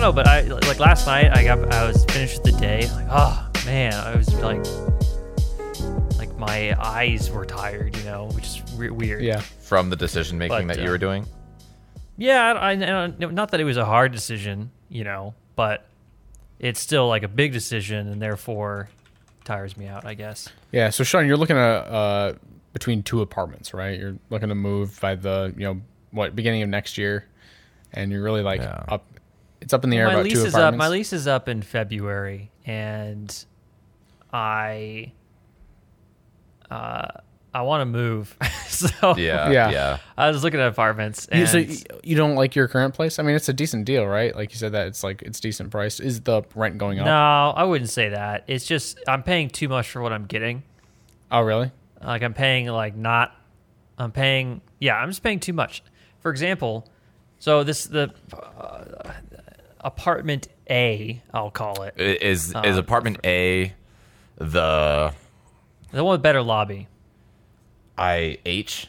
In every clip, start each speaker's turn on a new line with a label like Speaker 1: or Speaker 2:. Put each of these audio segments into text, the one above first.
Speaker 1: know, but I like last night. I got I was finished the day. Like, oh man, I was like, like my eyes were tired. You know, which is re- weird.
Speaker 2: Yeah.
Speaker 3: From the decision making
Speaker 1: But,
Speaker 3: that
Speaker 1: uh,
Speaker 3: you were doing.
Speaker 1: Yeah, I, I, I don't- not that it was a hard decision, you know, but it's still like a big decision, and therefore tires me out. I guess.
Speaker 2: Yeah. So Sean, you're looking at uh, between two apartments, right? You're looking to move by the you know what beginning of next year, and you're really like
Speaker 3: Yeah.
Speaker 2: up. It's up in the air
Speaker 1: my
Speaker 2: about
Speaker 1: lease
Speaker 2: two
Speaker 1: is up.
Speaker 2: apartments.
Speaker 1: My lease is up in February, and I uh, I want to move. so
Speaker 3: Yeah.
Speaker 2: Yeah.
Speaker 3: Yeah.
Speaker 1: I was looking at apartments, and
Speaker 2: You, so you, you don't like your current place? I mean, it's a decent deal, right? Like you said, that it's like it's decent price. Is the rent going up?
Speaker 1: no, I wouldn't say that. It's just I'm paying too much for what I'm getting.
Speaker 2: Oh, really?
Speaker 1: Like I'm paying like not I'm paying yeah, I'm just paying too much. For example, so this the uh, apartment A, I'll call it.
Speaker 3: I- Is
Speaker 1: Oh,
Speaker 3: is apartment A the
Speaker 1: The one with better lobby.
Speaker 3: I H?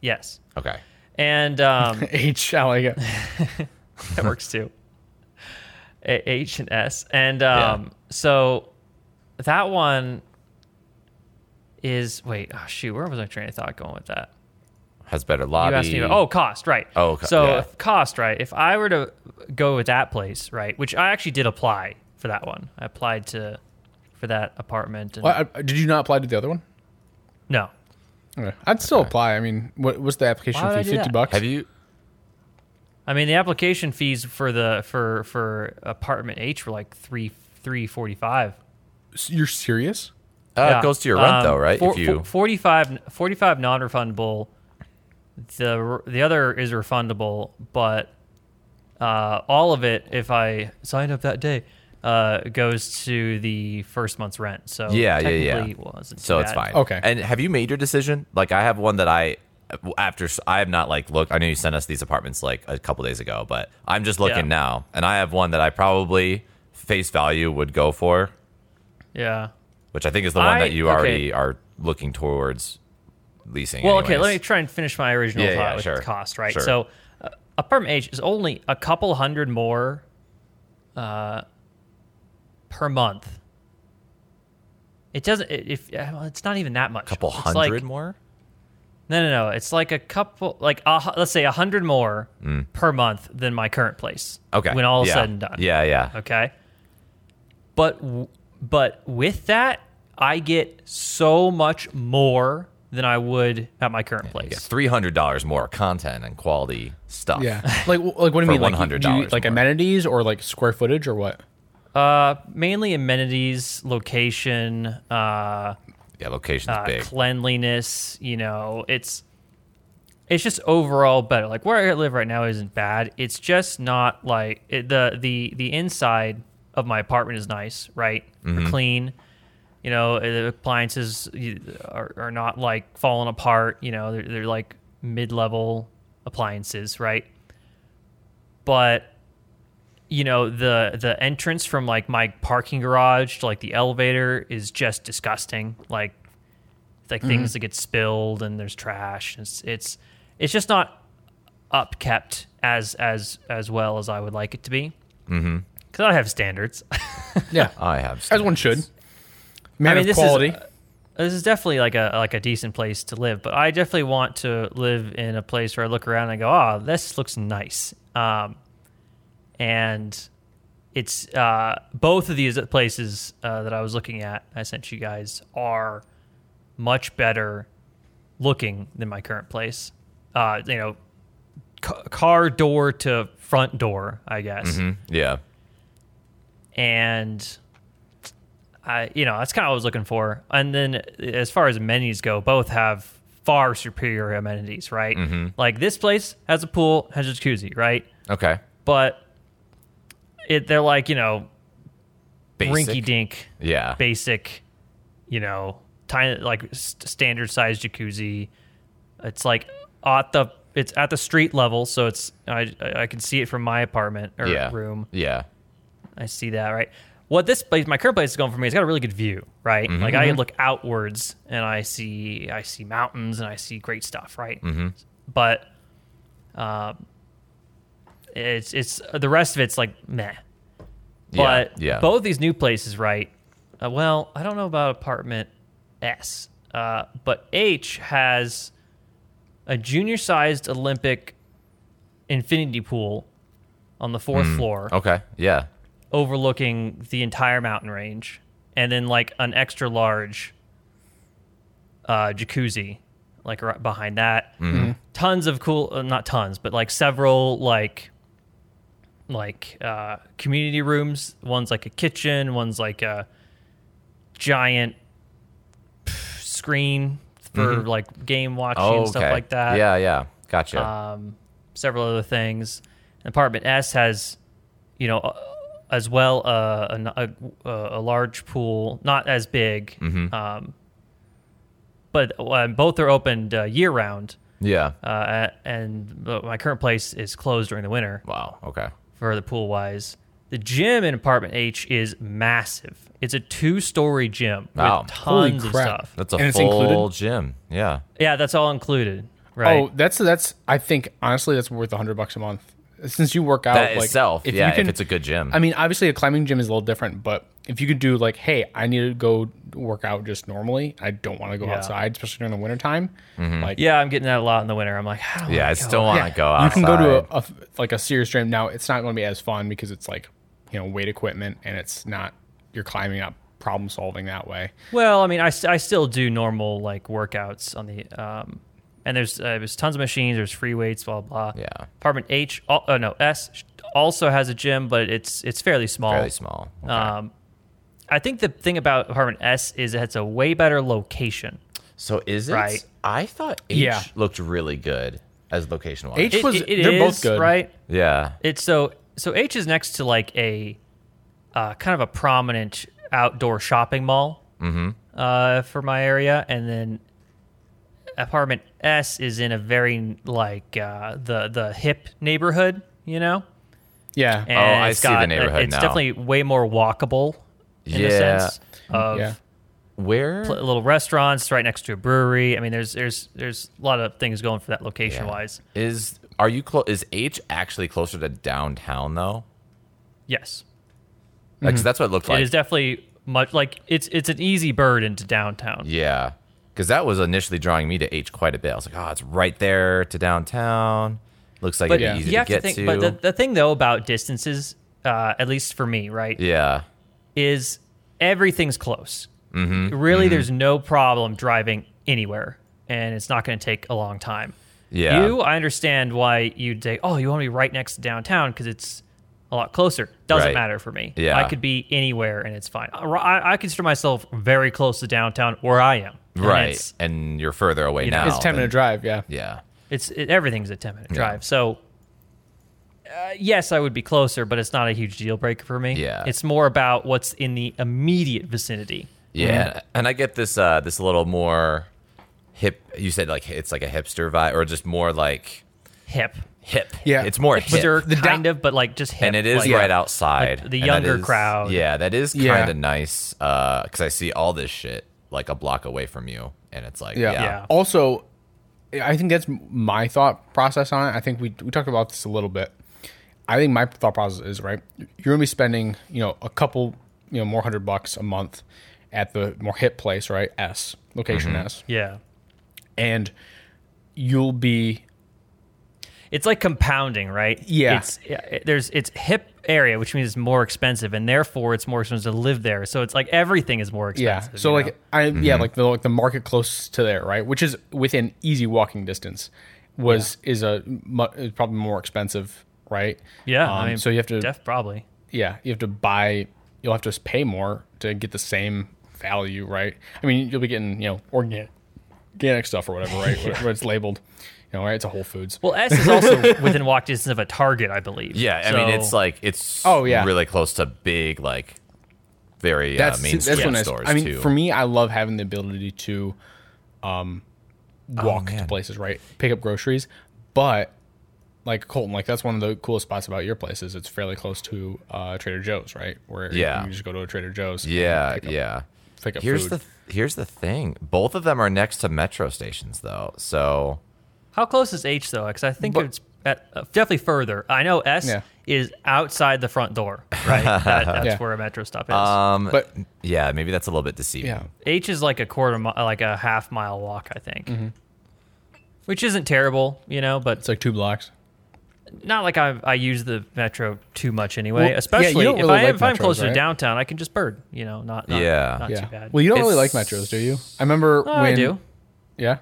Speaker 1: Yes.
Speaker 3: Okay.
Speaker 1: And um
Speaker 2: H. I like it.
Speaker 1: that works too. A- H and S. And um so that one is wait, oh shoot, where was my train of thought going with that?
Speaker 3: Has better lobby.
Speaker 1: You asked me about, oh, cost, right.
Speaker 3: Oh, co-
Speaker 1: So
Speaker 3: yeah.
Speaker 1: if cost, right. If I were to go with that place, right, which I actually did apply for that one. I applied to for that apartment. And,
Speaker 2: Well, I- did you not apply to the other one?
Speaker 1: no.
Speaker 2: Okay. I'd still apply. I mean, what was the application
Speaker 1: Why would I
Speaker 2: fee?
Speaker 1: do
Speaker 2: Fifty
Speaker 1: that?
Speaker 2: bucks.
Speaker 3: Have you?
Speaker 1: I mean the application fees for the for for apartment H were like three three forty five.
Speaker 2: You're serious?
Speaker 3: Uh,
Speaker 1: Yeah.
Speaker 3: It goes to your rent
Speaker 1: Um,
Speaker 3: though, right?
Speaker 1: For,
Speaker 3: if you.
Speaker 1: for- 45, 45 non-refundable. The the other is refundable, but uh, all of it, if I sign up that day, uh, goes to the first month's rent. So
Speaker 3: Yeah, yeah, yeah.
Speaker 1: technically it wasn't too
Speaker 3: so it's
Speaker 1: bad.
Speaker 3: fine.
Speaker 2: Okay.
Speaker 3: And have you made your decision? Like I have one that I after I have not like looked. I know you sent us these apartments like a couple days ago, but I'm just looking
Speaker 1: Yeah.
Speaker 3: now, and I have one that I probably face value would go for,
Speaker 1: Yeah.
Speaker 3: which I think is the one
Speaker 1: I-
Speaker 3: that you
Speaker 1: okay.
Speaker 3: already are looking towards leasing.
Speaker 1: Well, okay, let me
Speaker 3: anyways.
Speaker 1: try and finish my original
Speaker 3: Yeah,
Speaker 1: thought
Speaker 3: yeah,
Speaker 1: with
Speaker 3: sure.
Speaker 1: cost, right?
Speaker 3: Sure.
Speaker 1: So, uh, apartment H is only a couple hundred more uh, per month. It doesn't. it- If uh, well, it's not even that much.
Speaker 3: couple
Speaker 1: It's
Speaker 3: hundred
Speaker 1: like-
Speaker 3: more.
Speaker 1: No, no, no. It's like a couple, like a, hu- let's say a hundred more per month than my current place.
Speaker 3: Mm. Okay.
Speaker 1: When all is
Speaker 3: yeah.
Speaker 1: said and done.
Speaker 3: Yeah, yeah.
Speaker 1: Okay. But w- but with that, I get so much more than I would at my current
Speaker 3: You get
Speaker 1: place.
Speaker 3: three hundred dollars more content and quality stuff.
Speaker 2: Yeah. Like, w- like what do you mean?
Speaker 3: For
Speaker 2: Like, you-
Speaker 3: $100
Speaker 2: do you- like
Speaker 3: more.
Speaker 2: amenities or like square footage or what?
Speaker 1: Uh, mainly amenities, location, uh,
Speaker 3: Yeah, location's
Speaker 1: uh,
Speaker 3: big.
Speaker 1: cleanliness. You know, it's it's just overall better. Like where I live right now isn't bad. It's just not like it, the the the inside of my apartment is nice, right? They're clean. You know, uh, the appliances you- are, are not like falling apart. You know, they're, they're like mid level appliances, right? But you know the the entrance from like my parking garage to like the elevator is just disgusting. Like like things that get spilled and there's trash. It's it's it's just not upkept as as as well as I would like it to be. Mm-hmm. Because I have standards.
Speaker 2: Yeah.
Speaker 3: I have.
Speaker 2: As one should. Man
Speaker 1: I mean,
Speaker 2: of
Speaker 1: this
Speaker 2: quality.
Speaker 1: is this is definitely like a like a decent place to live, but I definitely want to live in a place where I look around and I go, "Oh, this looks nice." Um, and it's uh, both of these places uh, that I was looking at. I sent you guys are much better looking than my current place. Uh, you know, ca- car door to front door, I guess
Speaker 3: Mhm. Yeah.
Speaker 1: and I, you know, that's kind of what I was looking for. And then as far as amenities go, both have far superior amenities, right?
Speaker 3: Mm-hmm.
Speaker 1: Like this place has a pool, has a jacuzzi, right?
Speaker 3: Okay.
Speaker 1: But it, they're like you know,
Speaker 3: Basic.
Speaker 1: rinky dink,
Speaker 3: Yeah.
Speaker 1: basic, you know, tiny like st- standard size jacuzzi. It's like at the it's at the street level, so it's I I can see it from my apartment or
Speaker 3: yeah.
Speaker 1: room.
Speaker 3: Yeah.
Speaker 1: I see that, right? What this place, my current place is going for me, it's got a really good view, right?
Speaker 3: Mm-hmm,
Speaker 1: Like I look outwards and I see I see
Speaker 3: Mm-hmm.
Speaker 1: mountains and I see great stuff, right? But um uh, it's it's the rest of it's like meh.
Speaker 3: Yeah,
Speaker 1: But
Speaker 3: yeah.
Speaker 1: both these new places, right? Uh, well, I don't know about apartment S, uh, but H has a junior-sized Olympic infinity pool on the fourth
Speaker 3: Mm,
Speaker 1: floor,
Speaker 3: Okay. Yeah.
Speaker 1: overlooking the entire mountain range, and then like an extra large uh, jacuzzi, like right behind that.
Speaker 3: Mm-hmm.
Speaker 1: Tons of cool, uh, not tons, but like several like like uh, community rooms. One's like a kitchen. One's like a giant pff, screen for like game watching
Speaker 3: Mm-hmm. Oh,
Speaker 1: and
Speaker 3: okay.
Speaker 1: stuff like that
Speaker 3: Yeah, yeah. Gotcha.
Speaker 1: um, several other things. Apartment S has, you know, uh, as well uh, an- a, a, a large pool, not as big,
Speaker 2: Mm-hmm.
Speaker 1: um, but uh, both are opened uh, year round.
Speaker 3: yeah.
Speaker 1: Uh, and but my current place is closed during the winter
Speaker 3: wow. Okay.
Speaker 1: for the pool wise. The gym in apartment H is massive. It's a two-story gym
Speaker 3: Wow.
Speaker 1: with
Speaker 2: Holy
Speaker 1: tons of
Speaker 2: crap.
Speaker 1: stuff.
Speaker 3: That's a
Speaker 2: And it's
Speaker 3: full
Speaker 2: included?
Speaker 3: gym. Yeah.
Speaker 1: Yeah, that's all included, right?
Speaker 2: Oh, that's that's. I think honestly, that's worth hundred bucks a month. Since you work out,
Speaker 3: That
Speaker 2: like,
Speaker 3: itself.
Speaker 2: if you
Speaker 3: yeah.
Speaker 2: can-
Speaker 3: if it's a good gym.
Speaker 2: I mean, obviously, a climbing gym is a little different, but if you could do like, hey, I need to go work out just normally. I don't want to go
Speaker 1: Yeah.
Speaker 2: outside, especially during the wintertime. Like,
Speaker 1: Yeah, I'm getting that a lot in the winter. I'm like, I don't
Speaker 3: yeah.
Speaker 1: wanna
Speaker 3: I
Speaker 1: go.
Speaker 3: still want to go outside.
Speaker 2: oh, you can go to a, a- like a serious gym. Now, it's not going to be as fun because it's like, you know, weight equipment, and it's not you're climbing up, problem solving that way.
Speaker 1: Well, I mean, I, st- I still do normal like workouts on the um, and there's uh, there's tons of machines, there's free weights, blah blah.
Speaker 3: Yeah.
Speaker 1: Apartment H, al- oh no S, sh- also has a gym, but it's it's fairly small.
Speaker 3: fairly small. Okay.
Speaker 1: Um, I think the thing about apartment S is it's a way better location.
Speaker 3: so is it?
Speaker 1: right.
Speaker 3: I thought H
Speaker 2: Yeah.
Speaker 3: looked really good as location wise.
Speaker 2: H-
Speaker 1: It,
Speaker 2: was-
Speaker 1: it- it
Speaker 2: they're both
Speaker 1: is,
Speaker 2: good.
Speaker 1: right?
Speaker 3: yeah.
Speaker 1: It's so so H is next to like a uh, kind of a prominent outdoor shopping mall
Speaker 3: Mm-hmm.
Speaker 1: uh, for my area, and then apartment S is in a very like uh, the the hip neighborhood, you know.
Speaker 2: Yeah.
Speaker 1: And
Speaker 3: Oh, I
Speaker 1: it's
Speaker 3: see the
Speaker 1: got-
Speaker 3: neighborhood
Speaker 1: It's
Speaker 3: now.
Speaker 1: definitely way more walkable in a
Speaker 3: Yeah. Mm-hmm.
Speaker 1: sense of
Speaker 2: yeah.
Speaker 3: Where?
Speaker 1: pl- little restaurants right next to a brewery. I mean, there's there's there's a lot of things going for that location wise.
Speaker 3: Is are you close? Is H actually closer to downtown though?
Speaker 1: Yes.
Speaker 3: Like, 'cause that's what it looked like.
Speaker 1: Mm-hmm. it is definitely much like it's it's an easy bird into downtown.
Speaker 3: yeah, because that was initially drawing me to H quite a bit. I was like, oh, it's right there to downtown. Looks like
Speaker 1: But
Speaker 3: it'd be easy
Speaker 1: you
Speaker 3: to
Speaker 1: have
Speaker 3: get
Speaker 1: to
Speaker 3: to.
Speaker 1: think. But the, the thing though about distances, uh, at least for me, right,
Speaker 3: yeah,
Speaker 1: is everything's close.
Speaker 3: Mm-hmm.
Speaker 1: Really, there's no problem driving anywhere, and it's not going to take a long time.
Speaker 3: yeah.
Speaker 1: You, I understand why you'd say, "Oh, you want to be right next to downtown because it's a lot closer." Doesn't
Speaker 3: Right.
Speaker 1: matter for me.
Speaker 3: Yeah.
Speaker 1: I could be anywhere and it's fine. I, I consider myself very close to downtown where I am. And
Speaker 3: right,
Speaker 1: it's-
Speaker 3: and you're further away
Speaker 1: you know,
Speaker 3: now.
Speaker 2: It's a 10
Speaker 3: than-
Speaker 2: minute drive. Yeah.
Speaker 3: Yeah,
Speaker 1: It's it, everything's a ten minute drive. So, uh, yes, I would be closer, but it's not a huge deal breaker for me.
Speaker 3: Yeah.
Speaker 1: it's more about what's in the immediate vicinity. Mm-hmm.
Speaker 3: yeah. And I get this uh this little more hip. You said like it's like a hipster vibe, or just more like
Speaker 1: Hip,
Speaker 3: hip.
Speaker 2: Yeah.
Speaker 3: it's more hip.
Speaker 1: hipster,
Speaker 2: The
Speaker 1: kind
Speaker 2: da-
Speaker 1: of, but like just hip.
Speaker 3: and it is
Speaker 1: like-
Speaker 3: right outside.
Speaker 1: like the
Speaker 3: and that
Speaker 1: younger
Speaker 3: is-
Speaker 1: crowd.
Speaker 3: Yeah, that is
Speaker 2: Yeah.
Speaker 3: kind of nice because I see all this shit like a block away from you, and it's like yeah,
Speaker 2: Yeah.
Speaker 1: Yeah.
Speaker 2: Also, I think that's my thought process on it. I think we we talked about this a little bit. I think my thought process is right. You're gonna be spending you know a couple you know more hundred bucks a month at the more hip place, right? S location S,
Speaker 1: Yeah,
Speaker 2: and you'll be
Speaker 1: it's like compounding, right?
Speaker 2: Yeah.
Speaker 1: it's yeah, there's it's hip area, which means it's more expensive, and therefore it's more expensive to live there. So it's like everything is more
Speaker 2: yeah.
Speaker 1: expensive.
Speaker 2: So
Speaker 1: you
Speaker 2: like
Speaker 1: know?
Speaker 2: I yeah like the like the market close to there, right? Which is within easy walking distance. Was is a mu- is probably more expensive, right?
Speaker 1: yeah,
Speaker 2: Um,
Speaker 1: I mean,
Speaker 2: so you have to
Speaker 1: def probably.
Speaker 2: yeah, you have to buy. You'll have to pay more to get the same value, right? I mean, you'll be getting you know organic, organic stuff or whatever, right? What- what it's labeled, you know, right? It's a Whole Foods.
Speaker 1: Well, S is also within walk distance of a Target, I believe.
Speaker 3: Yeah, I mean
Speaker 1: So-
Speaker 3: it's like it's
Speaker 2: Oh, yeah.
Speaker 3: really close to big like very
Speaker 2: that's
Speaker 3: uh, mainstream
Speaker 2: that's what nice.
Speaker 3: stores
Speaker 2: I mean,
Speaker 3: too.
Speaker 2: for me, I love having the ability to, um, walk to
Speaker 3: Oh, man.
Speaker 2: places, right? Pick up groceries, but like Colton, like that's one of the coolest spots about your place is it's fairly close to uh, Trader Joe's, right? Where
Speaker 3: Yeah.
Speaker 2: you can just go to a Trader Joe's. and
Speaker 3: yeah,
Speaker 2: pick up-
Speaker 3: yeah.
Speaker 2: pick up
Speaker 3: Here's
Speaker 2: food.
Speaker 3: the here's the thing. Both of them are next to metro stations though, so
Speaker 1: How close is H though? Because I think
Speaker 2: But-
Speaker 1: it's at, uh, definitely further. I know S
Speaker 2: Yeah.
Speaker 1: is outside the front door, right? that, that's
Speaker 2: Yeah.
Speaker 1: where a metro stop is.
Speaker 3: Um,
Speaker 2: But-
Speaker 3: yeah, maybe that's a little bit deceiving.
Speaker 2: Yeah.
Speaker 1: H is like a quarter, mi- like a half mile walk, I think, which isn't terrible, you know, but
Speaker 2: Mm-hmm. It's like two blocks.
Speaker 1: not like I, I use the metro too much anyway.
Speaker 2: Well, yeah,
Speaker 1: especially
Speaker 2: you don't
Speaker 1: if,
Speaker 2: really
Speaker 1: I,
Speaker 2: like
Speaker 1: if I'm
Speaker 2: metros,
Speaker 1: closer to
Speaker 2: right?
Speaker 1: downtown, I can just bird, you know, not, not
Speaker 3: Yeah.
Speaker 1: not
Speaker 2: yeah.
Speaker 1: too bad.
Speaker 2: Well, you don't really like
Speaker 3: It's-
Speaker 2: metros, do you? I remember
Speaker 1: Oh,
Speaker 2: when.
Speaker 1: I do.
Speaker 2: Yeah.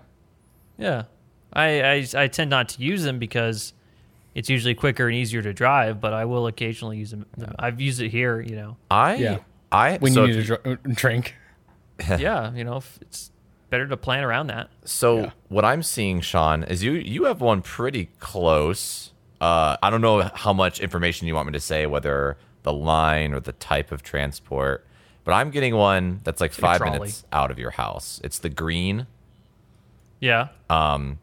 Speaker 1: Yeah, I, I I tend not to use them because it's usually quicker and easier to drive. But I will occasionally use them. I've used it here, you know.
Speaker 3: I
Speaker 2: Yeah.
Speaker 3: I
Speaker 2: When
Speaker 3: so
Speaker 2: you need to dr- uh, drink.
Speaker 1: yeah, you know, if it's better to plan around that.
Speaker 3: so what I'm seeing, Sean, is you you have one pretty close. Uh, I don't know how much information you want me to say, whether the line or the type of transport, but I'm getting one that's like
Speaker 1: like a
Speaker 3: five
Speaker 1: trolley.
Speaker 3: minutes out of your house. It's the green.
Speaker 1: Yeah,
Speaker 3: Uh,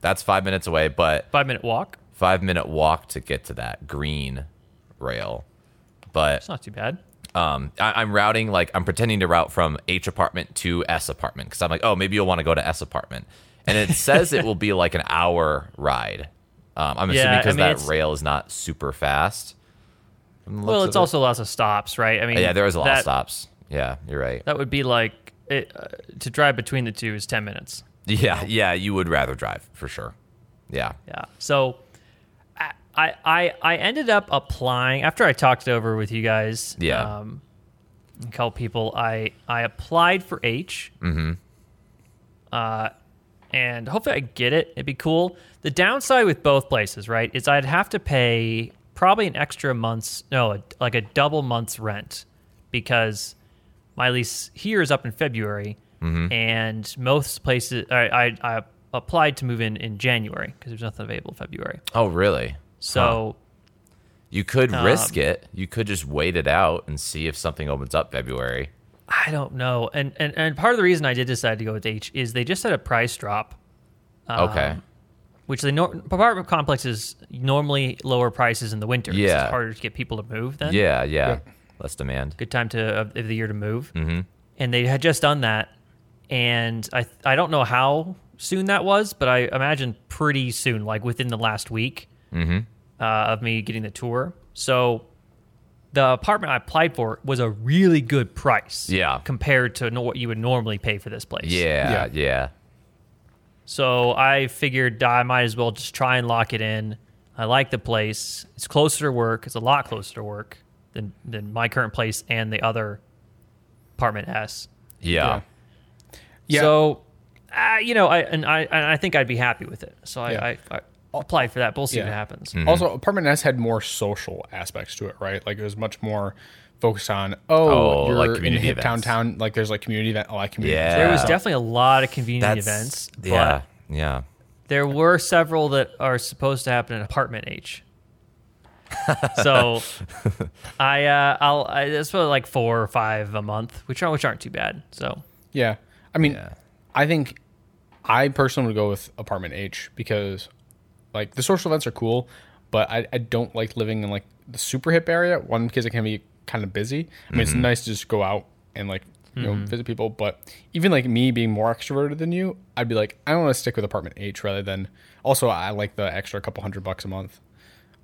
Speaker 3: That's five minutes away, but
Speaker 1: five minute walk.
Speaker 3: five minute walk to get to that green rail. But
Speaker 1: It's not too bad.
Speaker 3: um, I, I'm routing like I'm pretending to route from H apartment to S apartment because I'm like, oh, maybe you'll want to go to S apartment, and it says it will be like an hour ride. Um, I'm
Speaker 1: Yeah,
Speaker 3: assuming
Speaker 1: I
Speaker 3: because
Speaker 1: mean,
Speaker 3: that
Speaker 1: it's-
Speaker 3: rail is not super fast. from the
Speaker 1: Well,
Speaker 3: looks
Speaker 1: it's
Speaker 3: of it.
Speaker 1: also lots of stops, right? I mean,
Speaker 3: yeah, there is a lot
Speaker 1: that-
Speaker 3: of stops. Yeah, you're right.
Speaker 1: That would be like it, uh, to drive between the two is ten minutes.
Speaker 3: Yeah, yeah, you would rather drive for sure. Yeah,
Speaker 1: Yeah. So I I I- I ended up applying after I talked it over with you guys.
Speaker 3: Yeah.
Speaker 1: Um, a couple people. I I applied for H. Mm-hmm. Uh, and hopefully I get it. It'd be cool. The downside with both places, right, is I'd have to pay probably an extra month's no, like a double month's rent because my lease here is up in February,
Speaker 3: Mm-hmm.
Speaker 1: and most places I, I, I applied to move in in January because there's nothing available in February.
Speaker 3: Oh, really?
Speaker 1: So
Speaker 3: You could
Speaker 1: Um,
Speaker 3: risk it. You could just wait it out and see if something opens up February.
Speaker 1: I don't know, and, and and part of the reason I did decide to go with H is they just had a price drop,
Speaker 3: okay.
Speaker 1: Um, which the nor- apartment complexes normally lower prices in the winter. 'cause
Speaker 3: Yeah.
Speaker 1: it's harder to get people to move then.
Speaker 3: Yeah, yeah. Less demand.
Speaker 1: good time to of of the year to move. Mm-hmm. And they had just done that, and I I don't know how soon that was, but I imagine pretty soon, like within the last week uh, of me getting the tour. So the apartment I applied for was a really good price,
Speaker 3: Yeah.
Speaker 1: compared to no, what you would normally pay for this place.
Speaker 3: Yeah, yeah.
Speaker 2: Yeah.
Speaker 1: So I figured I might as well just try and lock it in. I like the place. It's closer to work. It's a lot closer to work than than my current place and the other apartment S.
Speaker 3: Yeah.
Speaker 2: Yeah.
Speaker 1: So, uh, you know, I and I and I think I'd be happy with it. So I,
Speaker 2: Yeah.
Speaker 1: I, I applied for that. But we'll see
Speaker 2: Yeah.
Speaker 1: what happens.
Speaker 3: Mm. Mm-hmm.
Speaker 2: Also, apartment S had more social aspects to it, right? Like it was much more focused on oh,
Speaker 3: Oh,
Speaker 2: you're
Speaker 3: like
Speaker 2: in a
Speaker 3: community
Speaker 2: hip
Speaker 3: events.
Speaker 2: downtown. Like there's like community event, a lot of community.
Speaker 3: Yeah.
Speaker 1: There was definitely a lot of convenient
Speaker 3: That's
Speaker 1: events. But
Speaker 3: yeah, yeah.
Speaker 1: There were several that are supposed to happen in apartment H. so I uh, I'll I, that's probably like four or five a month, which aren't which aren't too bad.
Speaker 2: Uh,
Speaker 1: So
Speaker 2: Yeah. I mean, I think I personally would go with apartment H because like the social events are cool, but I, I don't like living in like the super hip area. One, because it can be kind of busy. I mean, it's nice to just go out and like, you know, visit people. But even like me being more extroverted than you, I'd be like, I want to stick with apartment H rather than also I like the extra couple hundred bucks a month.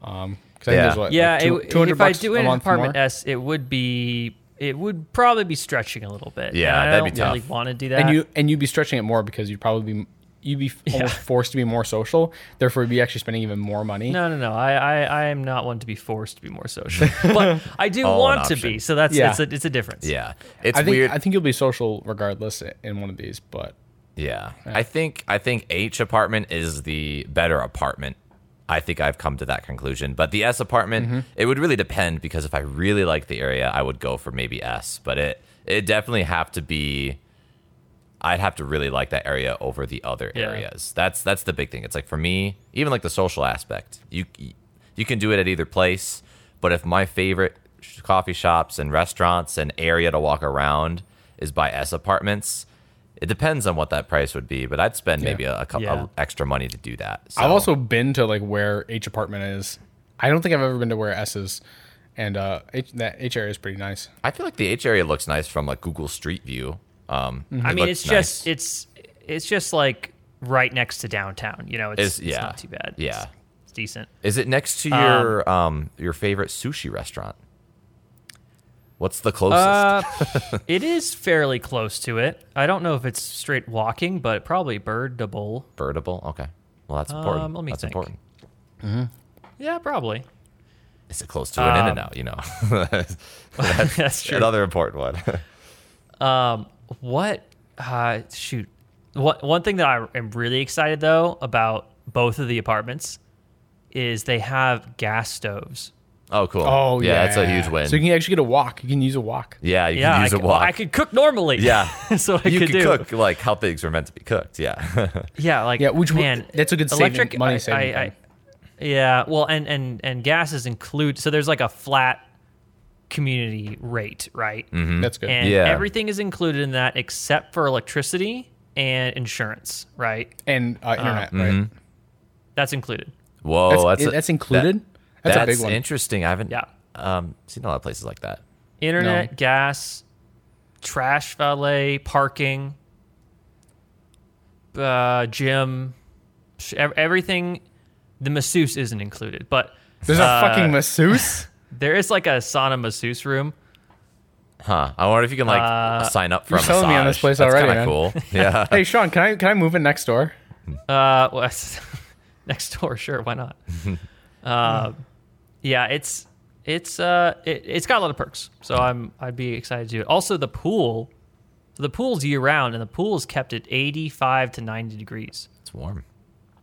Speaker 2: Um, 'cause I think
Speaker 3: Yeah.
Speaker 2: there's, what, like,
Speaker 1: yeah,
Speaker 2: two-
Speaker 1: it,
Speaker 2: 200
Speaker 1: if I
Speaker 2: bucks
Speaker 1: do
Speaker 2: a
Speaker 1: it in
Speaker 2: month
Speaker 1: apartment
Speaker 2: more.
Speaker 1: S, it would be it would probably be stretching a little bit.
Speaker 3: Yeah,
Speaker 1: And I
Speaker 3: that'd be
Speaker 1: don't
Speaker 3: tough.
Speaker 1: really want to do that.
Speaker 2: and you and you'd be stretching it more because you'd probably be you'd be almost forced to be more social therefore you'd be actually spending even more money
Speaker 1: no, no, no. I, I, I am not one to be forced to be more social, but I do
Speaker 3: All an
Speaker 1: want to
Speaker 3: option.
Speaker 1: be. So that's
Speaker 2: Yeah.
Speaker 1: it's a it's a difference.
Speaker 3: Yeah. It's
Speaker 2: i think
Speaker 3: weird.
Speaker 2: i think you'll be social regardless in one of these but
Speaker 3: yeah. I think I think H apartment is the better apartment. I think I've come to that conclusion. But the S apartment, it would really depend because if I really like the area, I would go for maybe S. But it it definitely have to be I'd have to really like that area over the other
Speaker 1: Yeah.
Speaker 3: areas. That's that's the big thing. It's like for me, even like the social aspect. You you can do it at either place, but if my favorite sh- coffee shops and restaurants and area to walk around is by S apartments, it depends on what that price would be. But I'd spend maybe a, a couple
Speaker 1: Yeah.
Speaker 3: extra money to do that. So,
Speaker 2: i've also been to like where h apartment is i don't think i've ever been to where s is and uh h, that h area is pretty nice
Speaker 3: I feel like the H area looks nice from like Google Street View. Um,
Speaker 1: Mm-hmm. I
Speaker 3: it
Speaker 1: mean,
Speaker 3: looks
Speaker 1: it's
Speaker 3: nice.
Speaker 1: just it's it's just like right next to downtown. You know, it's,
Speaker 3: It's-
Speaker 1: it's
Speaker 3: yeah.
Speaker 1: not too bad.
Speaker 3: Yeah.
Speaker 1: It's- decent.
Speaker 3: Is it next to your um your favorite sushi restaurant? What's the closest?
Speaker 1: Uh, it is fairly close to it. I don't know if it's straight walking, but probably birdable.
Speaker 3: Birdable. Okay. Well, that's important.
Speaker 1: um, let me
Speaker 3: that's
Speaker 1: think.
Speaker 3: important.
Speaker 1: Yeah, probably.
Speaker 3: Is it close to an in and
Speaker 2: Um,
Speaker 3: out? You know, that's,
Speaker 1: That's true.
Speaker 3: another important one.
Speaker 1: Um, what? Uh, shoot. What, one thing that I am really excited though about both of the apartments is they have gas stoves.
Speaker 3: oh, cool.
Speaker 2: Oh yeah,
Speaker 3: that's a huge win.
Speaker 2: So you can actually get a walk. You can use a walk.
Speaker 3: yeah, you
Speaker 1: yeah,
Speaker 3: can use
Speaker 1: I
Speaker 3: a
Speaker 1: could-
Speaker 3: walk.
Speaker 1: I could cook normally.
Speaker 3: Yeah.
Speaker 1: that's what I
Speaker 3: you
Speaker 1: could
Speaker 3: can
Speaker 1: do.
Speaker 3: cook like how things were meant to be cooked. Yeah.
Speaker 1: Yeah, like
Speaker 2: Yeah, which would-
Speaker 1: man,
Speaker 2: that's a good saving-
Speaker 1: electric
Speaker 2: money
Speaker 1: I-
Speaker 2: saving
Speaker 1: I- I-
Speaker 2: thing.
Speaker 1: yeah, well, and and and gases include so there's like a flat community rate, right?
Speaker 3: Mm-hmm.
Speaker 2: That's good.
Speaker 1: And
Speaker 3: Yeah.
Speaker 1: everything is included in that except for electricity and insurance, right?
Speaker 2: And uh, internet, right?
Speaker 1: That's included.
Speaker 3: Whoa,
Speaker 2: That's,
Speaker 3: mm-hmm. Oh, that's
Speaker 2: it-
Speaker 3: a-
Speaker 2: that's included.
Speaker 3: that-
Speaker 2: that's, a big one.
Speaker 3: Interesting. I haven't
Speaker 1: Yeah.
Speaker 3: um, seen a lot of places like that.
Speaker 1: Internet, gas, trash valet, parking, uh, gym, sh- ev- everything. The masseuse isn't included, but
Speaker 2: There's a fucking masseuse.
Speaker 1: there is like a sauna masseuse room.
Speaker 3: Huh. I wonder if you can like
Speaker 1: Uh,
Speaker 3: sign up for a
Speaker 2: you're selling me on
Speaker 3: massage.
Speaker 2: this place
Speaker 3: That's
Speaker 2: already,
Speaker 3: kinda
Speaker 2: man.
Speaker 3: Cool. Yeah.
Speaker 2: hey Sean, can I can I move in next door?
Speaker 1: Uh, well, next door, sure, why not? uh, yeah, it's it's uh, it, it's got a lot of perks, so I'm I'd be excited to do it. Also, the pool, so the pool's year round, and the pool is kept at 85 to 90 degrees,
Speaker 3: It's warm.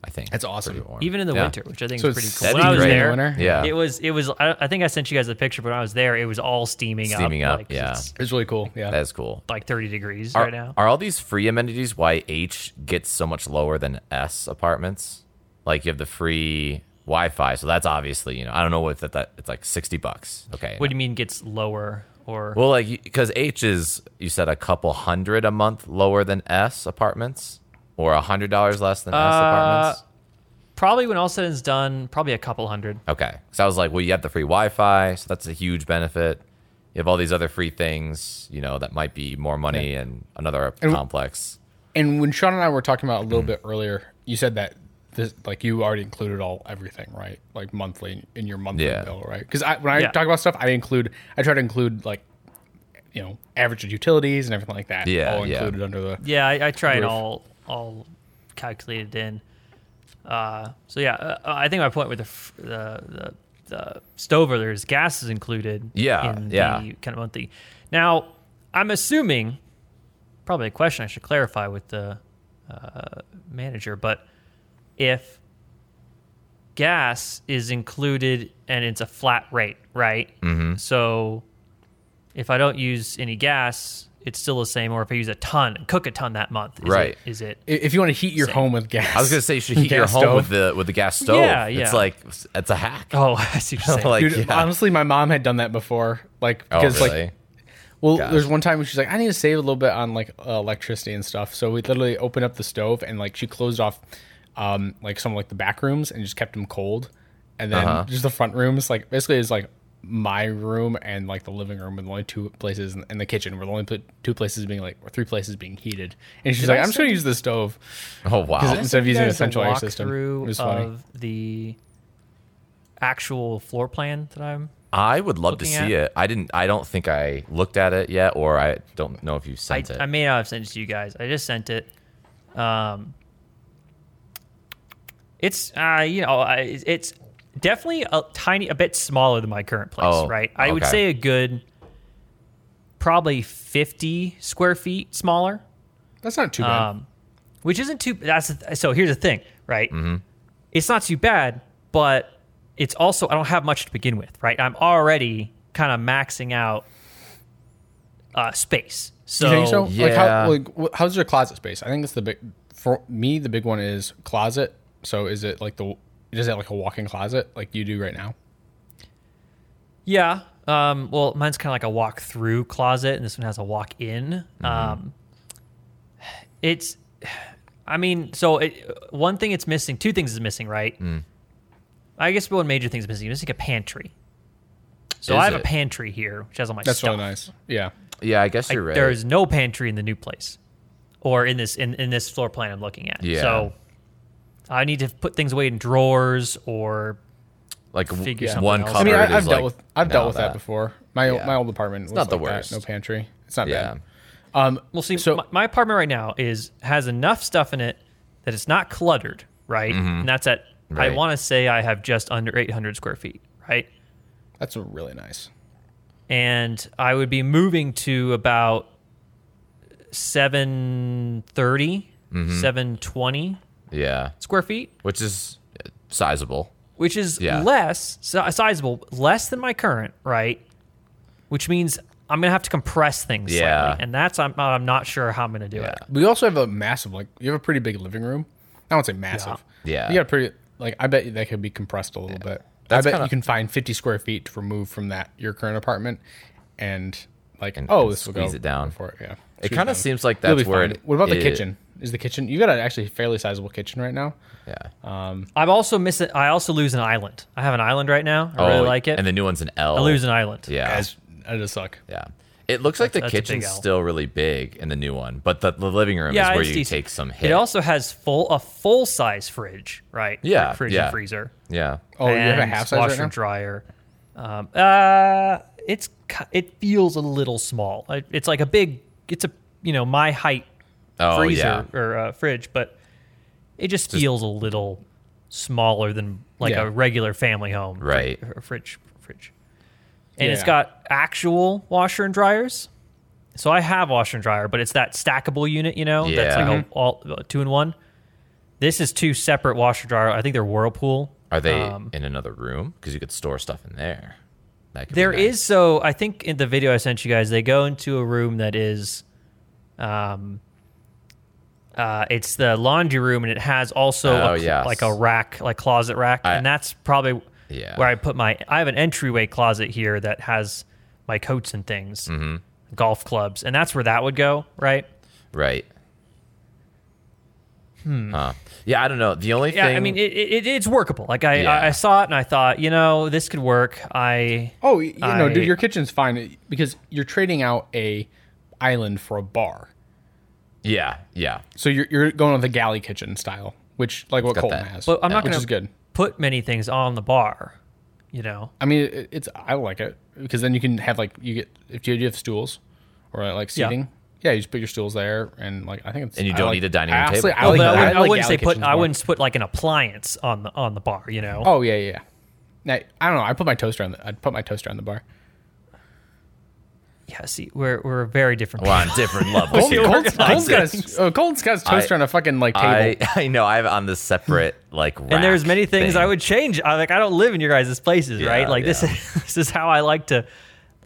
Speaker 3: I think
Speaker 2: That's awesome.
Speaker 3: Pretty warm.
Speaker 1: even in the
Speaker 3: Yeah.
Speaker 1: winter, which I think
Speaker 2: So
Speaker 1: is pretty
Speaker 2: it's
Speaker 1: cool.
Speaker 3: That'd
Speaker 1: When
Speaker 3: be
Speaker 1: I was
Speaker 3: great.
Speaker 1: there,
Speaker 2: winter?
Speaker 3: Yeah.
Speaker 1: it was it was. I, I think I sent you guys the picture, but when I was there, it was all steaming up,
Speaker 3: Steaming up,
Speaker 1: like,
Speaker 3: yeah.
Speaker 1: it's
Speaker 2: It's really cool. Yeah.
Speaker 3: that is cool.
Speaker 1: like 30 degrees
Speaker 3: Are,
Speaker 1: right now.
Speaker 3: are all these free amenities why H gets so much lower than S apartments? Like you have the free Wi-Fi, so that's obviously you know I don't know what that, that it's like sixty bucks. Okay,
Speaker 1: what do you mean gets lower or?
Speaker 3: Well, like because H is you said a couple hundred a month lower than S apartments, or a hundred dollars less than
Speaker 1: Uh,
Speaker 3: S apartments.
Speaker 1: Probably when all said and done, probably a couple hundred.
Speaker 3: Okay, so I was like, well, you have the free Wi-Fi, so that's a huge benefit. You have all these other free things, you know, that might be more money and another complex.
Speaker 2: And when Sean and I were talking about a
Speaker 3: Mm.
Speaker 2: little bit earlier, you said that this, like you already included all everything, right? Like monthly in your monthly
Speaker 3: Yeah.
Speaker 2: bill, right? Because I, when I
Speaker 1: Yeah.
Speaker 2: talk about stuff, I include I try to include like you know average of utilities and everything like that.
Speaker 3: Yeah,
Speaker 2: all
Speaker 3: yeah.
Speaker 2: included under the
Speaker 1: Yeah, I, I try it
Speaker 2: Roof.
Speaker 1: all all calculated in. Uh, so yeah, uh, I think my point with the f- the the, the stove or there's gas is included.
Speaker 3: Yeah,
Speaker 1: in
Speaker 3: yeah.
Speaker 1: The kind of monthly. Now I'm assuming, probably a question I should clarify with the uh, manager, but if gas is included and it's a flat rate, right? Mm-hmm. So if I don't use any gas, it's still the same. Or if I use a ton and cook a ton that month, is
Speaker 3: Right.
Speaker 1: It, is it?
Speaker 2: i- if you want to heat your home with gas.
Speaker 3: I was gonna say you should heat your
Speaker 2: Gas
Speaker 3: home with
Speaker 2: stove.
Speaker 3: the with the gas stove.
Speaker 1: Yeah, yeah.
Speaker 3: It's like it's a hack.
Speaker 1: Oh, I see what you're saying.
Speaker 3: Like,
Speaker 2: Dude,
Speaker 3: yeah.
Speaker 2: honestly, my mom had done that before. Like,
Speaker 3: oh,
Speaker 2: because
Speaker 3: really?
Speaker 2: like, well,
Speaker 3: Gosh.
Speaker 2: there's one time when she's like, I need to save a little bit on like uh, electricity and stuff. So we literally opened up the stove and like she closed off, um, like some like the back rooms and just kept them cold, and then
Speaker 1: Uh-huh.
Speaker 2: just the front rooms. Like basically, it's like my room and like the living room were the only two places, and and the kitchen were the only pla- two places being like or three places being heated. And she's like,
Speaker 1: I
Speaker 2: I'm just
Speaker 1: send
Speaker 2: gonna use the stove.
Speaker 3: oh wow.
Speaker 2: Instead of
Speaker 1: Send you
Speaker 2: using
Speaker 1: guys
Speaker 2: essential
Speaker 1: a
Speaker 2: air system. It
Speaker 1: walkthrough
Speaker 2: was funny.
Speaker 1: of the actual floor plan that I'm.
Speaker 3: I would love to see
Speaker 1: looking at-
Speaker 3: it. I didn't. I don't think I looked at it yet, or I don't know if you
Speaker 1: I,
Speaker 3: sent it.
Speaker 1: I may not have sent it to you guys. I just sent it. Um, it's uh, you know, I, it's definitely a tiny, a bit smaller than my current place,
Speaker 3: Oh,
Speaker 1: right? I would
Speaker 3: okay.
Speaker 1: say a good, probably fifty square feet smaller.
Speaker 2: That's not too bad.
Speaker 1: um, which isn't too. That's the th- so. Here's the thing, right? It's not too bad, but it's also I don't have much to begin with, right? I'm already kind of maxing out uh, space. So,
Speaker 2: You think so? Like
Speaker 3: Yeah.
Speaker 2: how like wh- how's your closet space? I think that's the big for me. The big one is closet. So is it like the does it have like a walk-in closet like you do right now?
Speaker 1: yeah. Um, well, mine's kind of like a walk-through closet, and this one has a walk-in.
Speaker 3: Mm-hmm.
Speaker 1: Um, it's, I mean, so it, one thing it's missing, two things is missing, right?
Speaker 3: Mm.
Speaker 1: I guess one major thing is missing. Missing a pantry. So
Speaker 3: Is
Speaker 1: I have
Speaker 3: it?
Speaker 1: a pantry here, which has all my
Speaker 2: That's
Speaker 1: stuff.
Speaker 2: really nice. Yeah,
Speaker 3: yeah, I guess
Speaker 1: Like,
Speaker 3: you're right.
Speaker 1: There is no pantry in the new place, or in this in, in this floor plan I'm looking at.
Speaker 3: Yeah.
Speaker 1: So I need to put things away in drawers or
Speaker 3: Like w-
Speaker 1: Figure
Speaker 3: yeah.
Speaker 1: something
Speaker 3: one
Speaker 1: else.
Speaker 3: cupboard
Speaker 1: I
Speaker 2: I mean, I,
Speaker 3: is
Speaker 2: have
Speaker 3: like
Speaker 2: dealt with I've dealt
Speaker 3: now
Speaker 2: with that, before. My
Speaker 3: Yeah.
Speaker 2: my old apartment was
Speaker 3: not the
Speaker 2: like that. No
Speaker 3: worst.
Speaker 2: pantry. It's not
Speaker 3: Yeah.
Speaker 2: bad.
Speaker 1: Well, see,
Speaker 2: So-
Speaker 1: my, my apartment right now is has enough stuff in it that it's not cluttered, right? And that's at
Speaker 3: Mm-hmm. Right.
Speaker 1: I want to say I have just under 800 square feet, right?
Speaker 2: That's really nice.
Speaker 1: And I would be moving to about 730,
Speaker 3: Mm-hmm.
Speaker 1: 720
Speaker 3: Yeah.
Speaker 1: square feet,
Speaker 3: Which is uh, sizable.
Speaker 1: which is
Speaker 3: Yeah.
Speaker 1: less si- sizable, less than my current, right? Which means I'm gonna have to compress things,
Speaker 3: Yeah.
Speaker 1: slightly, and that's I'm, I'm not sure how I'm gonna do it.
Speaker 2: We also have a massive like you have a pretty big living room. I won't say massive.
Speaker 3: Yeah.
Speaker 2: You got a pretty like I bet that could be compressed a little bit.
Speaker 3: That's
Speaker 2: I bet
Speaker 3: kinda-
Speaker 2: you can find 50 square feet to remove from that your current apartment and like
Speaker 3: And-
Speaker 2: oh
Speaker 3: and
Speaker 2: this will
Speaker 3: squeeze
Speaker 2: go
Speaker 3: it down.
Speaker 2: for it. Yeah.
Speaker 3: It
Speaker 2: Squeeze
Speaker 3: kind
Speaker 2: down.
Speaker 3: of seems like
Speaker 2: You'll
Speaker 3: that's
Speaker 2: be
Speaker 3: where.
Speaker 2: fine.
Speaker 3: It,
Speaker 2: What about the
Speaker 3: it-
Speaker 2: kitchen? Is the kitchen you got an actually fairly sizable kitchen right now?
Speaker 3: Yeah.
Speaker 1: I'm also missing. I also lose an island. I have an island right now. I really like it.
Speaker 3: Oh, And the new one's an L.
Speaker 1: I lose an island.
Speaker 3: Yeah.
Speaker 2: As that does suck.
Speaker 3: Yeah. It looks like the
Speaker 1: That's- that's a big
Speaker 3: kitchen's
Speaker 1: L.
Speaker 3: still really big in the new one, but the, the living room
Speaker 1: yeah.
Speaker 3: is where
Speaker 1: it's
Speaker 3: you
Speaker 1: decent.
Speaker 3: take some hit.
Speaker 1: It also has full a full size fridge, right?
Speaker 3: Yeah,
Speaker 1: Fr- fridge
Speaker 3: yeah.
Speaker 1: and freezer.
Speaker 3: yeah.
Speaker 2: Oh, you have a
Speaker 1: and
Speaker 2: half size
Speaker 1: washer
Speaker 2: right now?
Speaker 1: dryer. Um, uh, it's ki- it feels a little small. It- It's like a big. It's a you know my height
Speaker 3: Oh,
Speaker 1: freezer
Speaker 3: yeah.
Speaker 1: or uh, fridge, but it just, feels a little smaller than like
Speaker 2: Yeah.
Speaker 1: a regular family home, fri-
Speaker 3: Right.
Speaker 1: or fridge, fridge. And it's
Speaker 2: Yeah.
Speaker 1: got actual washer and dryers. So I have washer and dryer, but it's that stackable unit, you know, that's
Speaker 3: Yeah.
Speaker 1: like a, all uh, two in one. This is two separate washer dryer. I think they're Whirlpool.
Speaker 3: Are they
Speaker 1: Um,
Speaker 3: in another room? Because you could store stuff in there. That could be
Speaker 1: There
Speaker 3: nice.
Speaker 1: is so I think in the video I sent you guys, they go into a room that is, um, uh, it's the laundry room, and it has also
Speaker 3: Oh,
Speaker 1: a, cl-
Speaker 3: yes.
Speaker 1: like a rack, like closet rack,
Speaker 3: I-
Speaker 1: and that's probably
Speaker 3: Yeah.
Speaker 1: where I put my. I have an entryway closet here that has my coats and things,
Speaker 3: Mm-hmm.
Speaker 1: golf clubs, and that's where that would go, right?
Speaker 3: Right. Hmm. Yeah, I don't know. The only
Speaker 1: Yeah,
Speaker 3: thing.
Speaker 1: I mean it, it, it's workable. Like I,
Speaker 3: Yeah.
Speaker 1: I, I saw it and I thought, you know, this could work. I
Speaker 2: Oh, y- you know,
Speaker 1: I-
Speaker 2: dude, your kitchen's fine because you're trading out a island for a bar.
Speaker 3: yeah, yeah.
Speaker 2: So you're, you're going with a galley kitchen style, which like what
Speaker 3: got
Speaker 2: Colton
Speaker 3: that.
Speaker 2: has.
Speaker 1: But I'm not
Speaker 2: which
Speaker 1: gonna-
Speaker 2: is good.
Speaker 1: put many things on the bar, you know.
Speaker 2: I mean, it, it's I like it because then you can have like you get if you do have stools or uh, like
Speaker 1: Yeah.
Speaker 2: seating. Yeah. you just put your stools there, and like I think it's
Speaker 3: And you
Speaker 2: I
Speaker 3: don't
Speaker 2: like-
Speaker 3: need a dining room
Speaker 2: I honestly,
Speaker 3: table.
Speaker 2: I,
Speaker 1: Oh,
Speaker 2: like,
Speaker 1: but I,
Speaker 2: I
Speaker 1: wouldn't, I
Speaker 2: like
Speaker 1: wouldn't say
Speaker 2: galley
Speaker 1: put.
Speaker 2: kitchens
Speaker 1: I
Speaker 2: more.
Speaker 1: wouldn't put like an appliance on the on the bar. You know.
Speaker 2: Oh yeah, yeah. yeah. Now, I don't know. I put my toaster on. The, I'd put my toaster on the bar.
Speaker 1: Yeah. See, we're we're very different.
Speaker 3: We're on different levels. here.
Speaker 2: Colton, Colton's got
Speaker 1: things.
Speaker 2: his, uh, Colton's got his toaster
Speaker 3: I-
Speaker 2: on a fucking like table.
Speaker 3: I, I know. I have it on this separate, like, rack
Speaker 1: and there's many things
Speaker 3: thing.
Speaker 1: I would change. I like I don't live in your guys' places,
Speaker 3: Yeah,
Speaker 1: right? Like this
Speaker 3: yeah.
Speaker 1: is this is how I like to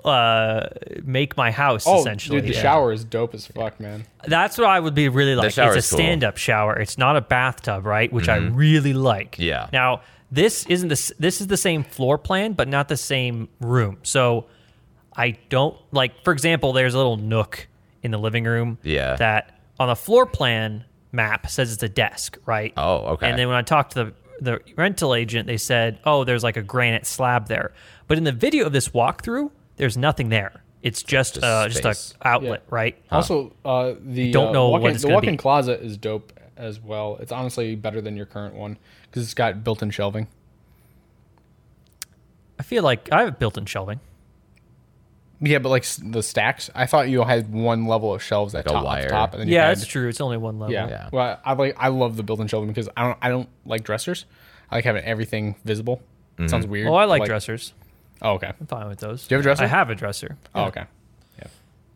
Speaker 1: uh make my house
Speaker 2: oh,
Speaker 1: essentially.
Speaker 2: dude, the
Speaker 1: Yeah.
Speaker 2: shower is dope as fuck, man.
Speaker 1: That's what I would be really like. It's
Speaker 3: shower
Speaker 1: a
Speaker 3: is cool. Mm-hmm.
Speaker 1: stand-up shower. It's not a bathtub, right? Which I really like.
Speaker 3: Yeah.
Speaker 1: Now this isn't this. This is the same floor plan, but not the same room. So I don't like. For example, there's a little nook in the living room.
Speaker 3: Yeah.
Speaker 1: That on the floor plan map says it's a desk, right?
Speaker 3: Oh, okay.
Speaker 1: And then when I talked to the the rental agent, they said, "Oh, there's like a granite slab there," but in the video of this walkthrough, there's nothing there. It's just
Speaker 3: Just
Speaker 1: uh, just
Speaker 3: space.
Speaker 1: a outlet,
Speaker 2: Yeah.
Speaker 1: right?
Speaker 2: Also, uh, the
Speaker 1: don't
Speaker 2: uh,
Speaker 1: know what
Speaker 2: walk-in,
Speaker 1: it's
Speaker 2: the
Speaker 1: gonna
Speaker 2: walk-in
Speaker 1: be.
Speaker 2: closet is dope as well. It's honestly better than your current one because it's got built-in shelving.
Speaker 1: I feel like I have built-in shelving.
Speaker 2: Yeah, but like s- the stacks, I thought you had one level of shelves at
Speaker 3: Like a
Speaker 2: top, at
Speaker 3: wire.
Speaker 2: the top, and then you
Speaker 1: Yeah,
Speaker 2: had,
Speaker 1: that's true. It's only one level.
Speaker 2: Yeah.
Speaker 3: Yeah.
Speaker 2: well, I like I love the built-in shelving because I don't I don't like dressers. I like having everything visible. It sounds weird.
Speaker 1: Well, I like, dressers.
Speaker 2: Oh, okay.
Speaker 1: I'm fine with those.
Speaker 2: Do you have a dresser?
Speaker 1: I have a dresser.
Speaker 2: Oh, okay.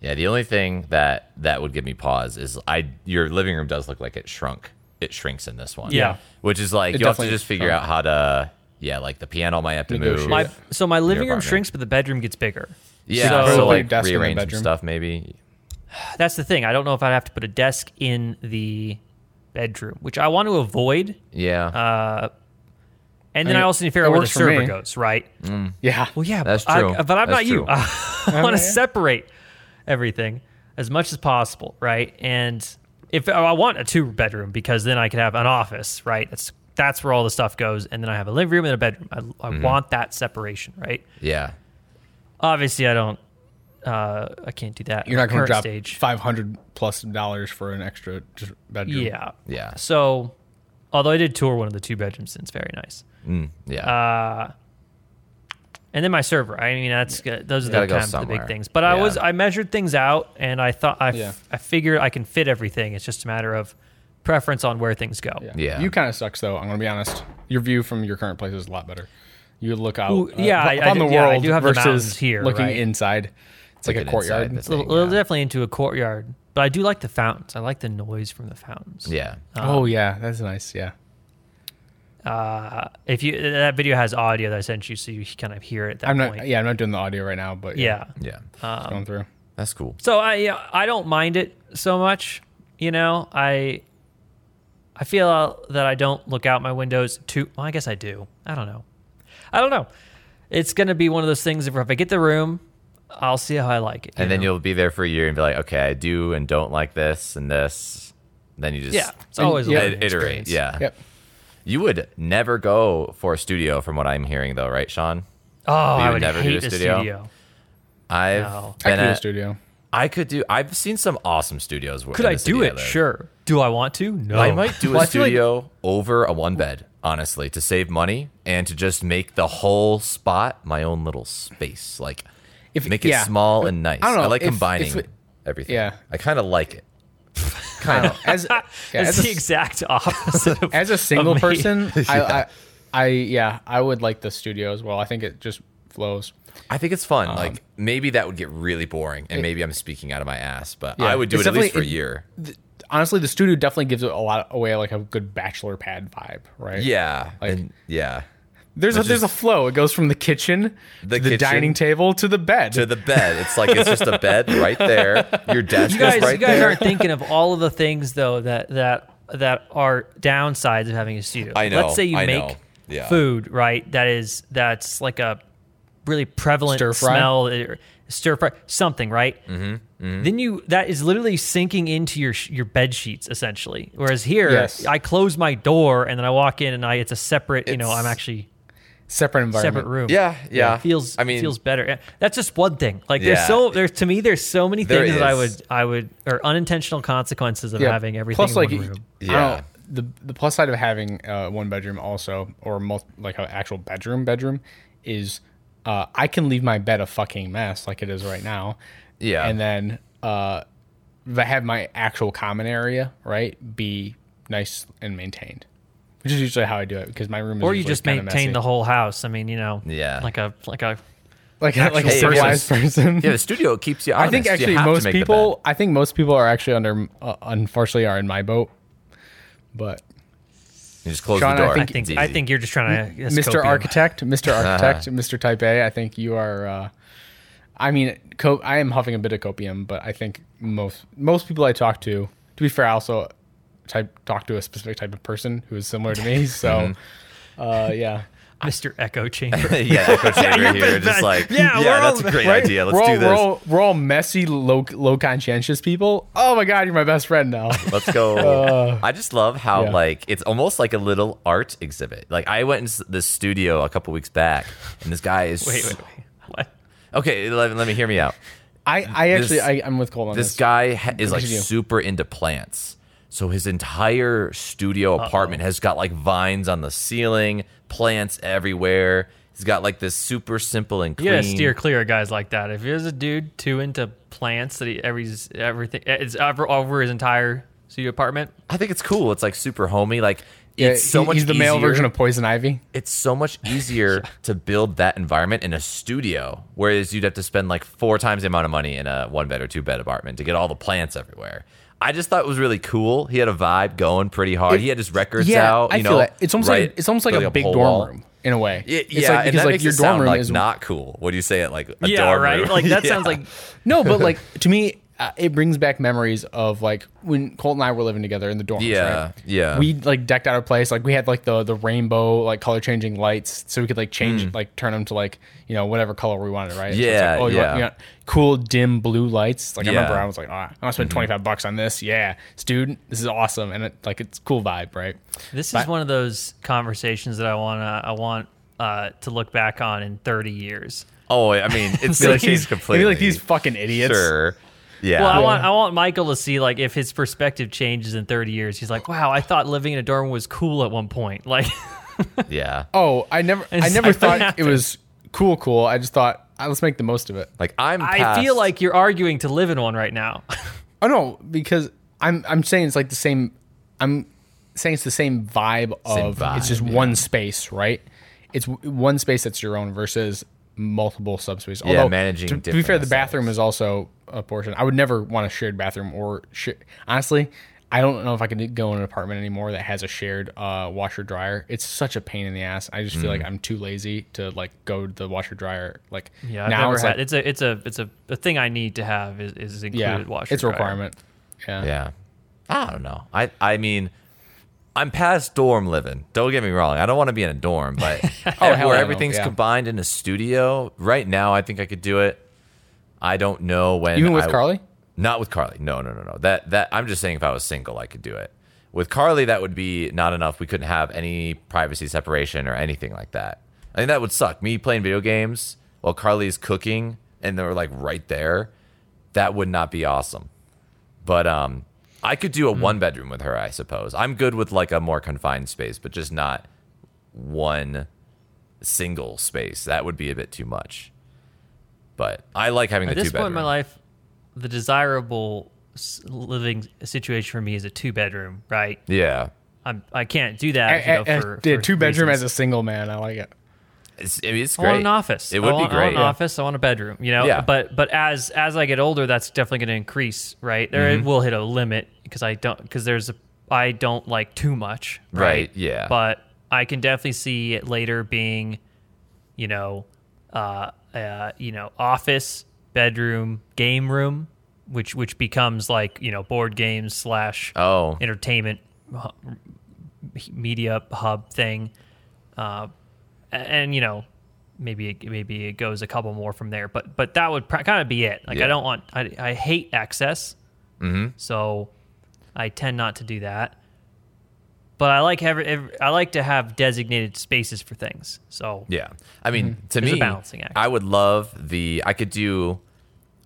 Speaker 3: Yeah, the only thing that that would give me pause is I your living room does look like it shrunk. It shrinks in this one.
Speaker 1: Yeah.
Speaker 3: Which is like
Speaker 2: It
Speaker 3: you have to
Speaker 2: definitely
Speaker 3: just figure
Speaker 2: shrunk.
Speaker 3: out how to yeah, like the piano might have to move.
Speaker 2: Negotiate.
Speaker 1: My
Speaker 2: Yeah.
Speaker 1: so my living room
Speaker 3: apartment.
Speaker 1: shrinks, but the bedroom gets bigger.
Speaker 3: yeah,
Speaker 1: So-
Speaker 3: so,
Speaker 1: Put a
Speaker 3: like
Speaker 2: desk in the
Speaker 3: rearrange some
Speaker 2: bedroom.
Speaker 3: stuff maybe.
Speaker 1: That's the thing. I don't know if I'd have to put a desk in the bedroom, which I want to avoid.
Speaker 3: Yeah.
Speaker 1: Uh, And then I,
Speaker 2: mean,
Speaker 1: also need to figure
Speaker 2: it
Speaker 1: out where the
Speaker 2: works for
Speaker 1: server
Speaker 2: me.
Speaker 1: goes, right?
Speaker 2: Yeah.
Speaker 1: Well, yeah,
Speaker 3: That's
Speaker 1: but
Speaker 3: true.
Speaker 1: I, but I'm not
Speaker 3: That's
Speaker 1: you.
Speaker 3: true.
Speaker 1: I want to separate everything as much as possible, right? And if I want a two bedroom, because then I could have an office, right? That's that's where all the stuff goes, and then I have a living room and a bedroom. I, I want that separation, right?
Speaker 3: yeah.
Speaker 1: Obviously, I don't. Uh, I can't do that.
Speaker 2: You're not
Speaker 1: at the
Speaker 2: going to
Speaker 1: current
Speaker 2: drop
Speaker 1: stage.
Speaker 2: five hundred plus dollars for an extra just bedroom.
Speaker 1: Yeah,
Speaker 3: Yeah.
Speaker 1: So Although I did tour one of the two bedrooms, and it's very nice.
Speaker 3: Yeah.
Speaker 1: Uh, and then my server. I mean, that's good. those are
Speaker 3: Gotta
Speaker 1: the,
Speaker 3: go
Speaker 1: kind of the big
Speaker 3: somewhere.
Speaker 1: things. But I
Speaker 3: Yeah.
Speaker 1: was I measured things out, and I thought I f-
Speaker 2: Yeah.
Speaker 1: I figured I can fit everything. It's just a matter of preference on where things go.
Speaker 3: Yeah.
Speaker 2: You kind of sucks though. I'm gonna be honest. Your view from your current place is a lot better. You look out
Speaker 1: Ooh,
Speaker 2: uh,
Speaker 1: yeah, I-
Speaker 2: up
Speaker 1: I
Speaker 2: on
Speaker 1: do-
Speaker 2: the
Speaker 1: yeah, I
Speaker 2: world
Speaker 1: do have the
Speaker 2: versus
Speaker 1: mountains here,
Speaker 2: looking
Speaker 1: right?
Speaker 2: inside. It's like,
Speaker 3: Looking
Speaker 2: a
Speaker 3: inside
Speaker 2: courdenyard.
Speaker 3: the
Speaker 1: It's a
Speaker 3: thing,
Speaker 1: little-
Speaker 3: yeah.
Speaker 1: definitely into a courtyard, but I do like the fountains. I like the noise from the fountains.
Speaker 3: yeah.
Speaker 2: oh yeah, that's nice. Yeah,
Speaker 1: Uh, if you that video has audio that I sent you, so you kind of hear it at that
Speaker 2: I'm not.
Speaker 1: point.
Speaker 2: Yeah, I'm not doing the audio right now, but
Speaker 1: yeah. um,
Speaker 3: Yeah.
Speaker 1: uh,
Speaker 2: it's going through.
Speaker 3: That's cool.
Speaker 1: So I yeah, I don't mind it so much. You know, I I feel that I don't look out my windows too. Well, I guess I do. I don't know. I don't know. It's gonna be one of those things. If I get the room, I'll see how I like it.
Speaker 3: And then
Speaker 1: know?
Speaker 3: you'll be there for a year and be like, okay, I do and don't like this and this. Then you just
Speaker 1: yeah, it's always
Speaker 2: yeah.
Speaker 1: a
Speaker 3: it-
Speaker 1: learning
Speaker 3: iterate.
Speaker 1: experience.
Speaker 3: Yeah.
Speaker 2: Yep.
Speaker 3: You would never go for a studio, from what I'm hearing, though, right, Sean?
Speaker 1: Oh,
Speaker 3: You
Speaker 1: I
Speaker 3: would
Speaker 1: would
Speaker 3: never do
Speaker 1: hate
Speaker 3: a
Speaker 1: the
Speaker 3: studio?
Speaker 1: studio.
Speaker 3: I've
Speaker 1: No.
Speaker 2: I
Speaker 3: been
Speaker 2: could do a
Speaker 3: at-
Speaker 2: studio.
Speaker 3: I could do. I've seen some awesome studios.
Speaker 1: Could I do it? Sure. Do I want to? No.
Speaker 3: I might do
Speaker 2: Oh. Well, I
Speaker 3: a
Speaker 2: feel like-
Speaker 3: studio over a one bed, honestly, to save money and to just make the whole spot my own little space. Like,
Speaker 2: If-
Speaker 3: make it
Speaker 2: yeah.
Speaker 3: small and nice.
Speaker 2: I don't know,
Speaker 3: like
Speaker 2: if-
Speaker 3: combining
Speaker 2: if it-
Speaker 3: everything.
Speaker 2: yeah.
Speaker 3: I kind of like it.
Speaker 2: Kind of. As, yeah,
Speaker 1: it's
Speaker 2: as,
Speaker 1: the
Speaker 2: a,
Speaker 1: exact opposite. Of,
Speaker 2: as a single
Speaker 1: me.
Speaker 2: person, I, I, I, yeah, I would like the studio as well. I think it just flows.
Speaker 3: I think it's
Speaker 2: Um,
Speaker 3: fun. like, maybe that would get really boring, and maybe I'm speaking out of my ass, but I would do
Speaker 2: It's
Speaker 3: it at least
Speaker 2: definitely-
Speaker 3: for a year.
Speaker 2: Honestly, the studio definitely gives it a lot away, like a good bachelor pad vibe, right?
Speaker 3: yeah.
Speaker 2: Like-
Speaker 3: and- yeah.
Speaker 2: There's a,
Speaker 3: Which
Speaker 2: there's
Speaker 3: is-
Speaker 2: a flow. It goes from the kitchen
Speaker 3: The
Speaker 2: to the
Speaker 3: kitchen
Speaker 2: dining table to the bed.
Speaker 3: To the bed. It's like it's just a bed right there. Your desk
Speaker 1: you guys,
Speaker 3: is right
Speaker 1: you guys
Speaker 3: there.
Speaker 1: aren't thinking of all of the things though that that that are downsides of having a studio.
Speaker 3: I know,
Speaker 1: Let's say you
Speaker 3: I know.
Speaker 1: make
Speaker 3: Yeah.
Speaker 1: food, right? That is that's like a really prevalent
Speaker 2: Stir fry?
Speaker 1: smell, or stir fry, something, right? Mm-hmm, Then you that is literally sinking into your sh- your bed sheets essentially. Whereas here,
Speaker 2: Yes.
Speaker 1: I close my door and then I walk in and I it's a separate. you know,
Speaker 3: It's-
Speaker 1: I'm actually
Speaker 2: separate environment.
Speaker 1: separate room.
Speaker 3: Yeah, yeah.
Speaker 1: feels
Speaker 3: I mean,
Speaker 1: feels better. Yeah, That's just one thing. Like
Speaker 3: Yeah.
Speaker 1: there's so there's to me there's so many
Speaker 3: There
Speaker 1: things that I
Speaker 3: is.
Speaker 1: would I would or unintentional consequences of
Speaker 2: Yeah.
Speaker 1: having everything
Speaker 2: Plus,
Speaker 1: in
Speaker 2: like,
Speaker 1: one
Speaker 2: y-
Speaker 1: room.
Speaker 2: I
Speaker 3: Yeah.
Speaker 2: don't- The the plus side of having uh, one bedroom also or multi, like an actual bedroom bedroom is uh, I can leave my bed a fucking mess like it is right now.
Speaker 3: Yeah.
Speaker 2: And then uh, I have my actual common area right be nice and maintained, which is usually how I do it because my room is
Speaker 1: Or you
Speaker 2: usually
Speaker 1: just
Speaker 2: kinda
Speaker 1: maintain
Speaker 2: messy.
Speaker 1: the whole house. I mean, you know,
Speaker 3: Yeah.
Speaker 1: like a like a
Speaker 2: like a- like a
Speaker 3: Hey, if it
Speaker 2: civilized person.
Speaker 3: Yeah, the studio keeps you. Honest.
Speaker 2: I think
Speaker 3: You
Speaker 2: actually
Speaker 3: have to
Speaker 2: most
Speaker 3: make the
Speaker 2: people. I think most people are actually under. Uh, unfortunately, are in my boat. But
Speaker 3: bed. You just close
Speaker 2: Sean,
Speaker 3: the
Speaker 2: I
Speaker 3: door.
Speaker 1: I
Speaker 2: think-
Speaker 1: think
Speaker 3: It's
Speaker 1: I
Speaker 3: easy.
Speaker 1: think you're just trying to
Speaker 2: Mr.
Speaker 1: escope
Speaker 2: Architect, Mr. Architect, Mr. Type A. I think you are. Uh, I mean, co- I am huffing a bit of copium, but I think most most people I talk to, to be fair, I also type talk to a specific type of person who is similar to me. So,
Speaker 3: Mm-hmm.
Speaker 2: uh, yeah,
Speaker 1: you, Mr. Echo Chamber.
Speaker 3: yeah, echo chamber here. Just like
Speaker 1: Yeah,
Speaker 3: yeah,
Speaker 1: we're all-
Speaker 3: that's a great
Speaker 2: Right?
Speaker 3: idea. Let's
Speaker 2: we're all,
Speaker 3: do this.
Speaker 2: We're all, we're all messy, low, low conscientious people. Oh my god, you're my best friend now.
Speaker 3: Let's go. I just love how
Speaker 2: Uh. yeah.
Speaker 3: like it's almost like a little art exhibit. Like I went into this studio a couple weeks back, and this guy is
Speaker 1: wait, wait, wait. What?
Speaker 3: okay. Let, let me hear me out.
Speaker 2: I, I actually,
Speaker 3: This-
Speaker 2: I, I'm with Cole on this.
Speaker 3: This guy ha- is like
Speaker 2: Continue.
Speaker 3: super into plants. So his entire studio apartment has got like vines on the ceiling, plants everywhere. He's got like this super simple and
Speaker 1: You
Speaker 3: clean.
Speaker 1: gotta steer clear of guys like that. If there's a dude too into plants that he every everything it's over, over his entire studio apartment,
Speaker 3: I think it's cool. It's like super homey. Like
Speaker 2: Yeah,
Speaker 3: it's so
Speaker 2: he-
Speaker 3: much
Speaker 2: he's the
Speaker 3: easier.
Speaker 2: male version of Poison Ivy.
Speaker 3: it's so much easier to build that environment in a studio, whereas you'd have to spend like four times the amount of money in a one bed or two bed apartment to get all the plants everywhere. I just thought it was really cool. He had a vibe going pretty hard. he had his records out. You
Speaker 2: I
Speaker 3: know,
Speaker 2: feel it. It's almost
Speaker 3: right-
Speaker 2: like it's almost like
Speaker 3: building
Speaker 2: a
Speaker 3: up
Speaker 2: big
Speaker 3: whole
Speaker 2: dorm
Speaker 3: wall.
Speaker 2: room in a way.
Speaker 3: Yeah,
Speaker 2: It's
Speaker 3: yeah,
Speaker 2: like,
Speaker 3: and
Speaker 2: because
Speaker 3: that
Speaker 2: like
Speaker 3: makes
Speaker 2: your
Speaker 3: it
Speaker 2: dorm
Speaker 3: sound
Speaker 2: room
Speaker 3: like
Speaker 2: is
Speaker 3: not cool. What do you say? It like a
Speaker 1: yeah,
Speaker 3: dorm
Speaker 1: right.
Speaker 3: room.
Speaker 1: Like that
Speaker 3: Yeah.
Speaker 1: sounds like
Speaker 2: no, but like to me, uh, it brings back memories of like when Colt and I were living together in the dorms.
Speaker 3: Yeah,
Speaker 2: right?
Speaker 3: yeah.
Speaker 2: We like decked out our place. Like we had like the the rainbow like color changing lights, so we could like change like turn them to like you know whatever color we wanted. Right? So it's
Speaker 3: Mm. Yeah,
Speaker 2: like, oh, you want-
Speaker 3: yeah.
Speaker 2: you want cool dim blue lights. Like I remember
Speaker 3: Yeah. Mm-hmm.
Speaker 2: I was like, ah, I want to spend five bucks on this. Yeah, student, this is awesome, and it, like it's cool vibe, right?
Speaker 1: This is one of those conversations that I wanna I want uh, to look back on in 30 years.
Speaker 3: oh, I mean, it's
Speaker 1: So
Speaker 3: gonna
Speaker 1: he's-
Speaker 3: change
Speaker 2: Maybe
Speaker 3: completely.
Speaker 2: like these fucking idiots.
Speaker 3: Sure. Yeah.
Speaker 1: Well, I
Speaker 3: Yeah.
Speaker 1: want I want Michael to see like if his perspective changes in 30 years. He's like, "Wow, I thought living in a dorm was cool at one point." Like,
Speaker 3: yeah.
Speaker 2: Oh, I never, I
Speaker 1: It's
Speaker 2: never
Speaker 1: like, what
Speaker 2: thought
Speaker 1: happened?
Speaker 2: it was cool. Cool. I just thought "Ah, let's make the most of it.
Speaker 3: Like I'm.
Speaker 1: I feel
Speaker 3: past-
Speaker 1: like you're arguing to live in one right now.
Speaker 2: Oh no, because I'm, I'm saying it's like the same. I'm saying it's the same vibe
Speaker 3: Same
Speaker 2: of
Speaker 3: vibe,
Speaker 2: it's just one space, right? It's w- one space that's your own versus multiple subspaces.
Speaker 3: Yeah,
Speaker 2: Although,
Speaker 3: managing
Speaker 2: To, to be
Speaker 3: different
Speaker 2: fair, the
Speaker 3: aesthetics.
Speaker 2: bathroom is also a portion. I would never want a shared bathroom or sh- honestly. I don't know if I could go in an apartment anymore that has a shared uh, washer dryer. It's such a pain in the ass. I just feel like I'm too lazy to like go to the washer dryer. Like
Speaker 1: Yeah, I've
Speaker 2: now
Speaker 1: never
Speaker 2: it's
Speaker 1: had.
Speaker 2: like,
Speaker 1: it's a it's a it's a, a thing I need to have is, is included
Speaker 2: yeah,
Speaker 1: washer.
Speaker 2: it's a
Speaker 1: dryer.
Speaker 2: requirement. Yeah.
Speaker 3: Yeah. I don't know. I I mean, I'm past dorm living. Don't get me wrong. I don't want to be in a dorm, but
Speaker 2: hell yeah, no.
Speaker 3: where everything's
Speaker 2: Yeah.
Speaker 3: combined in a studio. Right now, I think I could do it. I don't know when.
Speaker 2: Even with
Speaker 3: I-
Speaker 2: Carly?
Speaker 3: Not with Carly. No, no, no, no. That that I'm just saying. If I was single, I could do it. With Carly, that would be not enough. We couldn't have any privacy separation or anything like that. I think that would suck. Me playing video games while Carly's cooking, and they're like right there. That would not be awesome. But um, I could do a
Speaker 1: Hmm.
Speaker 3: one bedroom with her, I suppose. I'm good with like a more confined space, but just not one single space. That would be a bit too much. But I like having the
Speaker 1: At this
Speaker 3: two
Speaker 1: point in
Speaker 3: bedroom.
Speaker 1: my life, the desirable s- living situation for me is a two bedroom. Right?
Speaker 3: Yeah.
Speaker 1: I'm I can't do that. you know,
Speaker 2: I- I- I
Speaker 1: for,
Speaker 2: did
Speaker 1: for
Speaker 2: two bedroom
Speaker 1: reasons.
Speaker 2: as a single man. I like it.
Speaker 3: It's, I mean, it's
Speaker 1: I
Speaker 3: great.
Speaker 1: want an office.
Speaker 3: It
Speaker 1: I
Speaker 3: would
Speaker 1: want,
Speaker 3: be
Speaker 1: I
Speaker 3: great.
Speaker 1: want an office. I want a bedroom. You know.
Speaker 3: Yeah.
Speaker 1: But but as as I get older, that's definitely going to increase. Right. There
Speaker 3: Mm-hmm.
Speaker 1: it will hit a limit because I don't because there's a I don't like too much. Right.
Speaker 3: Right, yeah.
Speaker 1: But I can definitely see it later being, you know, uh, uh you know, office, bedroom, game room, which which becomes like you know board games slash
Speaker 3: Oh.
Speaker 1: entertainment hu- media hub thing uh, and you know maybe it, maybe it goes a couple more from there but but that would pr- kind of be it like
Speaker 3: Yeah.
Speaker 1: i don't want i, I hate excess mm-hmm. so i tend not to do that but i like have ev- i like to have designated spaces for things so
Speaker 3: Yeah. I mean, to
Speaker 1: Mm-hmm. There's a
Speaker 3: me,
Speaker 1: balancing act.
Speaker 3: I would love the, I could do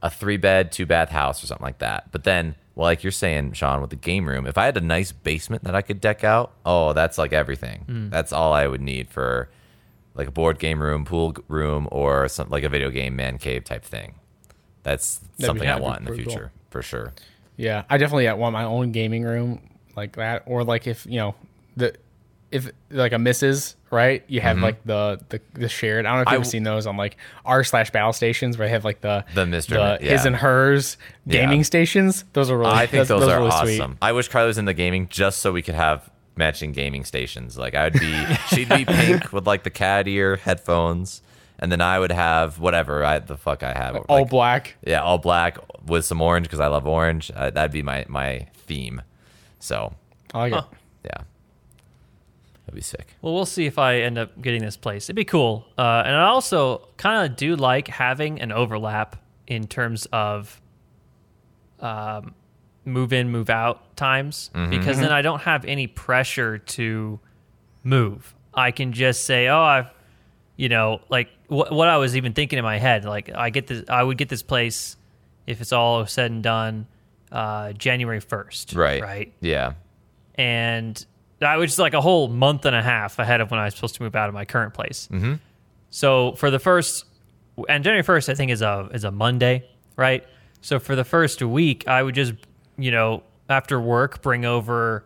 Speaker 3: a three bed, two bath house or something like that. But then, well, like you're saying, Sean, with the game room, if I had a nice basement that I could deck out, oh, that's like everything.
Speaker 1: Mm.
Speaker 3: That's all I would need for like a board game room, pool g- room, or some, like a video game man cave type thing. That's
Speaker 2: be-
Speaker 3: something I
Speaker 2: that'd be
Speaker 3: want in the
Speaker 2: pretty
Speaker 3: future for sure.
Speaker 2: Yeah, I definitely want my own gaming room like that, or like if you know the if like a misses right, you have like the, the the shared. I don't know if you've
Speaker 3: Mm-hmm. I-
Speaker 2: ever seen those on like r slash battle stations where they have like the
Speaker 3: The Mr.
Speaker 2: the
Speaker 3: Mi-
Speaker 2: his
Speaker 3: yeah.
Speaker 2: and hers gaming
Speaker 3: Yeah.
Speaker 2: stations. Those are really
Speaker 3: I think those, are
Speaker 2: really
Speaker 3: awesome. I wish Carly was in the gaming just so we could have matching gaming stations. Like I'd be, she'd be pink with like the cat ear headphones, and then I would have whatever I the fuck I have.
Speaker 2: All
Speaker 3: Like,
Speaker 2: black.
Speaker 3: yeah, all black with some orange because I love orange. Uh, that'd be my my theme. So
Speaker 2: I like it.
Speaker 3: yeah, that'd be sick.
Speaker 1: Well, we'll see if I end up getting this place. It'd be cool. Uh, and I also kind of do like having an overlap in terms of um, move in, move out times because then I don't have any pressure to move. I can just say, oh, I've, you know, like wh- what I was even thinking in my head, like I get this, I would get this place if it's all said and done uh, January 1st.
Speaker 3: Right.
Speaker 1: Right
Speaker 3: Yeah.
Speaker 1: and I was just like a whole month and a half ahead of when I was supposed to move out of my current place. Mm-hmm. So for the first, and January first, I think is a is a Monday, right? So for the first week, I would just you know after work bring over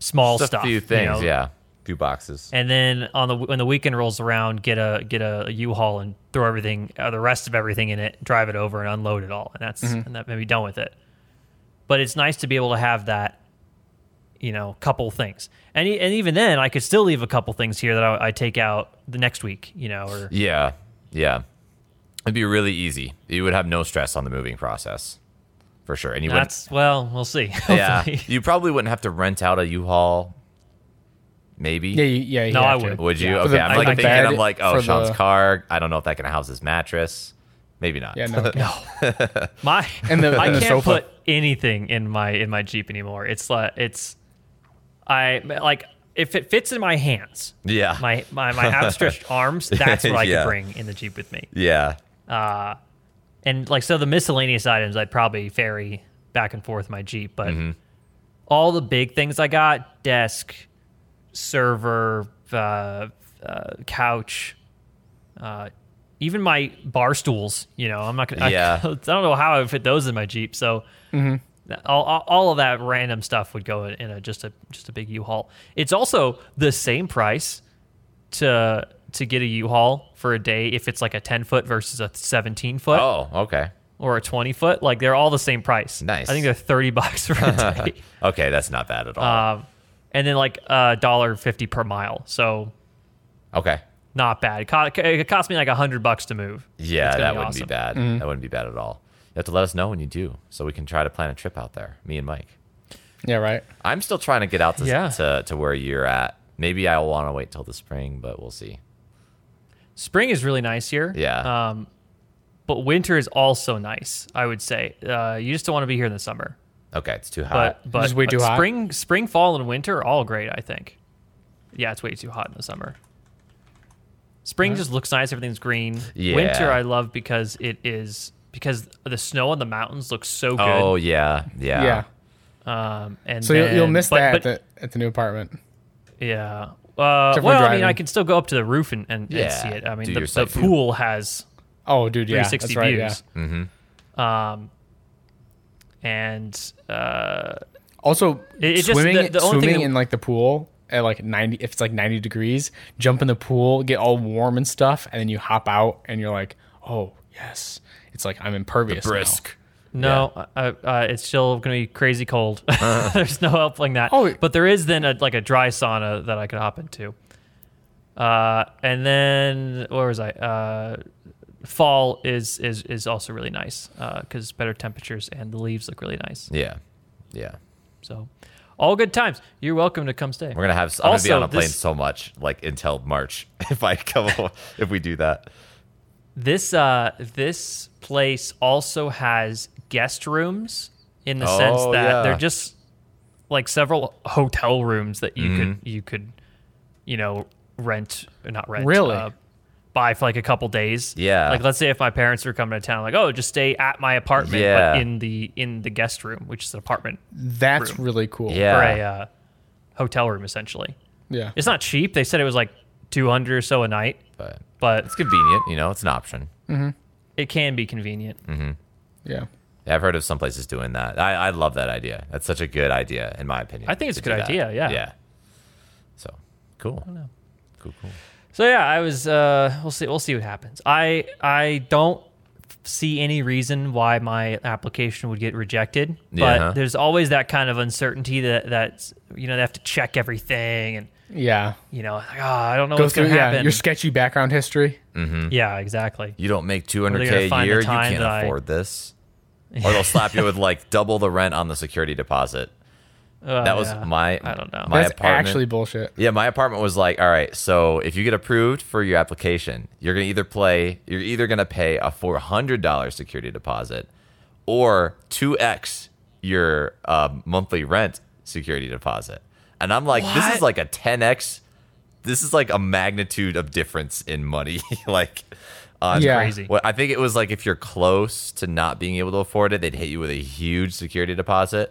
Speaker 1: small
Speaker 3: Just
Speaker 1: stuff,
Speaker 3: a few
Speaker 1: you
Speaker 3: things.
Speaker 1: know?
Speaker 3: Yeah. few boxes.
Speaker 1: And then on the when the weekend rolls around, get a get a U-Haul and throw everything, uh, the rest of everything in it, drive it over and unload it all, and that's
Speaker 2: Mm-hmm.
Speaker 1: and that made me done with it. But it's nice to be able to have that, you know, couple things, and e- and even then, I could still leave a couple things here that I, I take out the next week, you know, or
Speaker 3: Yeah. Yeah. It'd be really easy. You would have no stress on the moving process, for sure. And you wouldn't
Speaker 1: that's well, we'll see.
Speaker 3: Yeah,
Speaker 1: Hopefully.
Speaker 3: you probably wouldn't have to rent out a U-Haul. Maybe.
Speaker 2: Yeah, you, yeah. You
Speaker 1: No, I
Speaker 2: have to.
Speaker 1: would.
Speaker 3: Would you?
Speaker 2: Yeah. For
Speaker 3: Okay,
Speaker 2: the-
Speaker 3: I'm
Speaker 2: for
Speaker 3: like
Speaker 2: the
Speaker 3: thinking.
Speaker 2: bed,
Speaker 3: I'm like, oh,
Speaker 2: for
Speaker 3: Sean's
Speaker 2: the-
Speaker 3: car. I don't know if that can house his mattress. Maybe not.
Speaker 2: Yeah, no.
Speaker 1: My
Speaker 2: And the-
Speaker 1: I
Speaker 2: and the
Speaker 1: can't
Speaker 2: sofa.
Speaker 1: put anything in my in my Jeep anymore. It's like it's I like if it fits in my hands.
Speaker 3: Yeah.
Speaker 1: My my, my outstretched arms, that's what I
Speaker 3: Yeah.
Speaker 1: could bring in the Jeep with me.
Speaker 3: yeah.
Speaker 1: and like so the miscellaneous items I'd probably ferry back and forth in my Jeep, but all the big things I got desk, server, uh, uh, couch, uh, even my bar stools. You know, I'm not gonna.
Speaker 3: Yeah.
Speaker 1: I, don't know how I would fit those in my Jeep. So. that- All, all, all of that random stuff would go in, in a just a just a big U-Haul. It's also the same price to to get a U-Haul for a day if it's like a 10 foot versus a 17 foot
Speaker 3: Oh, okay.
Speaker 1: or a 20 foot. Like they're all the same price.
Speaker 3: Nice.
Speaker 1: I think they're 30 bucks for a day.
Speaker 3: Okay, that's not bad at all.
Speaker 2: Uh,
Speaker 1: um, and then like a dollar fifty per mile. So
Speaker 3: okay.
Speaker 1: not bad. It, co- it cost me like a hundred bucks to move.
Speaker 3: Yeah,
Speaker 1: It's gonna
Speaker 3: that
Speaker 1: be
Speaker 3: wouldn't
Speaker 1: awesome.
Speaker 3: be bad.
Speaker 2: Mm-hmm.
Speaker 3: That wouldn't be bad at all. You have to let us know when you do so we can try to plan a trip out there, me and Mike.
Speaker 2: Yeah, right.
Speaker 3: I'm still trying to get out to,
Speaker 1: Yeah.
Speaker 3: to, to where you're at. Maybe I'll want to wait till the spring, but we'll see.
Speaker 1: Spring is really nice here.
Speaker 3: Yeah.
Speaker 1: Um, but winter is also nice. I would say uh, you just don't want to be here in the summer.
Speaker 3: Okay, it's too hot.
Speaker 1: But but,
Speaker 2: Just way
Speaker 1: but
Speaker 2: too hot?
Speaker 1: spring spring fall and winter are all great. I think. Yeah, it's way too hot in the summer. Spring just looks nice. Everything's green.
Speaker 3: Yeah.
Speaker 1: Winter I love because it is because the snow on the mountains looks so good.
Speaker 3: oh, yeah, yeah.
Speaker 2: Yeah.
Speaker 1: Um, and
Speaker 2: Oh, So you'll, you'll
Speaker 1: then-
Speaker 2: miss
Speaker 1: but-
Speaker 2: that
Speaker 1: but-
Speaker 2: at, the, at the new apartment.
Speaker 1: yeah. Uh,
Speaker 2: Except for
Speaker 1: well, I mean,
Speaker 2: driving.
Speaker 1: I can still go up to the roof and, and, and
Speaker 3: Yeah,
Speaker 1: see it. I mean,
Speaker 3: do
Speaker 1: the,
Speaker 3: your
Speaker 1: the
Speaker 3: site view.
Speaker 1: pool has
Speaker 2: Oh, dude, yeah,
Speaker 1: 360
Speaker 2: that's right. Yeah. Mm-hmm.
Speaker 1: views. Um, and uh,
Speaker 2: Also,
Speaker 1: It- it just-
Speaker 2: swimming,
Speaker 1: the- the only
Speaker 2: swimming
Speaker 1: thing that-
Speaker 2: in like the pool at like ninety, if it's like ninety degrees, jump in the pool, get all warm and stuff, and then you hop out and you're like, oh yes, it's like I'm impervious. now.
Speaker 3: Brisk.
Speaker 1: no, uh, uh, it's still going to be crazy cold.
Speaker 3: Uh-huh.
Speaker 1: There's no helping that.
Speaker 2: Oh.
Speaker 1: but there is then a, like a dry sauna that I could hop into. Uh, and then where was I? Uh, fall is is is also really nice because better temperatures and the leaves look really nice.
Speaker 3: Yeah, yeah.
Speaker 1: So, all good times. You're welcome to come stay.
Speaker 3: We're gonna have. I'm gonna be
Speaker 1: Also,
Speaker 3: on a plane
Speaker 1: this-
Speaker 3: so much, like until March, if I come, if we do that.
Speaker 1: This uh, this place also has guest rooms in the sense
Speaker 3: Oh,
Speaker 1: that
Speaker 3: yeah.
Speaker 1: they're just like several hotel rooms that you
Speaker 3: Mm-hmm.
Speaker 1: could you could you know rent or not rent uh,
Speaker 2: Really?
Speaker 1: buy for like a couple days.
Speaker 3: Yeah.
Speaker 1: Like let's say if my parents were coming to town, like oh just stay at my apartment,
Speaker 3: Yeah.
Speaker 1: but in the in the guest room, which is an apartment
Speaker 2: That's really cool.
Speaker 1: or
Speaker 3: Yeah,
Speaker 1: a uh, hotel room essentially.
Speaker 2: yeah.
Speaker 1: It's not cheap. They said it was like two hundred or so a night,
Speaker 3: but
Speaker 1: but
Speaker 3: it's convenient. You know, it's an option.
Speaker 1: it can be convenient.
Speaker 2: yeah.
Speaker 3: Yeah, I've heard of some places doing that. I, I love that idea. That's such a good idea, in my opinion.
Speaker 1: I think it's a
Speaker 3: to
Speaker 1: good
Speaker 3: do that.
Speaker 1: idea, yeah.
Speaker 3: Yeah. So cool. Cool. Cool.
Speaker 1: So yeah, I was. Uh, we'll see. We'll see what happens. I I don't see any reason why my application would get rejected, but
Speaker 3: Yeah.
Speaker 1: there's always that kind of uncertainty that that's you know they have to check everything and
Speaker 2: Yeah.
Speaker 1: you know like, oh, I don't know
Speaker 2: Go
Speaker 1: what's
Speaker 2: through
Speaker 1: gonna
Speaker 2: yeah,
Speaker 1: happen.
Speaker 2: your sketchy background history.
Speaker 3: Mm-hmm.
Speaker 1: yeah, exactly.
Speaker 3: You don't make
Speaker 1: Are they gonna
Speaker 3: 200k
Speaker 1: find the
Speaker 3: a year. You
Speaker 1: time
Speaker 3: can't
Speaker 1: that I-
Speaker 3: afford this. Or they'll slap you with like double the rent on the security deposit.
Speaker 1: Uh,
Speaker 3: That was
Speaker 1: yeah.
Speaker 3: my.
Speaker 1: I don't know.
Speaker 3: My
Speaker 2: That's
Speaker 3: apartment.
Speaker 2: actually bullshit.
Speaker 3: Yeah, my apartment was like, all right, so if you get approved for your application, you're gonna either play, you're either gonna pay a four hundred dollar security deposit, or two x your um, monthly rent security deposit. And I'm like, this is
Speaker 1: What?
Speaker 3: like a ten x. This is like a magnitude of difference in money, like. On
Speaker 2: Yeah.
Speaker 1: Crazy.
Speaker 3: Well, I think it was like if you're close to not being able to afford it, they'd hit you with a huge security deposit.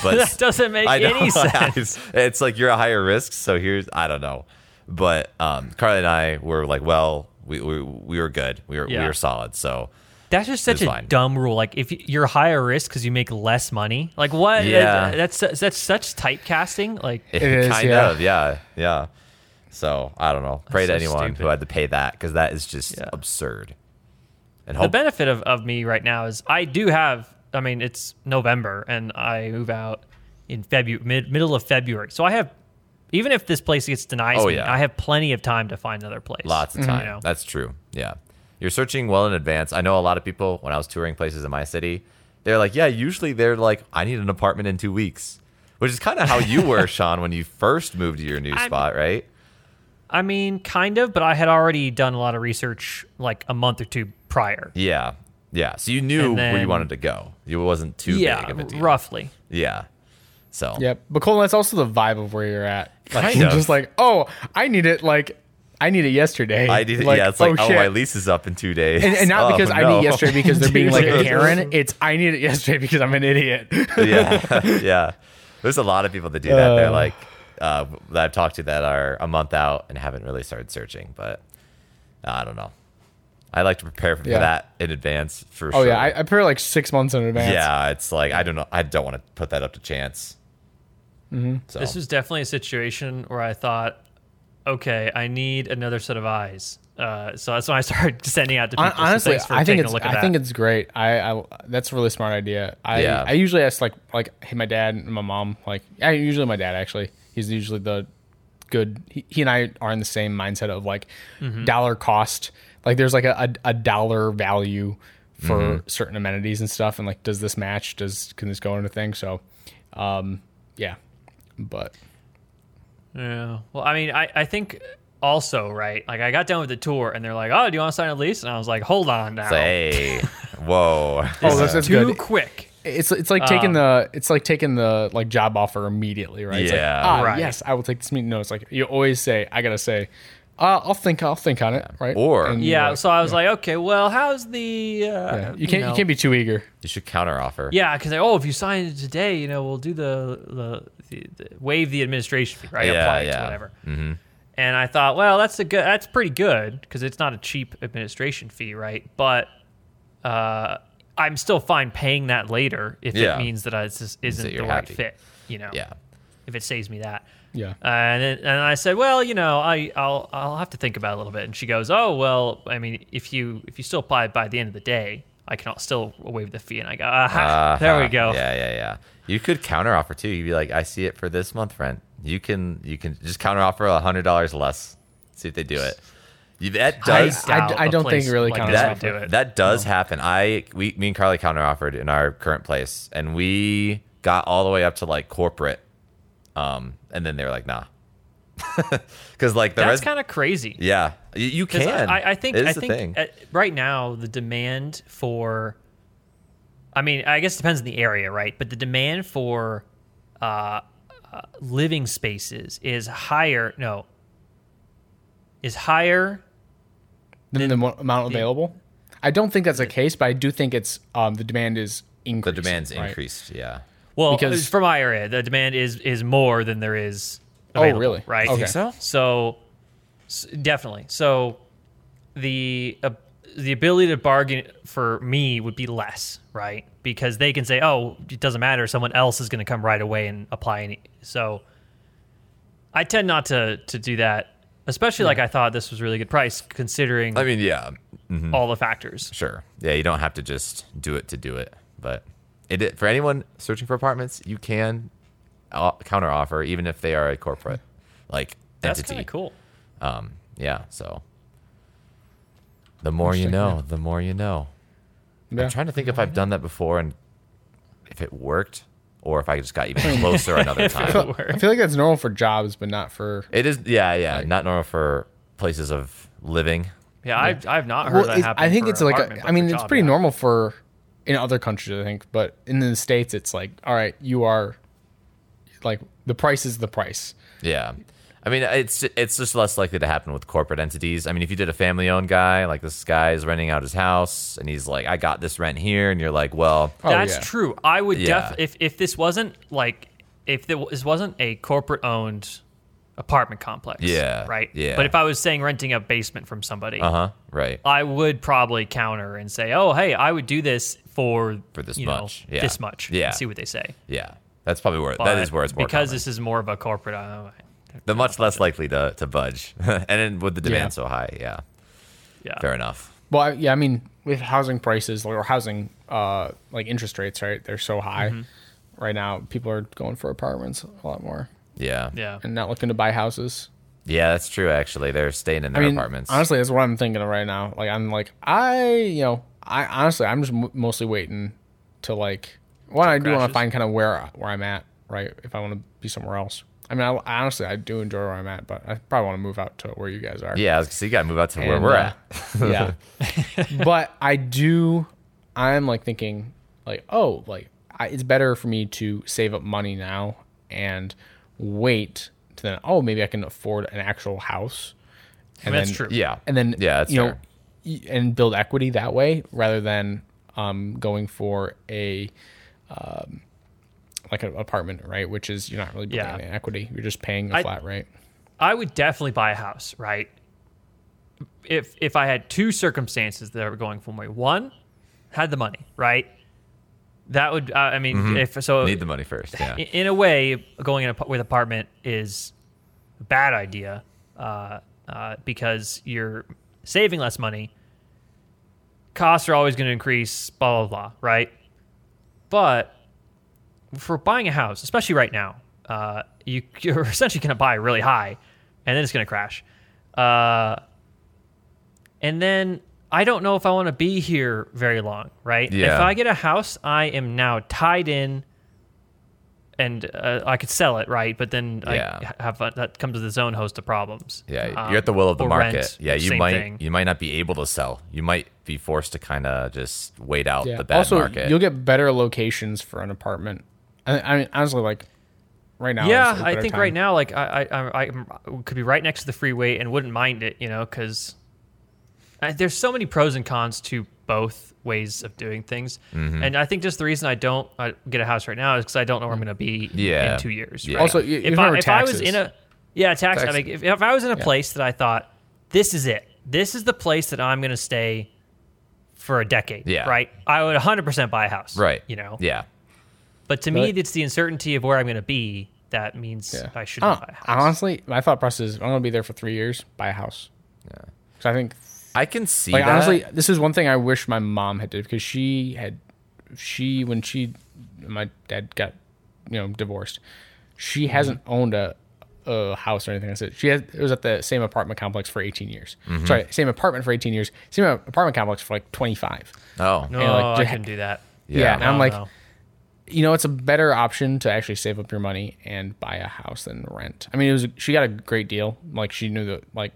Speaker 3: But
Speaker 1: That doesn't make
Speaker 3: I know.
Speaker 1: any sense.
Speaker 3: It's like you're a higher risk, so here's I don't know. But um, Carly and I were like, well, we we, we were good. We were
Speaker 1: Yeah.
Speaker 3: we were solid. So
Speaker 1: That's just such
Speaker 3: It's
Speaker 1: a
Speaker 3: fine.
Speaker 1: dumb rule. Like if y- you're higher risk because you make less money, like what?
Speaker 3: Yeah.
Speaker 1: that's that's such typecasting. Like
Speaker 3: it
Speaker 2: is,
Speaker 3: kind
Speaker 2: yeah.
Speaker 3: of, yeah, yeah. So I don't know. Pray
Speaker 1: That's
Speaker 3: to
Speaker 1: so
Speaker 3: anyone who
Speaker 1: stupid.
Speaker 3: had to pay that because that is just
Speaker 1: Yeah.
Speaker 3: absurd. And
Speaker 1: the
Speaker 3: hope
Speaker 1: benefit of, of me right now is I do have. I mean, it's November and I move out in February, mid, middle of February. So I have, even if this place gets denied,
Speaker 3: Oh,
Speaker 1: me,
Speaker 3: yeah.
Speaker 1: I have plenty of time to find another place.
Speaker 3: Lots of
Speaker 2: Mm-hmm.
Speaker 1: you
Speaker 3: time.
Speaker 1: know?
Speaker 3: That's true. Yeah. You're searching well in advance. I know a lot of people when I was touring places in my city, they're like, yeah, usually they're like, I need an apartment in two weeks, which is kind of how you were, Sean, when you first moved to your new
Speaker 1: I'm-
Speaker 3: spot, right?
Speaker 1: I mean, kind of, but I had already done a lot of research like a month or two prior.
Speaker 3: Yeah. Yeah. So you knew
Speaker 1: And
Speaker 3: where you
Speaker 1: then-
Speaker 3: wanted to go. It wasn't too
Speaker 1: yeah,
Speaker 3: big of a deal.
Speaker 1: roughly.
Speaker 3: Yeah. So
Speaker 2: Yep. But Colin, that's also the vibe of where you're at. Like
Speaker 3: Kind
Speaker 2: you're
Speaker 3: of.
Speaker 2: just like, oh, I need it like I need it yesterday.
Speaker 3: I need it.
Speaker 2: Like,
Speaker 3: yeah, it's like, oh,
Speaker 2: shit.
Speaker 3: my lease is up in two days.
Speaker 2: and, and not
Speaker 3: Oh,
Speaker 2: because I
Speaker 3: no.
Speaker 2: need it yesterday because they're being like a
Speaker 3: Dude.
Speaker 2: Karen. It's I need it yesterday because I'm an idiot.
Speaker 3: yeah, yeah. There's a lot of people that do that. They're
Speaker 2: Uh.
Speaker 3: like uh, that I've talked to that are a month out and haven't really started searching, but uh, I don't know. I like to prepare for
Speaker 2: Yeah.
Speaker 3: that in advance for
Speaker 2: oh
Speaker 3: sure.
Speaker 2: yeah, I, I prepare like six months in advance.
Speaker 3: yeah. It's like I don't know. I don't want to put that up to chance. So
Speaker 1: This is definitely a situation where I thought, okay, I need another set of eyes. Uh, so that's when I started sending out to people.
Speaker 2: Hon-
Speaker 1: So
Speaker 2: Honestly,
Speaker 1: thanks for
Speaker 2: I think
Speaker 1: taking
Speaker 2: it's
Speaker 1: a look at
Speaker 2: I
Speaker 1: that.
Speaker 2: think it's great. I, I that's a really smart idea. I
Speaker 3: Yeah.
Speaker 2: I usually ask like like hey my dad and my mom like I usually my dad actually he's usually the good he, he and I are in the same mindset of like
Speaker 1: Mm-hmm.
Speaker 2: dollar cost like there's like a a, a dollar value for certain amenities and stuff and like does this match does can this go into thing so um yeah but
Speaker 1: Yeah. Well, I mean, I, I think also, right? Like, I got done with the tour and they're like, oh, do you want to sign a lease? And I was like, hold on now.
Speaker 3: It's like, hey, whoa.
Speaker 2: oh that's, that's
Speaker 1: Too
Speaker 2: good
Speaker 1: quick.
Speaker 2: It's it's like taking the it's like taking the like job offer immediately, right? It's like,
Speaker 3: Um, Yeah.
Speaker 2: ah,
Speaker 1: Right.
Speaker 2: yes, I will take this meeting. No, it's like you always say, I gotta say, uh, I'll think, I'll think on it, right?
Speaker 3: Or-
Speaker 2: And you're
Speaker 1: Yeah.
Speaker 2: like,
Speaker 1: so I was like, okay, well, how's the. Uh,
Speaker 2: yeah. you can't you,
Speaker 1: know-
Speaker 2: can't be too eager.
Speaker 3: You should counteroffer.
Speaker 1: Yeah, because oh, if you sign it today, you know we'll do the the, the, the waive the administration fee, right?
Speaker 3: Yeah,
Speaker 1: Apply it to
Speaker 3: yeah.
Speaker 1: whatever. Mm-hmm. And I thought, well, that's a good, that's pretty good because it's not a cheap administration fee, right? But uh, I'm still fine paying that later if
Speaker 3: Yeah.
Speaker 1: it means that I, this is- isn't the
Speaker 3: you're
Speaker 1: right
Speaker 3: happy.
Speaker 1: fit, you know?
Speaker 3: Yeah.
Speaker 1: If it saves me that.
Speaker 2: Yeah.
Speaker 1: Uh, and then, and I said, well, you know, I I'll I'll have to think about it a little bit. And she goes, oh well, I mean, if you if you still apply by the end of the day, I can still waive the fee. And I go, aha, there we
Speaker 3: Uh-huh.
Speaker 1: go.
Speaker 3: Yeah, yeah, yeah. You could counteroffer too. You'd be like, I see it for this month rent. You can you can just counteroffer a hundred dollars less. See if they do it. You, that
Speaker 1: I
Speaker 3: does
Speaker 2: I-
Speaker 1: doubt
Speaker 2: I
Speaker 1: a
Speaker 2: don't think
Speaker 1: place
Speaker 2: really
Speaker 1: like
Speaker 2: counts
Speaker 1: this
Speaker 2: as
Speaker 1: would
Speaker 2: effort.
Speaker 1: do it.
Speaker 3: that does happen. I we me and Carly counteroffered in our current place, and we got all the way up to like corporate, um, and then they were like, nah, because like the
Speaker 1: That's
Speaker 3: res-
Speaker 1: kind of crazy.
Speaker 3: yeah, you, you
Speaker 1: 'Cause
Speaker 3: can.
Speaker 1: I, I think
Speaker 3: It is
Speaker 1: I
Speaker 3: the
Speaker 1: think
Speaker 3: thing.
Speaker 1: at- right now the demand for, I mean, I guess it depends on the area, right? But the demand for uh, uh, living spaces is higher. No, is higher.
Speaker 2: Then the mo- amount available. I don't think that's the case, but I do think it's um the demand is
Speaker 3: the
Speaker 2: increased.
Speaker 3: demand's
Speaker 2: right?
Speaker 3: increased. Yeah,
Speaker 1: Well,
Speaker 2: Because-
Speaker 1: for my area, the demand is is more than there is. Available,
Speaker 2: Oh, really?
Speaker 1: Right?
Speaker 2: You think Okay.
Speaker 1: so? So, s- definitely. So, the uh, the ability to bargain for me would be less, right? Because they can say, "Oh, it doesn't matter. Someone else is going to come right away and apply." Any. So, I tend not to to do that, especially like I thought this was a really good price considering
Speaker 3: I mean, yeah,
Speaker 1: all the factors.
Speaker 3: sure. Yeah, you don't have to just do it to do it, but it, it for anyone searching for apartments, you can o- counteroffer even if they are a corporate like
Speaker 1: That's
Speaker 3: entity.
Speaker 1: kind of cool.
Speaker 3: Um, yeah, so the more you know, the more you know.
Speaker 2: Yeah.
Speaker 3: I'm trying to think if I've done that before and if it worked or if I just got even closer another time.
Speaker 2: I feel like that's normal for jobs, but not for.
Speaker 3: It is, yeah, yeah, not normal for places of living.
Speaker 1: Yeah, I've, I've not heard
Speaker 2: Well,
Speaker 1: that
Speaker 2: it's-
Speaker 1: happen.
Speaker 2: I think
Speaker 1: for
Speaker 2: it's
Speaker 1: an
Speaker 2: like
Speaker 1: apartment,
Speaker 2: a,
Speaker 1: but
Speaker 2: I mean
Speaker 1: for
Speaker 2: it's
Speaker 1: job,
Speaker 2: pretty
Speaker 1: yeah.
Speaker 2: normal for in other countries I think, but in the states it's like all right, you are like the price is the price.
Speaker 3: Yeah. I mean, it's it's just less likely to happen with corporate entities. I mean, if you did a family-owned guy, like this guy is renting out his house, and he's like, "I got this rent here," and you're like, "Well,
Speaker 2: Oh,
Speaker 1: That's
Speaker 2: yeah.
Speaker 1: true. I would
Speaker 3: Yeah.
Speaker 1: def if if this wasn't like if there- this wasn't a corporate owned apartment complex.
Speaker 3: Yeah,
Speaker 1: Right.
Speaker 3: yeah.
Speaker 1: But if I was saying renting a basement from somebody,
Speaker 3: uh huh, right."
Speaker 1: I would probably counter and say, "Oh, hey, I would do this for
Speaker 3: For this
Speaker 1: you know,
Speaker 3: much. Yeah.
Speaker 1: This much.
Speaker 3: Yeah.
Speaker 1: And see what they say.
Speaker 3: Yeah, that's probably where that
Speaker 1: But
Speaker 3: is where it's more
Speaker 1: because
Speaker 3: common.
Speaker 1: this is more of a corporate. Uh,
Speaker 3: the much less likely to, to budge. and then with the demand
Speaker 2: Yeah.
Speaker 3: so high, yeah,
Speaker 1: yeah.
Speaker 3: fair enough.
Speaker 2: Well, I- yeah, I mean, with housing prices or housing uh, like interest rates, right? They're so high right now. People are going for apartments a lot more
Speaker 3: Yeah. yeah.
Speaker 1: Yeah.
Speaker 2: and not looking to buy houses.
Speaker 3: that's true, actually. They're staying in
Speaker 2: I
Speaker 3: their
Speaker 2: mean,
Speaker 3: apartments.
Speaker 2: honestly, that's what I'm thinking of right now. Like, I'm like, I, you know, I honestly, I'm just m- mostly waiting to like, well, I do want
Speaker 1: crashes?
Speaker 2: to find kind of where where I'm at, right? If I want to be somewhere else. I mean, I, honestly, I do enjoy where I'm at, but I probably want to move out to where you guys are.
Speaker 3: yeah, I was gonna say, you got to move out to where
Speaker 2: And,
Speaker 3: we're
Speaker 2: uh,
Speaker 3: at.
Speaker 2: yeah but i do i'm like thinking like oh like I, it's better for me to save up money now and wait to then oh maybe i can afford an actual house and
Speaker 1: that's true.
Speaker 2: then-
Speaker 3: Yeah.
Speaker 2: and then
Speaker 3: Yeah, that's
Speaker 2: you know
Speaker 3: fair.
Speaker 2: y- and build equity that way rather than um, going for a um, like an apartment right which is you're not really building
Speaker 1: Yeah.
Speaker 2: any equity you're just paying a
Speaker 1: I-
Speaker 2: flat rate
Speaker 1: I would definitely buy a house, right? If if I had two circumstances that were going for me, one had the money, right? That would uh, I mean, if so,
Speaker 3: Need the money first. Yeah.
Speaker 1: i- in a way, going in a, with apartment is a bad idea uh, uh, because you're saving less money. Costs are always going to increase, blah blah blah, right? But for buying a house, especially right now, uh, you, you're essentially going to buy really high, and then it's going to crash. Uh, and then I don't know if I want to be here very long, right?
Speaker 3: Yeah.
Speaker 1: If I get a house, I am now tied in, and uh, I could sell it, right? But then
Speaker 3: Yeah.
Speaker 1: I have uh, that comes with its own host of problems.
Speaker 3: Yeah,
Speaker 1: Um,
Speaker 3: you're at the will of the
Speaker 1: or
Speaker 3: market.
Speaker 1: rent,
Speaker 3: yeah, you
Speaker 1: same
Speaker 3: might
Speaker 1: thing.
Speaker 3: you might not be able to sell. You might be forced to kind of just wait out the bad
Speaker 2: also
Speaker 3: market.
Speaker 2: you'll get better locations for an apartment i, I mean honestly like right now
Speaker 1: yeah,
Speaker 2: is a
Speaker 1: I
Speaker 2: better
Speaker 1: think
Speaker 2: time.
Speaker 1: right now, like I, I, I, I'm- I could be right next to the freeway and wouldn't mind it, you know, because there's so many pros and cons to both ways of doing things. And I think just the reason I don't uh, get a house right now is because I don't know where I'm going to be
Speaker 3: Yeah.
Speaker 1: in two years.
Speaker 3: Yeah.
Speaker 1: right?
Speaker 2: Also, you- you
Speaker 1: if,
Speaker 2: remember
Speaker 1: I, if I was
Speaker 2: taxes.
Speaker 1: in a yeah tax, I
Speaker 3: Tax-
Speaker 1: mean, if, if I was in a place that I thought this is it, this is the place that I'm going to stay for a decade,
Speaker 3: Yeah.
Speaker 1: right? I would 100% buy a house,
Speaker 3: right.
Speaker 1: You know,
Speaker 3: Yeah.
Speaker 1: but to
Speaker 2: But-
Speaker 1: me, it's the uncertainty of where I'm going to be that means
Speaker 2: Yeah.
Speaker 1: I shouldn't
Speaker 2: I
Speaker 1: buy a
Speaker 2: don't-
Speaker 1: house.
Speaker 2: honestly my thought process is if i'm gonna be there for three years buy a house yeah because i think
Speaker 3: I can see
Speaker 2: like
Speaker 3: that.
Speaker 2: honestly this is one thing i wish my mom had did because she had she when she my dad got you know divorced she
Speaker 3: Mm-hmm.
Speaker 2: hasn't owned a a house or anything like that. She had it was at the same apartment complex for 18 years.
Speaker 3: Mm-hmm.
Speaker 2: Sorry, same apartment for 18 years. Same apartment complex for like 25.
Speaker 3: Oh.
Speaker 1: No,
Speaker 2: and, like,
Speaker 1: I
Speaker 2: just-
Speaker 1: couldn't do that.
Speaker 2: Yeah,
Speaker 3: Yeah. Oh,
Speaker 2: and I'm
Speaker 1: No,
Speaker 2: like,
Speaker 1: no.
Speaker 2: you know, it's a better option to actually save up your money and buy a house than rent. I mean, it was she got a great deal. Like she knew the like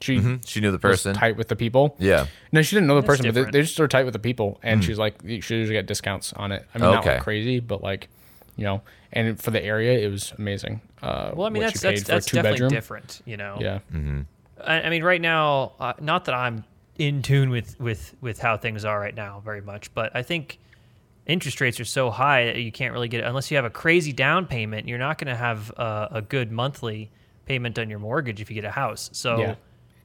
Speaker 2: she
Speaker 3: She knew the
Speaker 2: was
Speaker 3: person.
Speaker 2: tight with the people.
Speaker 3: Yeah. Hmm.
Speaker 2: No, she didn't know the person, but
Speaker 1: different.
Speaker 2: they, they just were tight with the people, and she's like, she usually got discounts on it. I mean, not
Speaker 3: Okay.
Speaker 2: like crazy, but like, you know, and for the area, it was amazing. Uh,
Speaker 1: Well, I mean,
Speaker 2: what
Speaker 1: that's
Speaker 2: she paid
Speaker 1: that's,
Speaker 2: for a
Speaker 1: that's definitely
Speaker 2: two-bedroom.
Speaker 1: different, you know.
Speaker 2: Yeah,
Speaker 3: Hmm.
Speaker 1: I, I mean, right now, uh, not that I'm in tune with with with how things are right now very much, but I think interest rates are so high that you can't really get unless you have a crazy down payment. You're not going to have uh, a good monthly payment on your mortgage if you get a house. So
Speaker 2: yeah.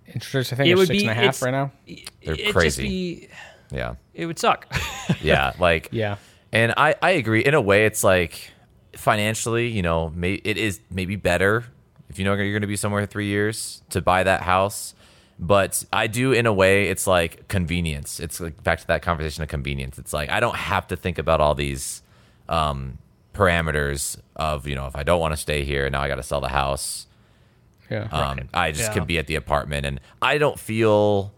Speaker 2: Interest rates, I think,
Speaker 1: it
Speaker 2: are
Speaker 1: would
Speaker 2: six
Speaker 1: be
Speaker 2: and a half
Speaker 1: it's-
Speaker 2: right now.
Speaker 1: it-
Speaker 3: They're
Speaker 1: it'd just
Speaker 3: crazy.
Speaker 1: be-
Speaker 3: Yeah.
Speaker 1: it would suck.
Speaker 3: Yeah. Like.
Speaker 2: Yeah,
Speaker 3: And I, I agree. In a way, it's like financially, you know, may, it is maybe better if you know you're going to be somewhere in three years to buy that house. But I do, in a way, it's like convenience. It's like back to that conversation of convenience. It's like I don't have to think about all these um, parameters of, you know, if I don't want to stay here, now I got to sell the house.
Speaker 2: yeah.
Speaker 3: Um, I just
Speaker 1: Yeah.
Speaker 3: can be at the apartment, and I don't feel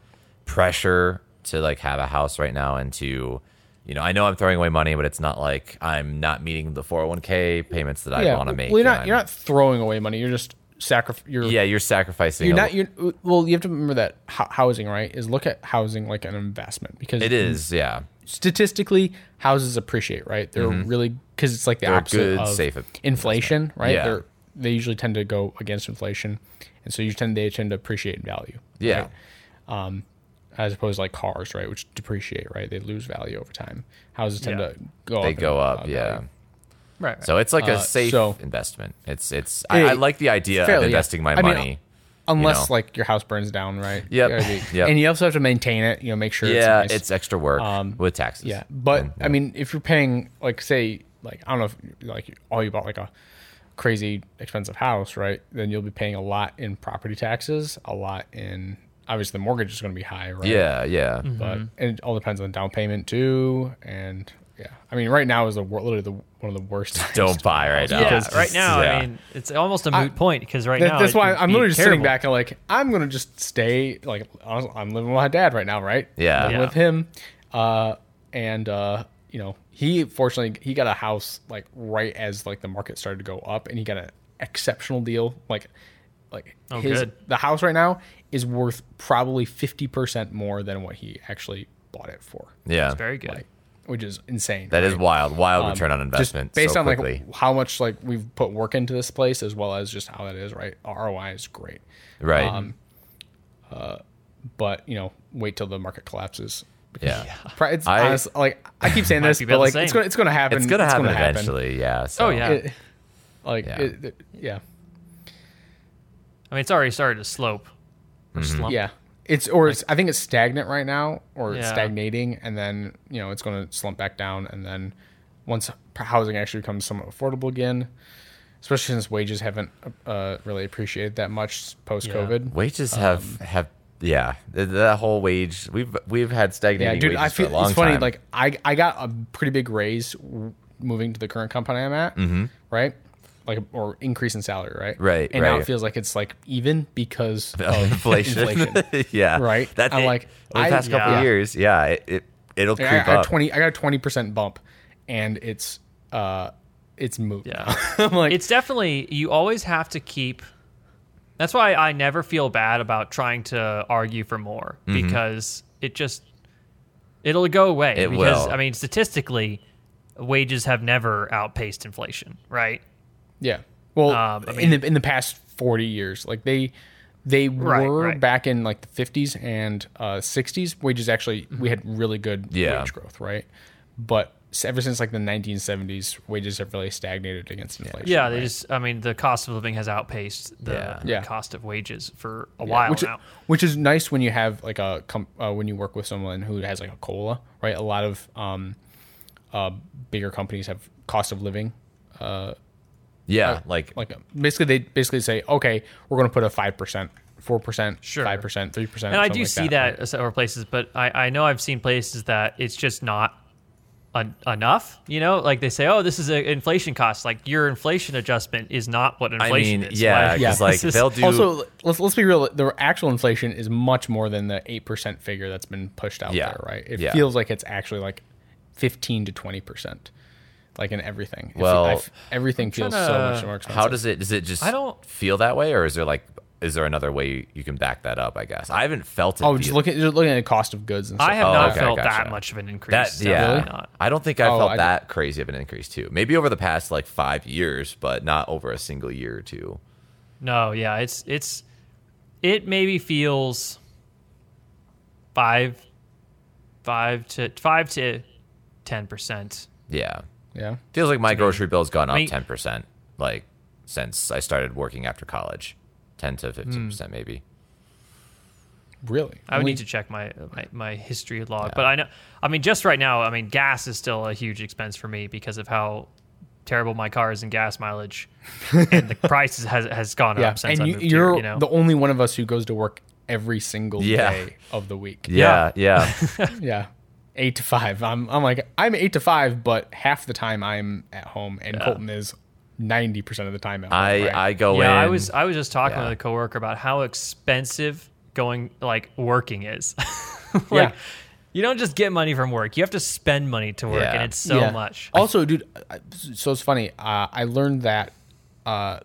Speaker 3: pressure to like have a house right now. And to, you know, I know I'm throwing away money, but it's not like I'm not meeting the 401k payments that I
Speaker 2: yeah.
Speaker 3: want to make.
Speaker 2: Well, you're
Speaker 3: and
Speaker 2: not you're
Speaker 3: I'm-
Speaker 2: not throwing away money. You're just sacrificing. You're
Speaker 3: Yeah, you're sacrificing.
Speaker 2: You're
Speaker 3: a-
Speaker 2: not. You're well. You have to remember that ho- housing, right? Is look at housing like an investment because
Speaker 3: it is. Yeah,
Speaker 2: statistically houses appreciate, right? They're really because it's like the
Speaker 3: Mm-hmm. a
Speaker 2: opposite
Speaker 3: good,
Speaker 2: of
Speaker 3: safe
Speaker 2: inflation, right?
Speaker 3: Yeah.
Speaker 2: They're, they usually tend to go against inflation, and so you tend they tend to appreciate in value
Speaker 3: yeah,
Speaker 2: as opposed to like cars, right? Which depreciate, right? They lose value over time. Houses tend
Speaker 1: Yeah.
Speaker 2: to go
Speaker 3: they
Speaker 2: up.
Speaker 3: go
Speaker 2: in, uh,
Speaker 3: up. yeah,
Speaker 2: value.
Speaker 1: right.
Speaker 3: so it's like
Speaker 2: Uh,
Speaker 3: a safe
Speaker 2: so-
Speaker 3: investment. It's it's. I, I
Speaker 2: Hey,
Speaker 3: like the idea of
Speaker 2: fairly, yeah.
Speaker 3: investing my
Speaker 2: I mean,
Speaker 3: money.
Speaker 2: Unless
Speaker 3: know.
Speaker 2: like your house burns down, right?
Speaker 3: Yep.
Speaker 2: You gotta be-
Speaker 3: Yep.
Speaker 2: And you also have to maintain it. You know, make sure.
Speaker 3: yeah,
Speaker 2: it's,
Speaker 3: it's,
Speaker 2: nice. Um,
Speaker 3: extra work with taxes.
Speaker 2: Yeah, but
Speaker 3: Um,
Speaker 2: I mean, if you're paying like say like I don't know if like all you bought like a crazy expensive house, right? Then you'll be paying a lot in property taxes, a lot in obviously the mortgage is going to be high, right?
Speaker 3: yeah, yeah.
Speaker 2: but and it all depends on down payment too, and yeah, I mean, right now is the wor- literally the one of the worst. times.
Speaker 3: Don't buy right now.
Speaker 1: yeah,
Speaker 3: It's
Speaker 1: right
Speaker 3: just-
Speaker 1: now,
Speaker 3: yeah.
Speaker 1: I mean, it's almost a moot point because right
Speaker 2: That-
Speaker 1: now
Speaker 2: that's
Speaker 1: it
Speaker 2: why
Speaker 1: would
Speaker 2: I'm
Speaker 1: be
Speaker 2: literally just sitting
Speaker 1: terrible.
Speaker 2: back and like I'm gonna just stay like honestly, I'm living with my dad right now, right?
Speaker 3: Yeah.
Speaker 2: Living
Speaker 1: Yeah.
Speaker 2: with him, uh, and uh, you know he fortunately he got a house like right as like the market started to go up, and he got an exceptional deal. Like, like
Speaker 1: Oh,
Speaker 2: his
Speaker 1: good.
Speaker 2: the house right now is worth probably fifty percent more than what he actually bought it for,
Speaker 3: yeah.
Speaker 1: Very good.
Speaker 2: like which is insane.
Speaker 3: That is wild, wild
Speaker 2: Um,
Speaker 3: return on
Speaker 2: just
Speaker 3: investment.
Speaker 2: based
Speaker 3: so
Speaker 2: on
Speaker 3: quickly.
Speaker 2: like how much like we've put work into this place as well as just how that is right ROI is great
Speaker 3: right,
Speaker 2: but you know, wait till the market collapses.
Speaker 3: Yeah.
Speaker 2: Pri- It's
Speaker 3: I-
Speaker 2: honest- like I keep saying this,
Speaker 1: be
Speaker 2: but
Speaker 1: about the
Speaker 2: like
Speaker 1: same.
Speaker 2: it's gonna it's gonna happen.
Speaker 3: It's going to happen eventually. Yeah. So.
Speaker 1: Oh, yeah.
Speaker 2: It- like
Speaker 3: Yeah.
Speaker 2: it- it- yeah,
Speaker 1: I mean, it's already started to slope or
Speaker 3: Mm-hmm.
Speaker 1: slump.
Speaker 2: yeah. It's or it's, I think it's stagnant right now, or it's
Speaker 1: Yeah.
Speaker 2: stagnating, and then you know it's gonna slump back down, and then once p- housing actually becomes somewhat affordable again, especially since wages haven't uh, really appreciated that much post COVID.
Speaker 3: Wages have
Speaker 2: Um,
Speaker 3: have yeah. th- That whole wage we've we've had
Speaker 2: Yeah,
Speaker 3: stagnating
Speaker 2: dude,
Speaker 3: wages
Speaker 2: I feel
Speaker 3: for a long
Speaker 2: it's funny.
Speaker 3: time.
Speaker 2: Like I, I got a pretty big raise w- moving to the current company I'm at, right? Like or increase in salary, right?
Speaker 3: Mm-hmm. Right,
Speaker 2: And now
Speaker 3: right.
Speaker 2: it feels like it's like even because of
Speaker 3: inflation.
Speaker 2: oh, inflation. Like,
Speaker 3: yeah.
Speaker 2: Right?
Speaker 3: That's
Speaker 2: I'm
Speaker 3: it.
Speaker 2: like,
Speaker 3: over the
Speaker 2: I-
Speaker 3: past couple
Speaker 1: yeah.
Speaker 3: years, yeah, it, it it'll creep
Speaker 2: I, I got
Speaker 3: up.
Speaker 2: twenty. I got a twenty percent bump, and it's uh, it's moved.
Speaker 1: Yeah.
Speaker 2: I'm like,
Speaker 1: it's definitely you always have to keep that's why i never feel bad about trying to argue for more
Speaker 3: Mm-hmm.
Speaker 1: because it just it'll go away
Speaker 3: It
Speaker 1: because
Speaker 3: will.
Speaker 1: i mean statistically wages have never outpaced inflation right
Speaker 2: yeah. Well,
Speaker 1: Um, I
Speaker 2: in the in the past forty years, like they they
Speaker 1: Right,
Speaker 2: were
Speaker 1: right.
Speaker 2: back in like the fifties and uh, sixties. wages actually we had really good
Speaker 3: Yeah.
Speaker 2: wage growth, right? But s- ever since like the nineteen seventies, wages have really stagnated against inflation.
Speaker 1: yeah they just i mean the cost of living has outpaced the
Speaker 3: Yeah.
Speaker 2: Yeah.
Speaker 1: cost of wages for a while
Speaker 2: which,
Speaker 1: now
Speaker 2: which is nice when you have like a com- uh, when you work with someone who has like a cola, right? A lot of um, uh, bigger companies have cost of living
Speaker 3: yeah, like,
Speaker 2: uh, like basically they basically say, okay, we're going to put a five percent, four percent,
Speaker 1: Sure.
Speaker 2: five percent, three percent.
Speaker 1: and i do see that, at several places but I, I know i've seen places that it's just not en- enough you know like they say oh this is an inflation cost like your inflation adjustment is not what
Speaker 3: I
Speaker 1: inflation
Speaker 3: mean,
Speaker 1: is
Speaker 3: yeah,
Speaker 1: Like,
Speaker 3: because
Speaker 2: Yeah.
Speaker 3: like
Speaker 1: this is-
Speaker 3: they'll do
Speaker 2: Also, let's let's be real. The actual inflation is much more than the eight percent figure that's been pushed out
Speaker 3: Yeah.
Speaker 2: there, right? It
Speaker 3: Yeah.
Speaker 2: feels like it's actually like fifteen to twenty percent, like in everything. It fe-
Speaker 3: Well,
Speaker 2: I f- everything feels so
Speaker 1: tryna-
Speaker 2: much more expensive.
Speaker 3: how does it does it just
Speaker 1: I don't-
Speaker 3: feel that way or is there like is there another way you can back that up? I guess I haven't felt it.
Speaker 2: Oh,
Speaker 3: be-
Speaker 2: just looking just looking at the cost of goods and stuff.
Speaker 1: I have
Speaker 3: Oh,
Speaker 1: not
Speaker 3: okay,
Speaker 1: felt
Speaker 3: gotcha.
Speaker 1: that much of an increase.
Speaker 3: that yeah.
Speaker 1: definitely not.
Speaker 3: I don't think I
Speaker 2: Oh,
Speaker 3: felt
Speaker 2: I-
Speaker 3: that crazy of an increase too. Maybe over the past like five years, but not over a single year or two.
Speaker 1: No, yeah, it's it's it maybe feels five five to five to ten percent.
Speaker 3: Yeah,
Speaker 2: yeah.
Speaker 3: feels like my grocery bill's gone up
Speaker 1: Me-
Speaker 3: ten percent, like since I started working after college, ten to
Speaker 2: Hmm.
Speaker 3: fifteen percent maybe.
Speaker 2: Really?
Speaker 1: I would
Speaker 2: Only-
Speaker 1: need to check my my, my history log, but I know. I mean, just right now, I mean, gas is still a huge expense for me because of how terrible my car is in gas mileage, and the price has has gone
Speaker 2: yeah.
Speaker 1: up since
Speaker 2: and
Speaker 1: I
Speaker 2: you,
Speaker 1: moved
Speaker 2: you're
Speaker 1: here. You know,
Speaker 2: the only one of us who goes to work every single
Speaker 3: Yeah.
Speaker 2: day of the week.
Speaker 3: Yeah, yeah,
Speaker 2: Yeah. Eight to five. I'm I'm like I'm eight to five, but half the time I'm at home and Colton is ninety percent of the time at home.
Speaker 3: I
Speaker 2: right?
Speaker 3: I go
Speaker 1: yeah,
Speaker 3: in.
Speaker 1: I was I was just talking
Speaker 3: yeah.
Speaker 1: with a coworker about how expensive going like working is. like
Speaker 2: Yeah.
Speaker 1: you don't just get money from work; you have to spend money to work,
Speaker 3: Yeah.
Speaker 1: and it's so
Speaker 2: Yeah.
Speaker 1: much.
Speaker 2: Also, dude, I- so it's funny. Uh, I learned that uh,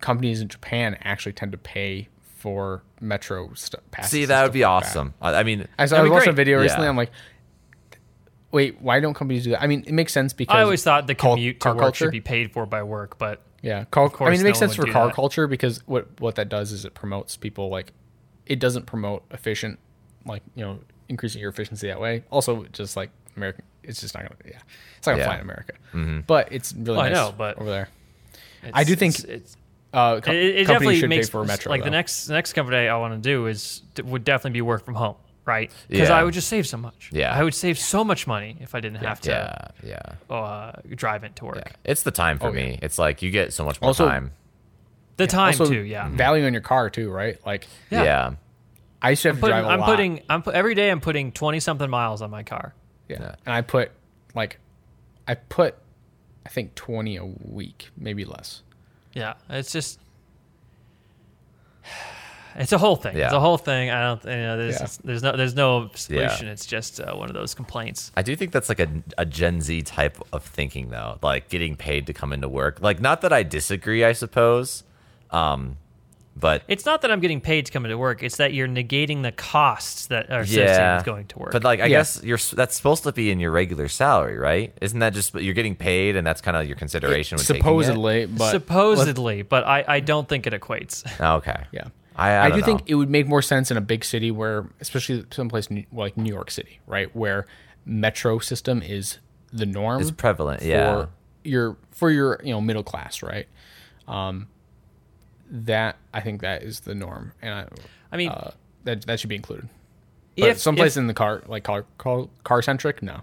Speaker 2: companies in Japan actually tend to pay for metro st- passes.
Speaker 3: See,
Speaker 2: and
Speaker 3: that
Speaker 2: stuff
Speaker 3: would be
Speaker 2: like that.
Speaker 3: awesome. I, I mean,
Speaker 2: I saw I
Speaker 1: That'd be
Speaker 2: watched a
Speaker 1: great.
Speaker 2: video recently.
Speaker 3: Yeah.
Speaker 2: I'm like, wait, why don't companies do that? I mean, it makes sense because
Speaker 1: I always thought the
Speaker 2: cul-
Speaker 1: commute
Speaker 2: car
Speaker 1: to work
Speaker 2: culture.
Speaker 1: should be paid for by work, but
Speaker 2: Yeah, car. I
Speaker 1: course
Speaker 2: mean, it makes
Speaker 1: no one
Speaker 2: sense
Speaker 1: would
Speaker 2: for
Speaker 1: do
Speaker 2: car
Speaker 1: that.
Speaker 2: culture because what what that does is it promotes people like it doesn't promote efficient like you know increasing your efficiency that way. Also, just like American, it's just not gonna yeah, it's not gonna
Speaker 3: Yeah. Mm-hmm.
Speaker 2: fly in America. But it's really
Speaker 1: Well, I
Speaker 2: nice
Speaker 1: know, but-
Speaker 2: over there. I do think
Speaker 1: it's, it's,
Speaker 2: uh, co-
Speaker 1: it, it
Speaker 2: companies
Speaker 1: definitely
Speaker 2: should
Speaker 1: makes
Speaker 2: pay for metro.
Speaker 1: like the
Speaker 2: though.
Speaker 1: next the next company I want to do is would definitely be work from home, right? Because
Speaker 3: Yeah.
Speaker 1: I would just save so much.
Speaker 3: Yeah.
Speaker 1: I would save so much money if I didn't have
Speaker 3: yeah,
Speaker 1: to
Speaker 3: yeah.
Speaker 1: uh, drive into work.
Speaker 3: It's the time for
Speaker 2: Oh, yeah.
Speaker 3: me. It's like you get so much more
Speaker 2: Also-
Speaker 3: time.
Speaker 1: The time
Speaker 2: also mm-hmm.
Speaker 1: too,
Speaker 3: Mm-hmm.
Speaker 1: yeah.
Speaker 2: value on your car too, right? Like
Speaker 1: Yeah.
Speaker 3: Yeah.
Speaker 2: I used to have to
Speaker 1: putting,
Speaker 2: drive a
Speaker 1: I'm
Speaker 2: lot.
Speaker 1: putting I'm pu- every day I'm putting 20 something miles on my car.
Speaker 2: Yeah.
Speaker 3: Yeah.
Speaker 2: And I put like I put I think 20 a week, maybe less.
Speaker 1: Yeah, it's just it's a whole thing. It's
Speaker 3: Yeah.
Speaker 1: a whole thing. I don't you know there's
Speaker 2: Yeah.
Speaker 1: there's no there's no solution. It's just uh, one of those complaints.
Speaker 3: I do think that's like a, a Gen Z type of thinking, though, like getting paid to come into work. Like, not that I disagree, I suppose, um, but
Speaker 1: It's not that I'm getting paid to come into work. It's that you're negating the costs that are associated
Speaker 3: yeah,
Speaker 1: with going to work.
Speaker 3: But like, I
Speaker 2: Yeah.
Speaker 3: guess you're s- that's supposed to be in your regular salary, right? Isn't that just you're getting paid, and that's kind of your consideration? when taking it?
Speaker 2: Supposedly, but
Speaker 1: supposedly, but I, I don't think it equates.
Speaker 3: Oh, okay,
Speaker 2: Yeah.
Speaker 3: I, I,
Speaker 2: I,
Speaker 3: don't
Speaker 2: do
Speaker 3: know.
Speaker 2: think it would make more sense in a big city where, especially someplace new, like New York City, right, where metro system is the norm.
Speaker 3: it's prevalent.
Speaker 2: for
Speaker 3: Yeah,
Speaker 2: your for your you know middle class, right? Um, that I think that is the norm, and
Speaker 1: I mean,
Speaker 2: I uh, that that should be included. But
Speaker 1: if,
Speaker 2: someplace
Speaker 1: if,
Speaker 2: in the car, like car car, car centric, no.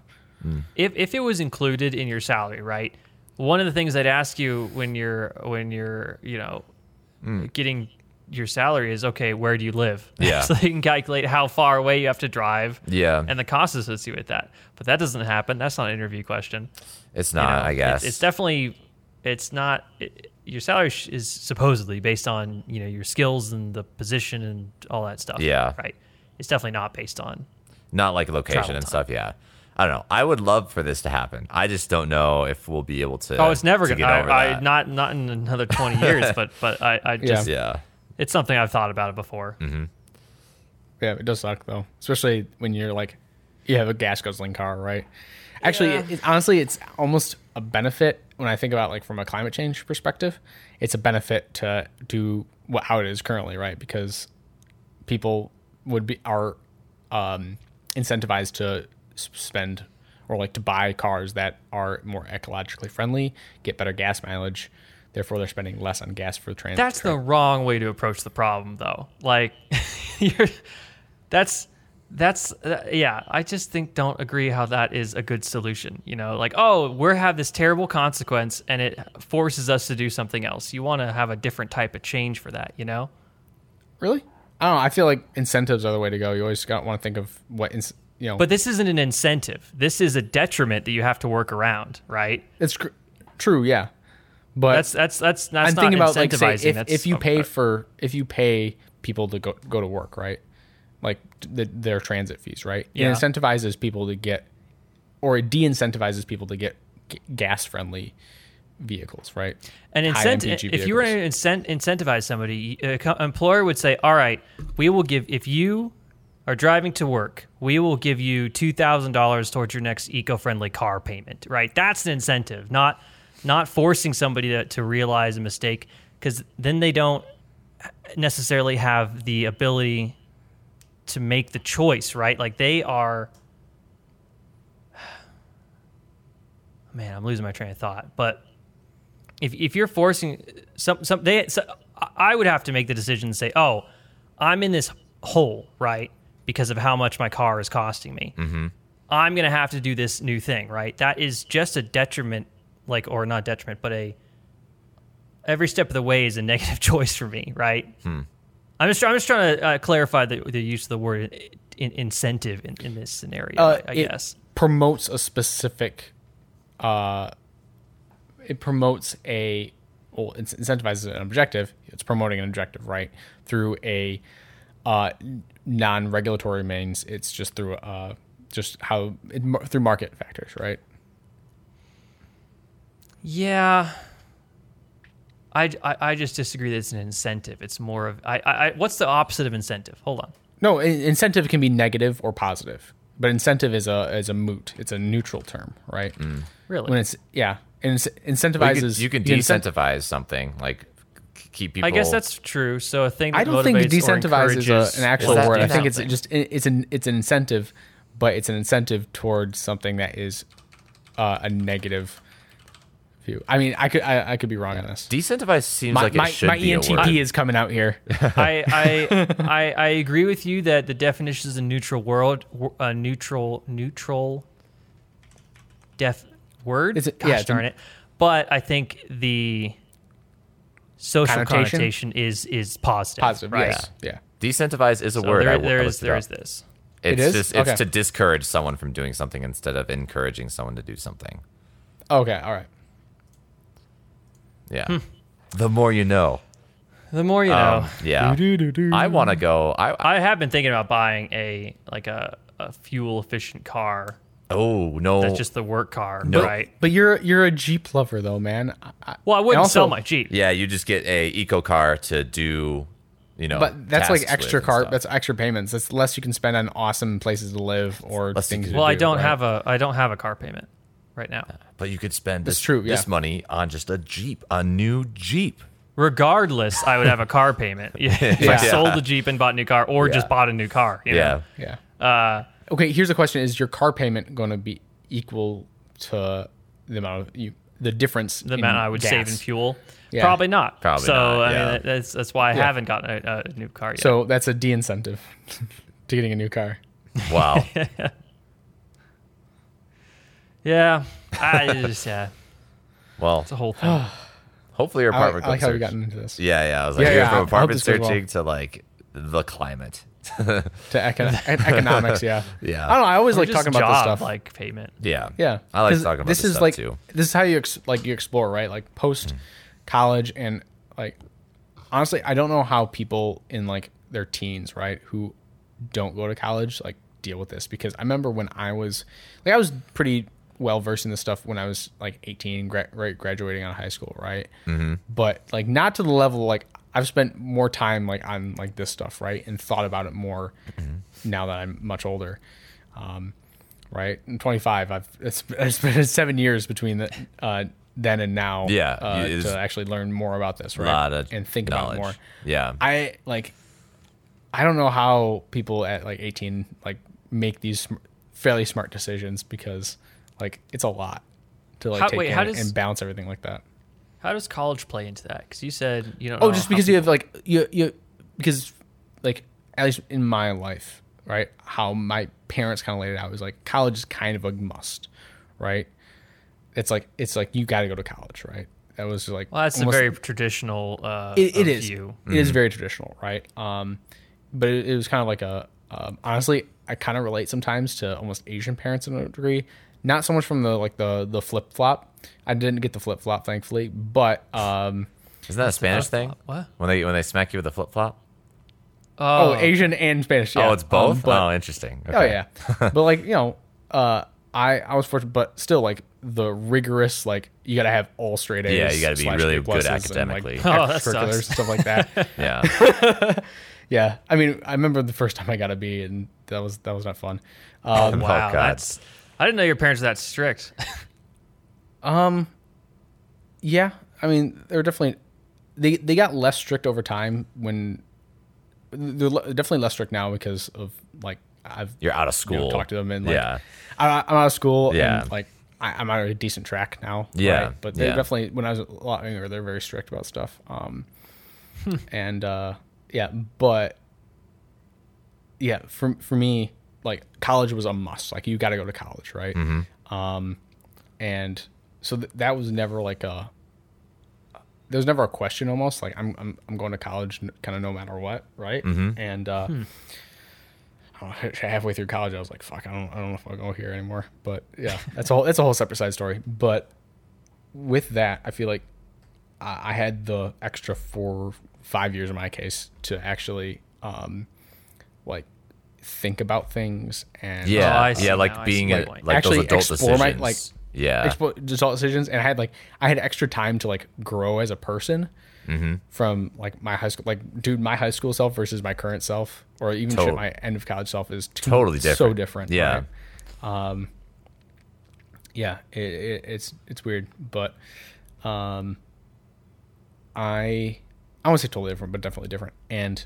Speaker 1: if if it was included in your salary, right? One of the things I'd ask you when you're when you're you know getting your salary is okay. Where do you live?
Speaker 3: Hmm. Yeah.
Speaker 1: so they can calculate how far away you have to drive.
Speaker 3: Yeah.
Speaker 1: and the costs associated with that. But that doesn't happen. That's not an interview question.
Speaker 3: it's
Speaker 1: you
Speaker 3: not.
Speaker 1: know?
Speaker 3: I
Speaker 1: Uh, It's-
Speaker 3: guess
Speaker 1: it's, definitely it's not it, your salary sh- is supposedly based on you know your skills and the position and all that stuff.
Speaker 3: Yeah.
Speaker 1: right. It's definitely not based on
Speaker 3: not like location
Speaker 1: Travel
Speaker 3: and
Speaker 1: time.
Speaker 3: stuff. Yeah, I don't know. I would love for this to happen. I just don't know if we'll be able to.
Speaker 1: Oh, it's never
Speaker 3: to
Speaker 1: gonna.
Speaker 3: get over
Speaker 1: I, I
Speaker 3: that.
Speaker 1: not not in another twenty years, but but I, I just
Speaker 3: Yeah,
Speaker 1: it's something I've thought about it before.
Speaker 2: Yeah, it does suck though, especially when you're like you have a gas guzzling car, right? Actually, it, it- honestly, it's almost a benefit when I think about like from a climate change perspective. It's a benefit to do what how it is currently, right? Because people would be are um, incentivized to s- spend or like to buy cars that are more ecologically friendly, get better gas mileage. Therefore, they're spending less on gas for transit.
Speaker 1: That's the wrong way to approach the problem, though. Like, you're, that's that's uh, yeah. I just think don't agree how that is a good solution. You know, like oh, we're have this terrible consequence, and it forces us to do something else. You want to have a different type of change for that. You know,
Speaker 2: Really? I don't know. I feel like incentives are the way to go. You always got want to think of what ins- you know.
Speaker 1: but this isn't an incentive. This is a detriment that you have to work around, right?
Speaker 2: it's cr- true, yeah. But
Speaker 1: That's that's that's that's
Speaker 2: I'm
Speaker 1: not
Speaker 2: thinking about like
Speaker 1: incentivizing.
Speaker 2: say, if,
Speaker 1: that's,
Speaker 2: if you
Speaker 1: oh,
Speaker 2: pay
Speaker 1: sorry.
Speaker 2: for if you pay people to go go to work, right? Like the, their transit fees, right?
Speaker 1: Yeah.
Speaker 2: It incentivizes people to get, or it de-incentivizes people to get g- gas-friendly vehicles, right?
Speaker 1: an
Speaker 2: High
Speaker 1: incentive
Speaker 2: MPG
Speaker 1: if you were
Speaker 2: vehicles.
Speaker 1: to incent- incentivize somebody an employer would say all right we will give if you are driving to work we will give you $2000 towards your next eco-friendly car payment right that's an incentive not not forcing somebody to, to realize a mistake because then they don't necessarily have the ability to make the choice right like they are man i'm losing my train of thought but if if you're forcing uh, some some they so I would have to make the decision and say, "Oh, I'm in this hole, right? Because of how much my car is costing me. I'm going to have to do this new thing, right? That is just a detriment like or not detriment, but a every step of the way is a negative choice for me, right? I'm just, I'm just trying to uh, clarify the, the use of the word in, incentive in, in this scenario,
Speaker 2: Uh,
Speaker 1: I, I
Speaker 2: it
Speaker 1: guess.
Speaker 2: promotes a specific. Uh, it promotes a well, it incentivizes an objective. It's promoting an objective, right? Through a uh, non-regulatory means. It's just through uh, just how it, mar- through market factors, right?
Speaker 1: Yeah. I, I, I just disagree that it's an incentive. It's more of I, I I- what's the opposite of incentive? Hold on.
Speaker 2: No, in- incentive can be negative or positive, but incentive is a is a moot. It's a neutral term, right?
Speaker 1: Really?
Speaker 2: When it's yeah, and it's-
Speaker 3: Mm. Well, you
Speaker 2: incentivizes
Speaker 3: can, you can
Speaker 2: incent-
Speaker 3: de-incentivize something like k- keep people.
Speaker 1: I guess that's true. So a thing that
Speaker 2: I don't think
Speaker 1: motivates or
Speaker 2: decentivizes
Speaker 1: encourages
Speaker 2: is a, an actual
Speaker 1: us to
Speaker 2: word.
Speaker 1: do
Speaker 2: I think it's
Speaker 1: something.
Speaker 2: just it's an it's an incentive, but it's an incentive towards something that is uh, a negative view. I mean, I could I, I could be wrong on this.
Speaker 3: de-incentivize seems
Speaker 2: My
Speaker 3: like it
Speaker 2: my,
Speaker 3: should
Speaker 2: my E
Speaker 1: E
Speaker 3: be a word.
Speaker 2: ENTP is coming out here.
Speaker 1: I, I, I, I agree with you that the definition is a neutral world, a neutral, neutral def word.
Speaker 2: Is it-
Speaker 1: Gosh
Speaker 2: yeah, it's a-
Speaker 1: darn it. But I think the social
Speaker 2: Connotation?
Speaker 1: connotation, is is positive.
Speaker 2: Positive,
Speaker 1: right?
Speaker 2: yes, yeah.
Speaker 3: de-incentivize is a
Speaker 1: So
Speaker 3: word.
Speaker 1: there,
Speaker 3: I,
Speaker 1: there
Speaker 3: I
Speaker 1: is
Speaker 3: looked it
Speaker 1: there
Speaker 3: up.
Speaker 1: is this.
Speaker 3: It's
Speaker 2: is?
Speaker 3: just
Speaker 2: Okay.
Speaker 3: it's to discourage someone from doing something instead of encouraging someone to do something.
Speaker 2: Okay, all right.
Speaker 1: Hmm.
Speaker 3: Yeah. The more you know.
Speaker 1: The more you know.
Speaker 3: Um, yeah.
Speaker 2: Do-do-do-do.
Speaker 3: I want to go. I, I
Speaker 1: I have been thinking about buying a like a, a fuel efficient car.
Speaker 3: oh no.
Speaker 1: That's just the work car, right?
Speaker 2: But you're you're a Jeep lover though, man. I- I,
Speaker 1: Well, I wouldn't
Speaker 2: And also-
Speaker 1: sell my Jeep.
Speaker 3: Yeah, you just get a eco car to do, you know.
Speaker 2: but that's like
Speaker 3: tasks
Speaker 2: extra
Speaker 3: with and
Speaker 2: car.
Speaker 3: stuff.
Speaker 2: That's extra payments. That's less you can spend on awesome places to live or
Speaker 3: Less you
Speaker 2: things.
Speaker 3: can-
Speaker 2: to
Speaker 1: Well, I
Speaker 2: do,
Speaker 1: don't
Speaker 2: right?
Speaker 1: have a I don't have a car payment right now.
Speaker 3: But you could spend this,
Speaker 2: true, yeah.
Speaker 3: this money on just a Jeep, a new Jeep.
Speaker 1: Regardless, I would have a car payment. Yeah. if I
Speaker 3: Yeah.
Speaker 1: sold the Jeep and bought a new car or just
Speaker 2: Yeah.
Speaker 1: bought a new car. you know?
Speaker 3: Yeah.
Speaker 2: Yeah. Uh, okay. Here's the question: Is your car payment going to be equal to the amount of you, the difference?
Speaker 1: The amount I would save in fuel.
Speaker 2: Mm, Yeah.
Speaker 1: Probably not.
Speaker 3: Probably
Speaker 1: so
Speaker 3: not,
Speaker 1: I mean,
Speaker 3: yeah.
Speaker 1: that- that's that's why I haven't gotten a, a new car yet.
Speaker 2: So that's a de-incentive to getting a new car.
Speaker 3: Wow.
Speaker 1: yeah, I just yeah,
Speaker 3: Well,
Speaker 1: it's a whole thing.
Speaker 3: hopefully your
Speaker 2: I like,
Speaker 3: apartment
Speaker 2: I like how we
Speaker 3: goes.
Speaker 2: got into this
Speaker 3: Yeah, yeah. I was like,
Speaker 2: Yeah, yeah,
Speaker 3: you're
Speaker 2: I- I
Speaker 3: from
Speaker 2: hope
Speaker 3: apartment
Speaker 2: this goes well.
Speaker 3: searching to like the climate.
Speaker 2: to econ- e- economics. Yeah.
Speaker 3: Yeah.
Speaker 2: I don't know. I always
Speaker 1: Or
Speaker 2: like
Speaker 1: just
Speaker 2: talking about this
Speaker 1: job,
Speaker 2: stuff.
Speaker 1: like payment.
Speaker 3: Yeah.
Speaker 2: yeah.
Speaker 3: I like
Speaker 2: 'Cause
Speaker 3: talking about
Speaker 2: this
Speaker 3: this,
Speaker 2: is
Speaker 3: stuff
Speaker 2: like
Speaker 3: too. Mm.
Speaker 2: this is how you ex- like you explore right like post college and like honestly I don't know how people in like their teens right who don't go to college like deal with this because I remember when I was like I was pretty well versed in this stuff when I was like 18 gra- right graduating out of high school right but like not to the level like I've spent more time like on like this stuff right and thought about it more
Speaker 3: Mm-hmm.
Speaker 2: now that I'm much older um, right? I'm 25. I've it's, it's been seven years between the, uh, then and now.
Speaker 3: Yeah,
Speaker 2: uh,
Speaker 3: it is
Speaker 2: to actually learn more about this, right?
Speaker 3: lot of
Speaker 2: and think
Speaker 3: knowledge.
Speaker 2: about it more.
Speaker 3: Yeah.
Speaker 2: I like. I don't know how people at like 18 like make these sm- fairly smart decisions because like it's a lot to like
Speaker 1: How-
Speaker 2: take
Speaker 1: wait,
Speaker 2: in
Speaker 1: how does-
Speaker 2: and balance everything like that.
Speaker 1: How does college play into that? Because you said you don't.
Speaker 2: Oh,
Speaker 1: know Uh,
Speaker 2: just
Speaker 1: how
Speaker 2: because you have like you you because like at least in my life, right? How my parents kind of laid it out was like college is kind of a must, right? It's like it's like you got to go to college, right? That was like
Speaker 1: Well, that's a
Speaker 2: almost-
Speaker 1: very traditional. Uh,
Speaker 2: it, it
Speaker 1: of
Speaker 2: is
Speaker 1: You.
Speaker 2: it
Speaker 3: Mm-hmm.
Speaker 2: is very traditional, right? Um, but it, it was kind of like a um, honestly, I kind of relate sometimes to almost Asian parents in a degree. Not so much from the like the the flip flop. I didn't get the flip flop, thankfully, but um,
Speaker 3: Isn't that a Spanish thing?
Speaker 1: flip-flop? What?
Speaker 3: When they when they smack you with a flip flop?
Speaker 2: oh, Asian and Spanish. yeah.
Speaker 3: Oh, it's both.
Speaker 2: Um, but-
Speaker 3: oh, interesting.
Speaker 2: Oh
Speaker 3: Okay.
Speaker 2: yeah, but like you know, uh, I I was fortunate, but still like the rigorous like you got to have all straight A's.
Speaker 3: Yeah, you gotta be
Speaker 2: slash
Speaker 3: really
Speaker 2: A
Speaker 3: good
Speaker 2: pluses and, like,
Speaker 3: academically.
Speaker 1: Oh, that
Speaker 2: extracurriculars and
Speaker 1: sucks.
Speaker 2: stuff like that.
Speaker 3: Yeah.
Speaker 2: yeah, I mean, I remember the first time I got a B, and that was that was not fun. Um,
Speaker 1: Wow,
Speaker 3: Oh, God.
Speaker 1: that's. I didn't know your parents were that strict.
Speaker 2: yeah, I mean, they're definitely they they got less strict over time when they're le- definitely less strict now because of like I've
Speaker 3: You're out of
Speaker 2: you
Speaker 3: school.
Speaker 2: know, talked to them and like
Speaker 1: Oh,
Speaker 3: yeah.
Speaker 2: I'm out, I'm out of school.
Speaker 3: Yeah.
Speaker 2: And, like I, I'm out of a decent track now.
Speaker 3: Yeah,
Speaker 2: But they
Speaker 3: yeah.
Speaker 2: definitely, when I was a lot younger, they're very strict about stuff. Um,
Speaker 3: Hmm.
Speaker 2: and uh, yeah, but yeah, for for me, like college was a must. Like you got to go to college, right? Um,
Speaker 3: Mm-hmm.
Speaker 2: and so th- that was never like a there's never a question almost like I'm I'm, I'm going to college kind of no matter what, right?
Speaker 3: Mm-hmm.
Speaker 2: And uh, I don't know, Oh, halfway through college, I was like, "Fuck, I don't, I don't know if I'll go here anymore." But yeah, that's all. That's a whole separate side story. But with that, I feel like I, I had the extra four, five years in my case to actually, um, like, think about things and
Speaker 3: Yeah.
Speaker 1: Oh, I see
Speaker 3: yeah, like
Speaker 1: now, I see
Speaker 3: being
Speaker 1: your
Speaker 3: a,
Speaker 1: point.
Speaker 3: like
Speaker 2: Actually
Speaker 3: those adult
Speaker 2: explore
Speaker 3: decisions.
Speaker 2: my- like,
Speaker 3: yeah.
Speaker 2: uh, expo- just all decisions and i had like i had extra time to like grow as a person
Speaker 3: Mm-hmm.
Speaker 2: from like my high school like dude my high school self versus my current self or even shit,
Speaker 3: Tot-
Speaker 2: my end of college self is t-
Speaker 3: Totally
Speaker 2: so
Speaker 3: different.
Speaker 2: different
Speaker 3: Yeah.
Speaker 2: right? um yeah it, it, it's it's weird but um i i won't say totally different but definitely different and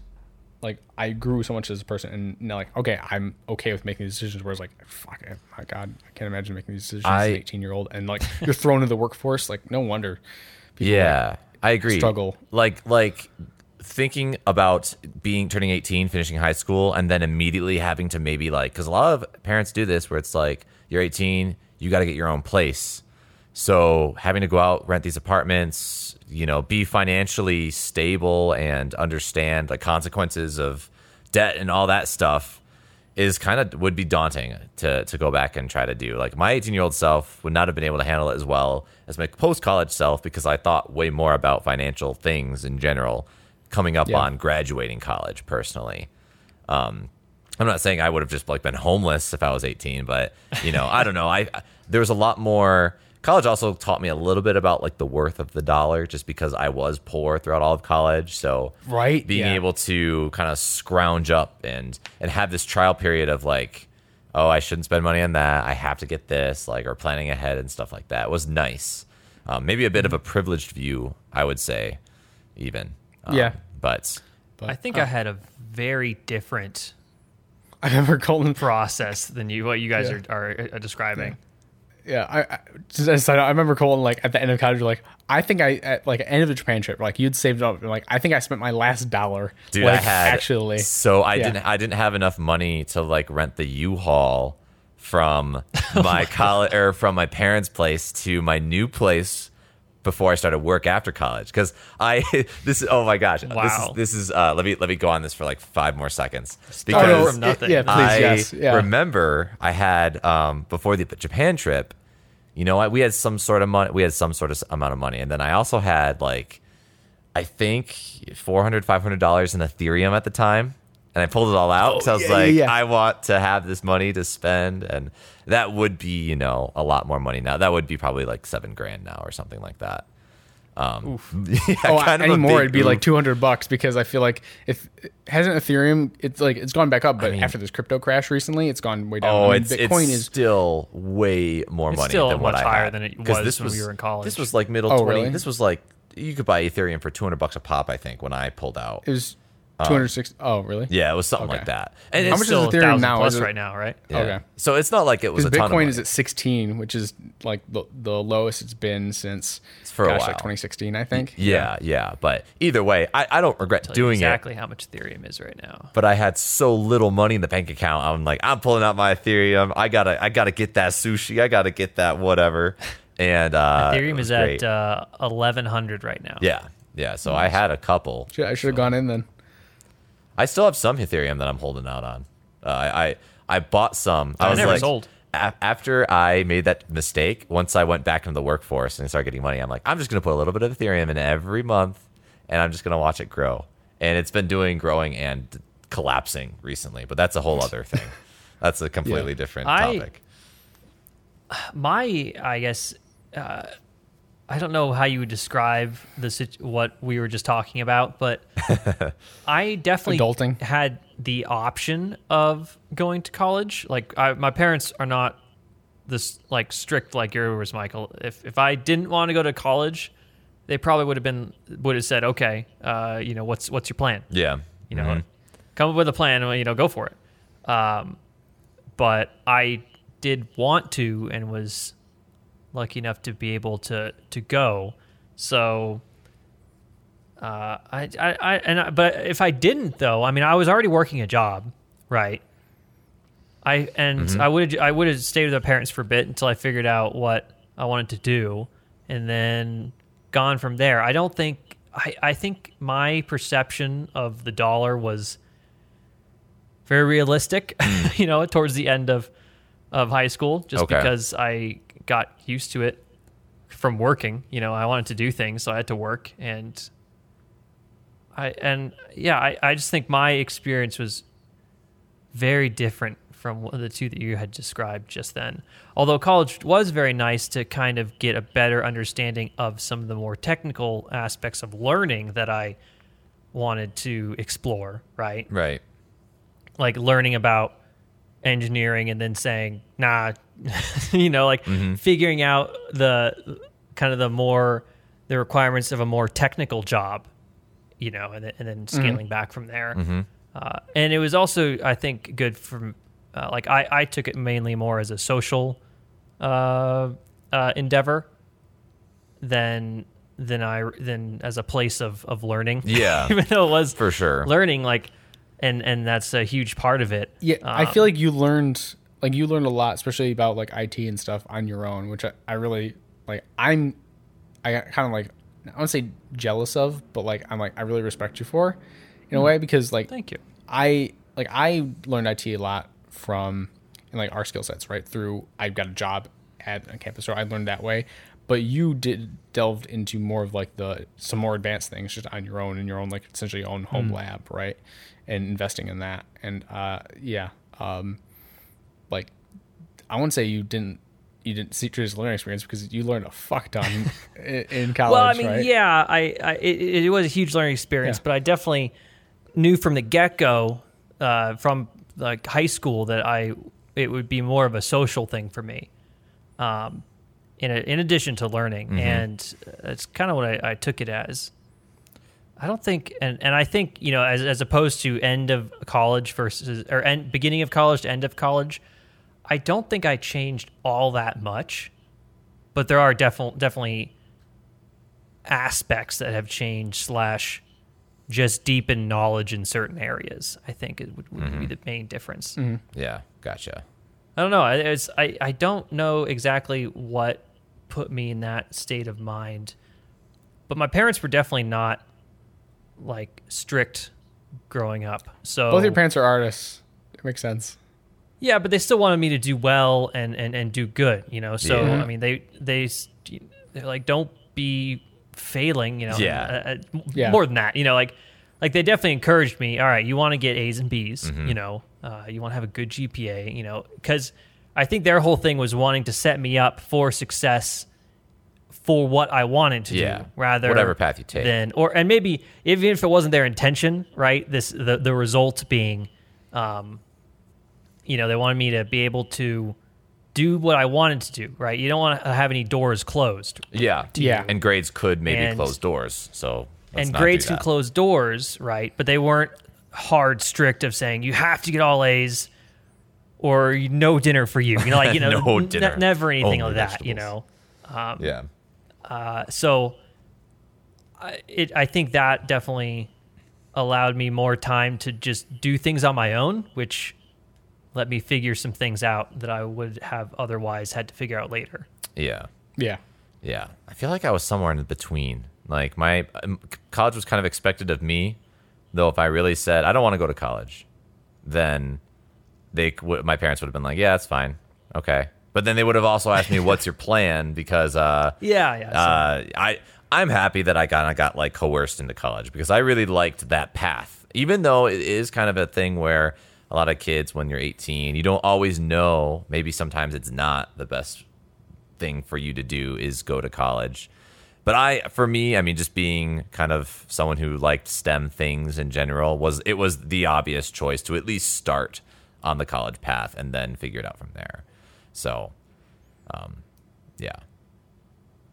Speaker 2: like I grew so much as a person, and now like okay, I'm okay with making these decisions. Whereas like fuck, it, my god, I can't imagine making these decisions as
Speaker 3: I-
Speaker 2: an 18 year old, and like you're thrown into the workforce. Like no wonder. People
Speaker 3: Yeah, I agree.
Speaker 2: struggle.
Speaker 3: Like like thinking about being turning 18, finishing high school and then immediately having to maybe like cuz a lot of parents do this where it's like you're 18, you got to get your own place. So having to go out rent these apartments, you know, be financially stable and understand the consequences of debt and all that stuff is kind of would be daunting to to go back and try to do. Like my 18 year old self would not have been able to handle it as well as my post college self because I thought way more about financial things in general coming up
Speaker 2: Yeah.
Speaker 3: on graduating college personally. I'm not saying I would have just like been homeless if I was 18, but you know, I don't know. I there was a lot more. College also taught me a little bit about like the worth of the dollar, just because I was poor throughout all of college. So
Speaker 2: Right,
Speaker 3: being
Speaker 2: yeah.
Speaker 3: able to kind of scrounge up and and have this trial period of like, oh, I shouldn't spend money on that. I have to get this, like, or planning ahead and stuff like that was nice. Um, maybe a bit of a privileged view, I would say, even.
Speaker 2: Yeah.
Speaker 3: But
Speaker 1: I think
Speaker 2: uh,
Speaker 1: I had a very different
Speaker 2: I remember Colton.
Speaker 1: process than you what you guys
Speaker 2: Yeah.
Speaker 1: are, are uh, describing.
Speaker 2: Yeah, I, I just as I, I remember Colton like at the end of college, you're like I think I at like end of the Japan trip, like you'd saved up, you're like I think I spent my last dollar.
Speaker 3: dude,
Speaker 2: like,
Speaker 3: I had
Speaker 2: actually.
Speaker 3: So I
Speaker 2: Yeah.
Speaker 3: didn't. I didn't have enough money to like rent the U-Haul from my college or from my parents' place to my new place before I started work after college. Because I this is oh my gosh
Speaker 1: Wow.
Speaker 3: this is this is uh, let me let me go on this for like five more seconds
Speaker 1: Oh,
Speaker 3: because
Speaker 1: from nothing.
Speaker 2: Yeah, please,
Speaker 3: I
Speaker 2: yes, yeah.
Speaker 3: remember I had um, before the Japan trip. You know, I, we had some sort of money. We had some sort of s- amount of money, and then I also had like, I think 400 dollars in Ethereum at the time, and I pulled it all out because I was
Speaker 2: Oh, yeah, yeah,
Speaker 3: like,
Speaker 2: yeah.
Speaker 3: I want to have this money to spend, and that would be you know a lot more money now. That would be probably like seven grand now or something like that. Um, yeah,
Speaker 2: oh,
Speaker 3: kind of a
Speaker 2: anymore
Speaker 3: big
Speaker 2: it'd be like
Speaker 3: oof.
Speaker 2: two hundred bucks because I feel like if hasn't Ethereum, it's like it's gone back up, but after this crypto crash recently, it's gone way down.
Speaker 3: Oh,
Speaker 2: I mean,
Speaker 3: it's,
Speaker 2: Bitcoin
Speaker 3: it's
Speaker 2: is
Speaker 3: still way more money
Speaker 1: still
Speaker 3: than what
Speaker 1: much
Speaker 3: I
Speaker 1: higher
Speaker 3: had.
Speaker 1: than it
Speaker 3: 'Cause
Speaker 1: was when we were in college.
Speaker 3: This was like middle
Speaker 2: Oh,
Speaker 3: twenty.
Speaker 2: really?
Speaker 3: This was like you could buy Ethereum for two hundred bucks a pop. I think when I pulled out,
Speaker 2: it was two hundred sixty. Oh, really?
Speaker 3: Uh, yeah, it was something like
Speaker 2: Okay.
Speaker 3: that. And
Speaker 1: It's
Speaker 3: it's
Speaker 2: much is
Speaker 1: still
Speaker 2: Ethereum
Speaker 1: 1,000
Speaker 2: now?
Speaker 1: plus
Speaker 2: Is it-
Speaker 1: right now, right?
Speaker 3: yeah.
Speaker 2: Okay.
Speaker 3: So it's not like it was a ton of
Speaker 2: Bitcoin
Speaker 3: money.
Speaker 2: is at 16, which is like the, the lowest it's been since
Speaker 3: for a
Speaker 2: gosh,
Speaker 3: while.
Speaker 2: like 2016, I think.
Speaker 3: yeah, yeah. But either way, I, I don't regret doing it.
Speaker 1: exactly how much Ethereum is right now.
Speaker 3: but I had so little money in the bank account. I'm like, I'm pulling out my Ethereum. I gotta, I gotta get that sushi. I gotta get that whatever. And uh, it
Speaker 1: Ethereum
Speaker 3: was
Speaker 1: is
Speaker 3: great.
Speaker 1: at uh, 1100 right now.
Speaker 3: yeah, yeah. So I had a couple.
Speaker 2: Should- I should have gone in then.
Speaker 3: I still have some Ethereum that I'm holding out on. Uh, I, I I bought some. I, was
Speaker 1: never
Speaker 3: like,
Speaker 1: sold.
Speaker 3: a- after I made that mistake, once I went back into the workforce and started getting money, I'm like, I'm just gonna put a little bit of Ethereum in every month, and I'm just gonna watch it grow. And it's been doing growing and collapsing recently, but that's a whole other thing. That's a completely different
Speaker 1: I-
Speaker 3: topic.
Speaker 1: My, I guess, uh, I don't know how you would describe the sit- what we were just talking about, but I definitely
Speaker 2: Adulting.
Speaker 1: had the option of going to college. Like I, my parents are not this like strict like yours, Michael. If if I didn't want to go to college, they probably would have been would have said, okay, uh, you know, what's what's your plan?
Speaker 3: Yeah,
Speaker 1: you know,
Speaker 3: Mhm.
Speaker 1: come up with a plan and you know go for it. Um, but I did want to and was lucky enough to be able to to go. So uh, I, I I and I, but if I didn't though, I mean I was already working a job, right? I and I would I would have stayed with my parents for a bit until I figured out what I wanted to do, and then gone from there. I don't think I, I think my perception of the dollar was very realistic, you know, towards the end of of high school, just
Speaker 3: Okay.
Speaker 1: because I got used to it from working. You know, I wanted to do things, so I had to work and. I and yeah, I, I just think my experience was very different from wh- the two that you had described just then. Although college was very nice to kind of get a better understanding of some of the more technical aspects of learning that I wanted to explore, right?
Speaker 3: right.
Speaker 1: Like learning about engineering and then saying, nah, you know, like
Speaker 3: Mm-hmm.
Speaker 1: figuring out the kind of the more the requirements of a more technical job, you know, and, then- and then scaling back from there.
Speaker 3: Mm-hmm.
Speaker 1: Uh, and it was also, I think, good from uh, like I, I took it mainly more as a social uh, uh, endeavor than than I than as a place of of learning.
Speaker 3: Yeah.
Speaker 1: even though it was
Speaker 3: For sure.
Speaker 1: learning like. And, and that's a huge part of it.
Speaker 2: Yeah, I feel like you learned like you learned a lot, especially about like IT and stuff on your own, which I, I really like. I'm I kind of like I don't say jealous of, but like I'm like I really respect you for in a way because like
Speaker 1: Thank you.
Speaker 2: I like I learned IT a lot from and like our skill sets right through. I got a job at a campus, so I learned that way. But you did delved into more of like the some more advanced things just on your own in your own like essentially your own
Speaker 1: Mm.
Speaker 2: home lab, right? And investing in that, and uh, yeah, um, like I wouldn't say you didn't you didn't see through this learning experience because you learned a fuck ton in, in college.
Speaker 1: Well, I mean,
Speaker 2: right?
Speaker 1: yeah, I, I it, it was a huge learning experience,
Speaker 2: Yeah.
Speaker 1: but I definitely knew from the get go, uh, from like high school, that I it would be more of a social thing for me. Um,
Speaker 2: Mm-hmm.
Speaker 1: in a, in addition to learning, and that's kind of what I, I took it as. I don't think, and, and I think you know, as as opposed to end of college versus or end, beginning of college to end of college, I don't think I changed all that much, but there are defi- definitely aspects that have changed slash just deepen knowledge in certain areas. I think it would, would be the main difference.
Speaker 2: Mm-hmm.
Speaker 3: Yeah, gotcha.
Speaker 1: I don't know. I- It's I, I don't know exactly what put me in that state of mind, but my parents were definitely not like strict growing up. So
Speaker 2: Both your parents are artists. It makes sense.
Speaker 1: yeah, but they still wanted me to do well and and and do good, you know. So
Speaker 3: Yeah.
Speaker 1: I mean, they they s- they're like, don't be failing, you know.
Speaker 3: Yeah.
Speaker 1: and, uh, uh,
Speaker 2: Yeah.
Speaker 1: More than that, you know, like like they definitely encouraged me. All right, you want to get A's and B's,
Speaker 3: Mm-hmm.
Speaker 1: you know. Uh, you want to have a good GPA, you know, because I think their whole thing was wanting to set me up for success for what I wanted to
Speaker 3: Yeah.
Speaker 1: do, rather
Speaker 3: Whatever path you take.
Speaker 1: than or and maybe even if it wasn't their intention, right? This the the result being um, you know they wanted me to be able to do what i wanted to do right you don't want to have any doors closed
Speaker 3: Yeah,
Speaker 2: Yeah.
Speaker 3: And grades could maybe
Speaker 1: And-
Speaker 3: close doors. So let's
Speaker 1: and
Speaker 3: not do
Speaker 1: grades can
Speaker 3: that.
Speaker 1: close doors right but they weren't hard strict of saying you have to get all a's or no dinner for you you know like you know
Speaker 3: No
Speaker 1: n-
Speaker 3: dinner.
Speaker 1: never anything
Speaker 3: Only
Speaker 1: like that you know
Speaker 3: vegetables. Yeah,
Speaker 1: so I, it, I think that definitely allowed me more time to just do things on my own, which let me figure some things out that I would have otherwise had to figure out later.
Speaker 3: yeah,
Speaker 2: Yeah.
Speaker 3: yeah. I feel like I was somewhere in between. Like my um, c- college was kind of expected of me, though. If I really said I don't want to go to college, then they c- would my parents would have been like, "Yeah, that's fine, okay." But then they would have also asked me, "What's your plan?" Because uh,
Speaker 1: Yeah, yeah. so-
Speaker 3: uh, I I'm happy that I kind of got like coerced into college because I really liked that path. Even though it is kind of a thing where a lot of kids, when you're 18, you don't always know. Maybe sometimes it's not the best thing for you to do is go to college. But I, for me, I mean, just being kind of someone who liked STEM things in general was it was the obvious choice to at least start on the college path and then figure it out from there. So, um, yeah,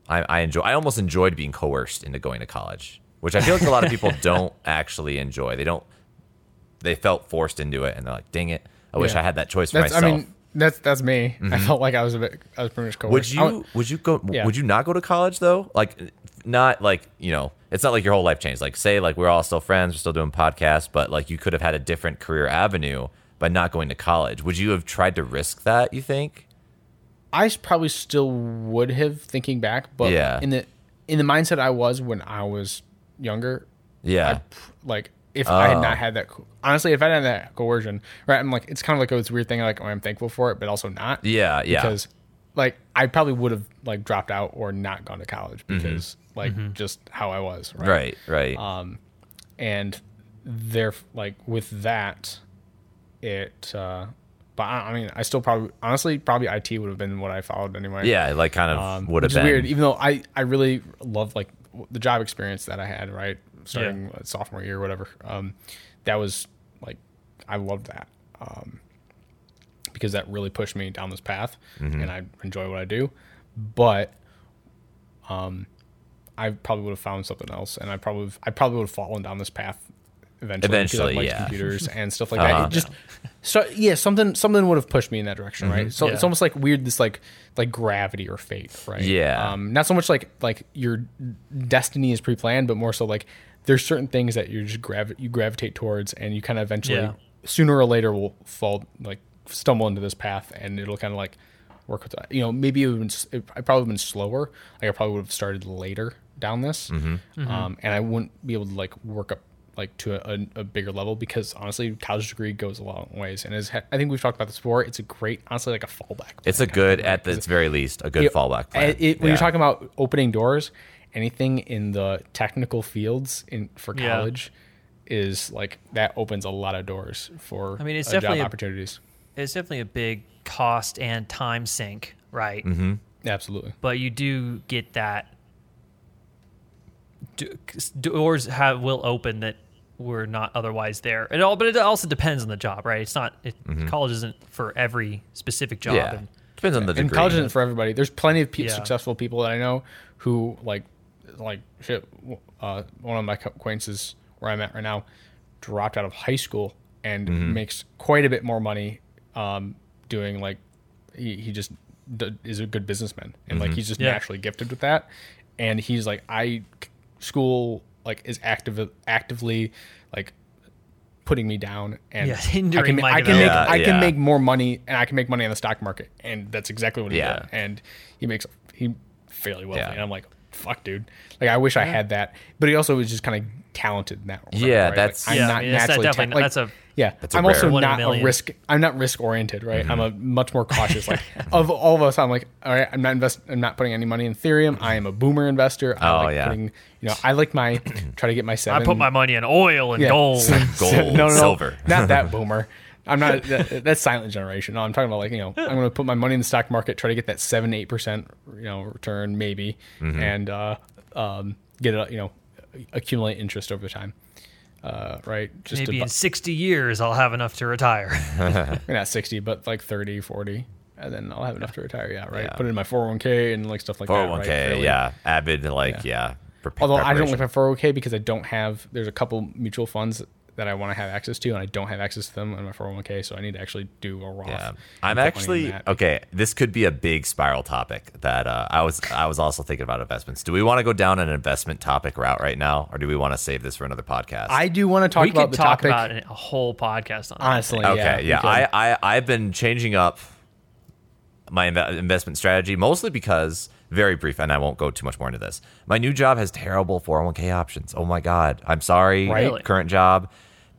Speaker 3: I, I enjoy. I almost enjoyed being coerced into going to college, which I feel like a lot of people don't actually enjoy. They don't. They felt forced into it, and they're like, "Dang it! I wish
Speaker 2: Yeah.
Speaker 3: I had that choice for
Speaker 2: That's.
Speaker 3: myself." Mm-hmm.
Speaker 2: I mean, that's that's me. I felt like I was a bit. I was pretty much coerced.
Speaker 3: Would
Speaker 2: I
Speaker 3: you would you go
Speaker 2: Yeah.
Speaker 3: would you not go to college though? Like not like, you know, it's not like your whole life changed. Like say like we're all still friends, we're still doing podcasts, but like you could have had a different career avenue by not going to college. Would you have tried to risk that, you think?
Speaker 2: I s- probably still would have thinking back, but
Speaker 3: Yeah.
Speaker 2: in the in the mindset I was when I was younger,
Speaker 3: Yeah.
Speaker 2: like if I
Speaker 3: Oh.
Speaker 2: had not had that, co- honestly, if I didn't have that coercion, right? I'm like, it's kind of like oh, this weird thing. Like oh, I'm thankful for it, but also not.
Speaker 3: yeah, yeah.
Speaker 2: because like I probably would have like dropped out or not gone to college because like just how I was, right?
Speaker 3: Mm-hmm.
Speaker 2: Um,
Speaker 3: right, right.
Speaker 2: And there, like with that, it. uh But I, I mean, I still probably honestly probably IT would have been what I followed anyway.
Speaker 3: yeah, like kind of
Speaker 2: Um,
Speaker 3: would have
Speaker 2: which
Speaker 3: been
Speaker 2: is weird. Even though I I really love like w- the job experience that I had right starting uh, sophomore year or whatever. Um, that was like I loved that um, because that really pushed me down this path,
Speaker 3: Mm-hmm.
Speaker 2: and I enjoy what I do. But um, I probably would have found something else, and I probably I probably would have fallen down this path eventually. because I
Speaker 3: Eventually,
Speaker 2: liked
Speaker 3: yeah.
Speaker 2: computers and stuff like
Speaker 3: Uh-huh.
Speaker 2: that. It just so yeah, something something would have pushed me in that direction, right? So
Speaker 1: Mm-hmm.
Speaker 2: it's
Speaker 1: Yeah.
Speaker 2: almost like weird this like like gravity or fate, right?
Speaker 3: Yeah.
Speaker 2: Um, not so much like like your destiny is pre-planned, but more so like there's certain things that you just gravi- you gravitate towards, and you kind of eventually
Speaker 1: Yeah.
Speaker 2: sooner or later will fall like stumble into this path, and it'll kind of like work with that. You know, maybe it would have been, s- it, I probably would have been slower. Like I probably would have started later down this,
Speaker 3: Mm-hmm.
Speaker 1: Mm-hmm.
Speaker 2: Um, and I wouldn't be able to like work up like to a, a, a bigger level because honestly, college degree goes a long ways, and as I think we've talked about this before, it's a great honestly like a fallback.
Speaker 3: it's a good at the very least a good
Speaker 2: Yeah,
Speaker 3: fallback plan.
Speaker 2: It, it- when
Speaker 3: Yeah.
Speaker 2: you're talking about opening doors, anything in the technical fields in for
Speaker 1: Yeah.
Speaker 2: college is like that opens a lot of doors for
Speaker 1: I mean, it's
Speaker 2: uh,
Speaker 1: definitely a-
Speaker 2: job opportunities.
Speaker 1: it's definitely a big cost and time sink, right?
Speaker 2: Absolutely.
Speaker 1: But you do get that do- 'cause doors have will open that were not otherwise there. And all but it also depends on the job, right? It's not it, college isn't for every specific job
Speaker 3: yeah.
Speaker 1: and
Speaker 3: Depends on the degree.
Speaker 2: And college isn't for everybody. There's plenty of pe-
Speaker 1: Yeah.
Speaker 2: successful people that I know who like like shit w- uh, one of my co- acquaintances where I'm at right now dropped out of high school and
Speaker 3: Mm-hmm.
Speaker 2: makes quite a bit more money um, doing like he, he just d- is a good businessman and
Speaker 3: Mm-hmm.
Speaker 2: like he's just
Speaker 1: Yeah.
Speaker 2: naturally gifted with that and he's like I school like is active actively like putting me down and
Speaker 1: Yeah,
Speaker 2: I
Speaker 1: hindering
Speaker 2: can, ma-
Speaker 1: my
Speaker 2: I can make
Speaker 3: development.
Speaker 2: I can
Speaker 3: Yeah,
Speaker 2: make more money and I can make money on the stock market and that's exactly what he
Speaker 3: Yeah.
Speaker 2: did and he makes he fairly wealthy
Speaker 3: Yeah.
Speaker 2: and I'm like fuck dude like I wish I had that but he also was just kind of talented in that regard,
Speaker 3: Yeah,
Speaker 2: right? Like,
Speaker 3: that's-
Speaker 2: I'm
Speaker 1: Yeah,
Speaker 2: not
Speaker 1: yeah, that's- that
Speaker 2: naturally ta-
Speaker 1: definitely-
Speaker 2: like,
Speaker 1: that's a-
Speaker 2: yeah
Speaker 3: a
Speaker 2: I'm also
Speaker 3: rare. Mm-hmm.
Speaker 1: One in a
Speaker 2: not a
Speaker 1: million.
Speaker 2: risk I'm not risk oriented right I'm a much more cautious like of all of us I'm like all right I'm not invest I'm not putting any money in Ethereum I am a boomer investor I
Speaker 3: Oh,
Speaker 2: like
Speaker 3: yeah.
Speaker 2: putting you know I like my try to get my
Speaker 1: I
Speaker 2: seven
Speaker 1: put my money in oil and
Speaker 2: yeah.
Speaker 1: gold.
Speaker 3: Gold, silver.
Speaker 2: not that boomer. I'm not. That, that's silent generation. No, I'm talking about like you know. I'm going to put my money in the stock market, try to get that seven eight percent you know return maybe,
Speaker 3: Mm-hmm.
Speaker 2: and uh, um, get it you know accumulate interest over time. Uh, right, just
Speaker 1: Maybe in
Speaker 2: about,
Speaker 1: 60 years, I'll have enough to retire.
Speaker 2: not 60, but like 30, 40, and then I'll have enough to retire. Yeah, right.
Speaker 3: Yeah.
Speaker 2: Put it in my 401k and like stuff like that. right?
Speaker 3: 401k,
Speaker 2: Really-
Speaker 3: Oh, yeah. Avid, like, yeah. pre-
Speaker 2: Although I don't like
Speaker 3: preparation.
Speaker 2: my 401k because I don't have, there's a couple mutual funds that I want to have access to, and I don't have access to them on my 401k, so I need to actually do a Roth.
Speaker 3: Yeah.
Speaker 2: and put
Speaker 3: I'm
Speaker 2: money in
Speaker 3: actually
Speaker 2: that.
Speaker 3: okay. This could be a big spiral topic that uh, I was I was also thinking about investments. Do we want to go down an investment topic route right now, or do we want to save this for another podcast?
Speaker 2: I do want to talk
Speaker 1: we
Speaker 2: about
Speaker 1: could
Speaker 2: the
Speaker 1: talk
Speaker 2: topic.
Speaker 1: about a whole podcast on that.
Speaker 2: honestly,
Speaker 3: okay,
Speaker 2: we
Speaker 3: yeah.
Speaker 2: could.
Speaker 3: I, I I've been changing up my inve- investment strategy mostly because very brief, and I won't go too much more into this. My new job has terrible 401k options. Oh my god, I'm sorry.
Speaker 2: Right.
Speaker 1: Really?
Speaker 3: Current job,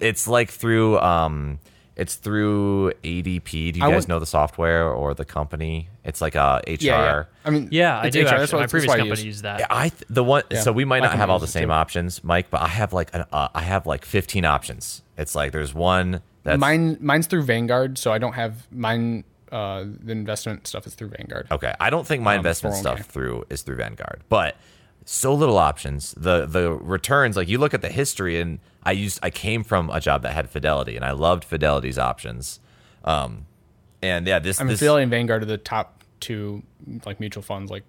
Speaker 3: it's like through um. It's through ADP. Do you
Speaker 2: I
Speaker 3: guys
Speaker 2: would-
Speaker 3: know the software or the company? It's like uh, a
Speaker 2: yeah,
Speaker 3: HR.
Speaker 2: yeah. I mean,
Speaker 1: Yeah, I
Speaker 2: it's
Speaker 1: do.
Speaker 2: HR, that's
Speaker 1: actually.
Speaker 2: what-
Speaker 1: My
Speaker 2: that's
Speaker 1: previous
Speaker 2: why I
Speaker 1: company
Speaker 2: use-
Speaker 1: used that.
Speaker 3: Yeah, I th- the one so we might
Speaker 2: my
Speaker 3: not have all the
Speaker 2: company uses it
Speaker 3: same
Speaker 2: too.
Speaker 3: options, Mike, but I have like an uh, I have like 15 options. It's like there's one that's
Speaker 2: Mine, mine's through Vanguard, so I don't have mine. Uh, the investment stuff is through Vanguard.
Speaker 3: okay. I don't think my
Speaker 2: Um,
Speaker 3: investment
Speaker 2: 401k.
Speaker 3: stuff through is through Vanguard, but so little options. The the returns like you look at the history and I used I came from a job that had Fidelity and I loved Fidelity's options. Um and yeah, this
Speaker 2: I mean,
Speaker 3: this
Speaker 2: Fidelity and Vanguard are the top two like mutual funds. Like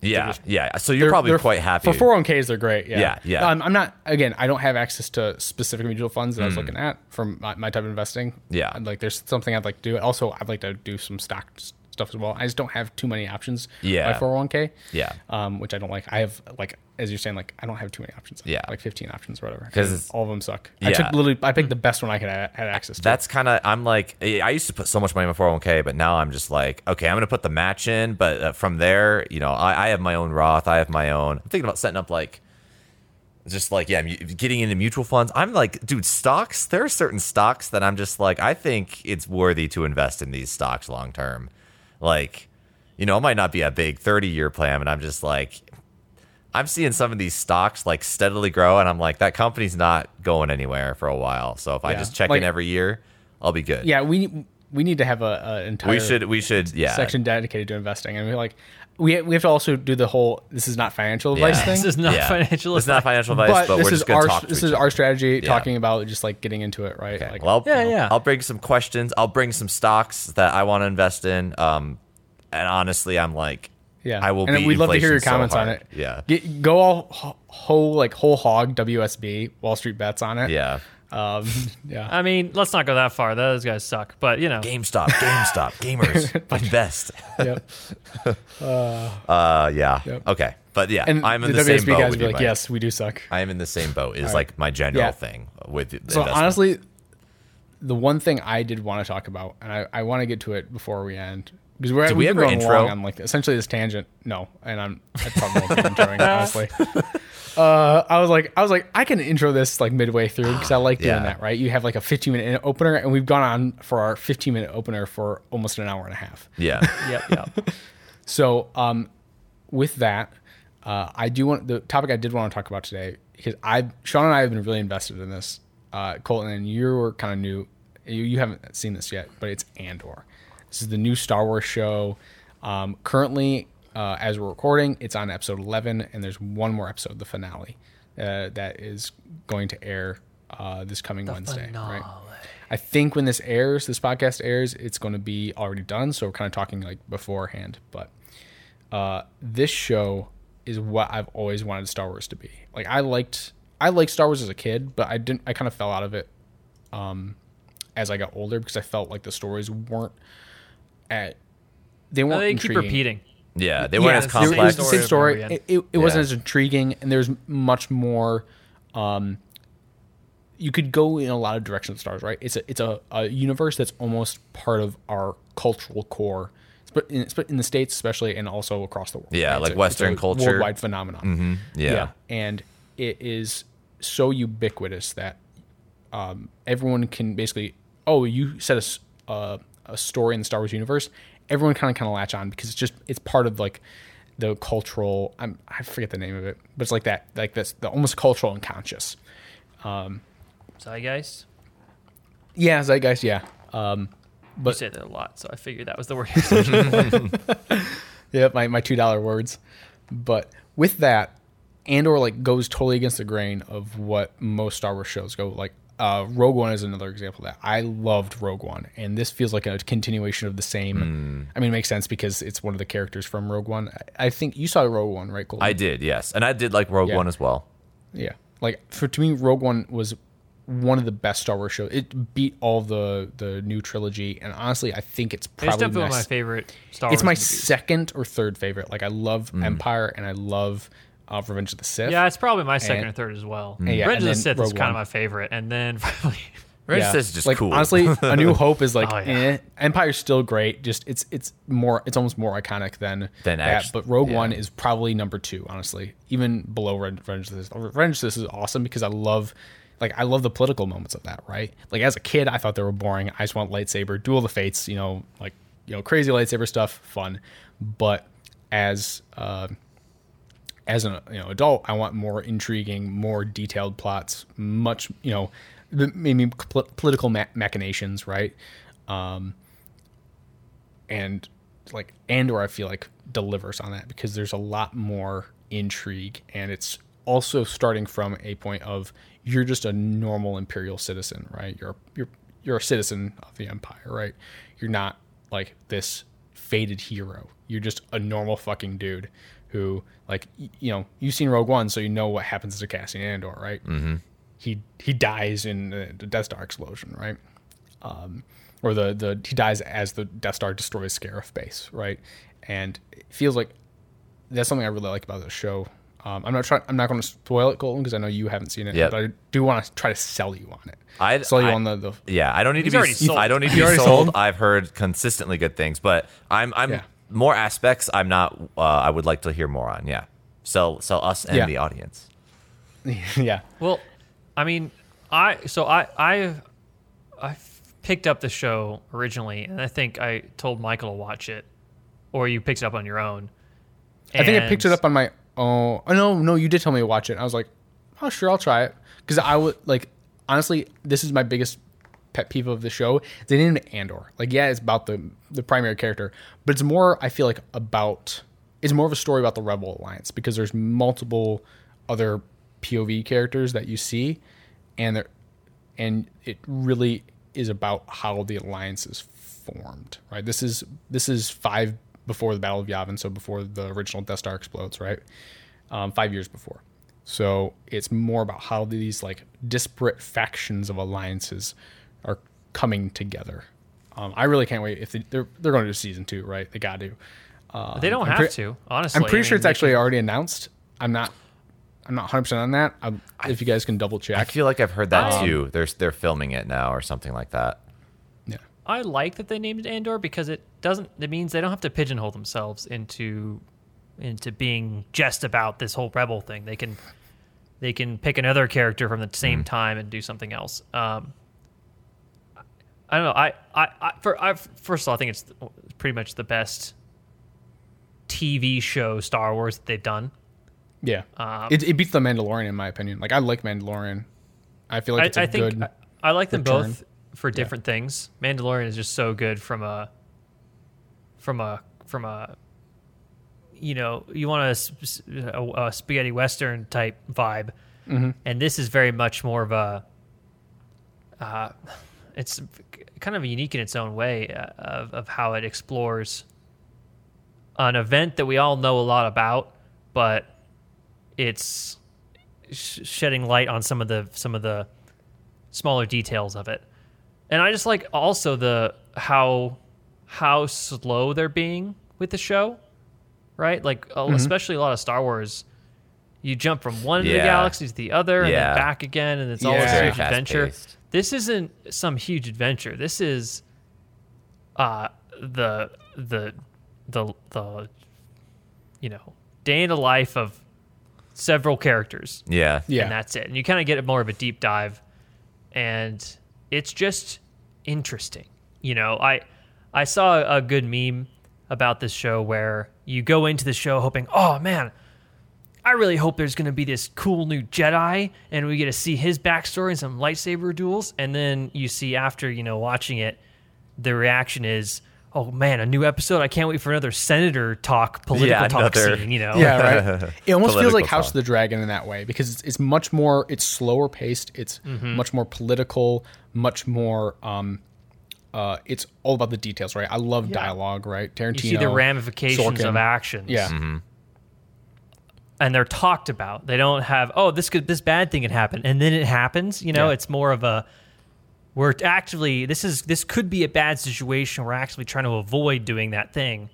Speaker 3: yeah, yeah. So you're
Speaker 2: they're-
Speaker 3: probably
Speaker 2: they're-
Speaker 3: quite happy.
Speaker 2: for 401ks. They're great. Yeah,
Speaker 3: Yeah, yeah.
Speaker 2: Um, I'm not. Again, I don't have access to specific mutual funds that I was looking at from my, my type of investing.
Speaker 3: Hmm. Yeah.
Speaker 2: I'd like there's something I'd like to do. Also, I'd like to do some stock s- stuff as well. I just don't have too many options. with
Speaker 3: Yeah.
Speaker 2: my 401k.
Speaker 3: Yeah.
Speaker 2: um, which I don't like. I have like as you're saying, like I don't have too many options. I have,
Speaker 3: Yeah.
Speaker 2: like 15 options or whatever.
Speaker 3: 'Cause
Speaker 2: And
Speaker 3: it's-
Speaker 2: all of them suck. I
Speaker 3: Yeah.
Speaker 2: took literally. I picked the best one I could have had access to.
Speaker 3: That's kind of I'm like I used to put so much money in my 401k, but now I'm just like, okay, I'm gonna put the match in, but uh, from there, you know, I, I have my own Roth, I have my own. I'm thinking about setting up like, just like yeah, mu- getting into mutual funds. I'm like, dude, stocks. There are certain stocks that I'm just like, I think it's worthy to invest in these stocks long term. Like, you know, it might not be a big 30 year plan, but I'm just like. I'm seeing some of these stocks like steadily grow, and I'm like, that company's not going anywhere for a while. So if I
Speaker 2: Yeah.
Speaker 3: just check
Speaker 2: Like-
Speaker 3: in every year, I'll be good.
Speaker 2: yeah. We we need to have a, a entire.
Speaker 3: We should we should yeah.
Speaker 2: section dedicated to investing, and we like we we have to also do the whole this is not financial advice
Speaker 3: Yeah.
Speaker 2: thing.
Speaker 1: This is not
Speaker 3: yeah.
Speaker 1: financial
Speaker 3: It's not financial advice,
Speaker 2: but,
Speaker 3: but,
Speaker 2: this
Speaker 3: we're
Speaker 2: is
Speaker 3: just going
Speaker 2: our
Speaker 3: to talk. to
Speaker 2: this
Speaker 3: each
Speaker 2: is our
Speaker 3: other.
Speaker 2: strategy
Speaker 3: Yeah.
Speaker 2: talking about just like getting into it, right? Like,
Speaker 3: well,
Speaker 1: Yeah, yeah.
Speaker 3: I'll bring some questions. I'll bring some stocks that I want to invest in. Um, and honestly, I'm like,
Speaker 2: yeah,
Speaker 3: I will.
Speaker 2: And
Speaker 3: beat
Speaker 2: we'd love to hear your
Speaker 3: inflation so
Speaker 2: comments on
Speaker 3: hard.
Speaker 2: it.
Speaker 3: Yeah,
Speaker 2: Get- go all ho- whole like whole hog WSB Wall Street bets on it.
Speaker 3: yeah.
Speaker 2: um, yeah.
Speaker 1: I mean, let's not go that far. Those guys suck. But, you know,
Speaker 3: GameStop, GameStop, gamers invest.
Speaker 2: yep.
Speaker 3: Uh, yeah.
Speaker 2: Yep.
Speaker 3: Okay, but yeah,
Speaker 2: And
Speaker 3: I'm in
Speaker 2: the,
Speaker 3: the,
Speaker 2: WSB
Speaker 3: same boat.
Speaker 2: guys
Speaker 3: with
Speaker 2: be
Speaker 3: you,
Speaker 2: like,
Speaker 3: Mike.
Speaker 2: yes, we do suck.
Speaker 3: I am in the same boat. Is like my general
Speaker 2: Yeah.
Speaker 3: thing with the
Speaker 2: So
Speaker 3: investment.
Speaker 2: honestly, the one thing I did want to talk about, and I, I want to get to it before we end because we're
Speaker 3: Did
Speaker 2: we've
Speaker 3: we
Speaker 2: been
Speaker 3: ever
Speaker 2: going
Speaker 3: intro?
Speaker 2: long on like essentially this tangent. No, and I'm I probably won't be introing it, honestly. Uh, I was like I was like I can intro this like midway through because I like doing
Speaker 3: Yeah.
Speaker 2: that. Right, you have like a 15 minute in- opener, and we've gone on for our 15 minute opener for almost an hour and a half.
Speaker 3: yeah,
Speaker 1: yep, yep.
Speaker 2: So, um, with that, uh, I do want the topic I did want to talk about today because I, Sean and I have been really invested in this. Uh, Colton, and you were kind of new. You, you haven't seen this yet, but it's Andor. This is the new Star Wars show. Um, currently, uh, as we're recording, it's on episode 11, and there's one more episode, the finale, uh, that is going to air uh, this coming Wednesday. Right? I think when this airs, this podcast airs, it's going to be already done. So we're kind of talking like beforehand. But uh, this show is what I've always wanted Star Wars to be. Like I liked I liked Star Wars as a kid, but I didn't I kind of fell out of it um as I got older because I felt like the stories weren't at they weren't
Speaker 1: They
Speaker 2: intriguing.
Speaker 1: keep repeating.
Speaker 3: Yeah, they weren't
Speaker 2: Yeah,
Speaker 3: as
Speaker 2: it's the same- It was
Speaker 3: complex.
Speaker 2: the same story.
Speaker 1: over
Speaker 2: It,
Speaker 1: again.
Speaker 2: it, it wasn't
Speaker 3: Yeah.
Speaker 2: as intriguing, and there's much more. Um, you could go in a lot of directions. with Stars, right? It's a it's a, a universe that's almost part of our cultural core, It's but in, it's but in the states especially, and also across the world.
Speaker 3: Yeah,
Speaker 2: It's
Speaker 3: like
Speaker 2: a-
Speaker 3: Western
Speaker 2: it's a
Speaker 3: culture. Mm-hmm.
Speaker 2: worldwide phenomenon.
Speaker 3: Yeah.
Speaker 2: and it is so ubiquitous that um, everyone can basically, oh, you said a s- uh, a story in the Star Wars universe. Everyone kind of kind of latch on because it's just it's part of like the cultural. I'm, I forget the name of it, but it's like that like that's the almost cultural unconscious.
Speaker 1: Zeitgeist.
Speaker 2: Yeah, zeitgeist. Yeah,
Speaker 1: you say that a lot, so I figured that was the word. you said.
Speaker 2: yeah. My my two dollar words, but with that, Andor like goes totally against the grain of what most Star Wars shows go. Like uh, Rogue One is another example of that I loved Rogue One, and this feels like a continuation of the same. I mean, it makes sense because it's one of the characters from Rogue One. I, I think you saw Rogue One, right? Colton?
Speaker 3: I did, yes, and I did like Rogue
Speaker 2: Yeah.
Speaker 3: One as well.
Speaker 2: Yeah, like for to me, Rogue One was one of the best Star Wars shows. It beat all the the new trilogy, and honestly, I think it's
Speaker 1: it's
Speaker 2: probably
Speaker 1: definitely one of
Speaker 2: my,
Speaker 1: my
Speaker 2: s-
Speaker 1: favorite Star Wars.
Speaker 2: it's my
Speaker 1: movies.
Speaker 2: second or third favorite. Like I love
Speaker 3: Mm.
Speaker 2: Empire and I love uh, Revenge of the Sith.
Speaker 1: Yeah, it's probably my second
Speaker 2: And- Mm.
Speaker 1: or third as well.
Speaker 2: yeah,
Speaker 1: Revenge
Speaker 2: and
Speaker 1: of the
Speaker 2: then
Speaker 1: Sith is
Speaker 2: Rogue
Speaker 1: kind
Speaker 2: One.
Speaker 1: of my favorite, and then probably
Speaker 3: Revenge
Speaker 2: Yeah.
Speaker 3: of the Sith is just
Speaker 2: like,
Speaker 3: cool.
Speaker 2: Honestly, A New Hope is like
Speaker 1: Oh, yeah.
Speaker 2: eh. Empire's still great. Just it's it's more it's almost more iconic than,
Speaker 3: Than
Speaker 2: that.
Speaker 3: actu-
Speaker 2: but Rogue
Speaker 3: yeah.
Speaker 2: One is probably number two, honestly, even below Red- Revenge of the Sith. Revenge of the Sith is awesome because I love like I love the political moments of that. Right, like as a kid, I thought they were boring. I just want lightsaber, duel of the fates, you know, like you know, crazy lightsaber stuff, fun. But as uh, as an you know adult, I want more intriguing, more detailed plots, much you know, the- maybe pol- political ma- machinations, right? Um, and like Andor, I feel like delivers on that because there's a lot more intrigue, and it's also starting from a point of you're just a normal imperial citizen, right? You're you're you're a citizen of the empire, right? You're not like this faded hero. You're just a normal fucking dude who, like, y- you know, you've seen Rogue One, so you know what happens to Cassian Andor, right? Mm-hmm. He he dies in the the Death Star explosion, right? Um, or the the he dies as the Death Star destroys Scarif base, right? And it feels like that's something I really like about this show. Um, I'm not trying. I'm not going to spoil it, Colton, because I know you haven't seen it.
Speaker 3: Yep.
Speaker 2: But I do want to try to sell you on it.
Speaker 3: I'd-
Speaker 2: sell you
Speaker 3: I-
Speaker 2: on the, the
Speaker 3: Yeah, I don't need
Speaker 1: He's
Speaker 3: to be.
Speaker 1: already sold.
Speaker 3: I don't need to be
Speaker 2: You're
Speaker 3: sold.
Speaker 2: already sold?
Speaker 3: I've heard consistently good things, but I'm. I'm
Speaker 2: Yeah.
Speaker 3: more aspects. I'm not. Uh, I would like to hear more on. Yeah, sell sell us and
Speaker 2: Yeah.
Speaker 3: the audience.
Speaker 2: yeah.
Speaker 1: Well, I mean, I so I I I picked up the show originally, and I think I told Michael to watch it, or you picked it up on your own.
Speaker 2: I think I
Speaker 1: And-
Speaker 2: picked it up on my own. Oh no, no, you did tell me to watch it. I was like, oh sure, I'll try it because I would like honestly. This is my biggest pet peeve of the show. They named it Andor. Like yeah, it's about the the primary character, but it's more I feel like about it's more of a story about the Rebel Alliance because there's multiple other POV characters that you see, and they're and it really is about how the alliance is formed right this is this is five before the battle of yavin so before the original death star explodes right um, five years before so it's more about how these like disparate factions of alliances are coming together um, i really can't wait if they, they're they're going to do season two right they got to uh,
Speaker 1: They don't
Speaker 2: I'm
Speaker 1: have
Speaker 2: pre-
Speaker 1: to, honestly.
Speaker 2: i'm pretty
Speaker 1: I
Speaker 2: sure
Speaker 1: mean,
Speaker 2: it's
Speaker 1: they
Speaker 2: actually already announced i'm not i'm not 100% on that i if you guys can double
Speaker 3: I
Speaker 2: check
Speaker 3: feel like I've heard that
Speaker 1: Um,
Speaker 3: too. They're they're filming it now or something like that.
Speaker 2: yeah
Speaker 1: I like that they named it Andor because it doesn't. It means they don't have to pigeonhole themselves into into being just about this whole rebel thing. They can they can pick another character from the same time and do something else. Um, I don't know. I I, I for I first of all, I think it's pretty much the best TV show Star Wars that they've done.
Speaker 2: Yeah,
Speaker 1: Um,
Speaker 2: it, it beats the Mandalorian in my opinion. Like I like Mandalorian. I feel like
Speaker 1: I,
Speaker 2: it's a
Speaker 1: I think
Speaker 2: good.
Speaker 1: I, I like them
Speaker 2: return.
Speaker 1: both for different things. Mandalorian is just so good from a from a from a you know you want a, sp- s- a- a spaghetti western type vibe,
Speaker 2: Mm-hmm.
Speaker 1: and this is very much more of a. Uh, it's kind of unique in its own way uh, of, of how it explores an event that we all know a lot about, but it's sh- shedding light on some of the some of the smaller details of it. And I just like also the how how slow they're being with the show, right? Like uh,
Speaker 3: Mm-hmm.
Speaker 1: especially a lot of Star Wars, you jump from one end of
Speaker 3: Yeah.
Speaker 1: the galaxy to the other, and
Speaker 3: Yeah.
Speaker 1: then back again, and it's all
Speaker 2: Yeah.
Speaker 1: this
Speaker 2: Very
Speaker 1: huge adventure.
Speaker 3: fast-paced.
Speaker 1: This isn't some huge adventure. This is uh the the the the you know day in the life of several characters
Speaker 3: Yeah.
Speaker 2: Yeah.
Speaker 1: and that's it. And you kind of get more of a deep dive, and it's just interesting. You know, I I saw a good meme about this show where you go into the show hoping, oh man, I really hope there's going to be this cool new Jedi, and we get to see his backstory and some lightsaber duels, and then you see after you know watching it, the reaction is. Oh man, a new episode! I can't wait for another senator talk, political
Speaker 3: Yeah,
Speaker 1: talk
Speaker 3: another-
Speaker 1: scene. You know,
Speaker 2: Yeah, right. It almost feels like
Speaker 3: Political
Speaker 2: House
Speaker 3: song.
Speaker 2: of the Dragon in that way because it's, it's much more, it's slower paced, it's
Speaker 1: Mm-hmm.
Speaker 2: much more political, much more, um, uh, it's all about the details, right? I love dialogue, right? Tarantino.
Speaker 1: you see the ramifications
Speaker 2: Sorkin.
Speaker 1: of actions.
Speaker 2: Yeah,
Speaker 1: and they're talked about. They don't have oh this could this bad thing could happen and then it happens. You know,
Speaker 2: Yeah.
Speaker 1: it's more of a we're actually this is this could be a bad situation. We're actually trying to avoid doing that thing,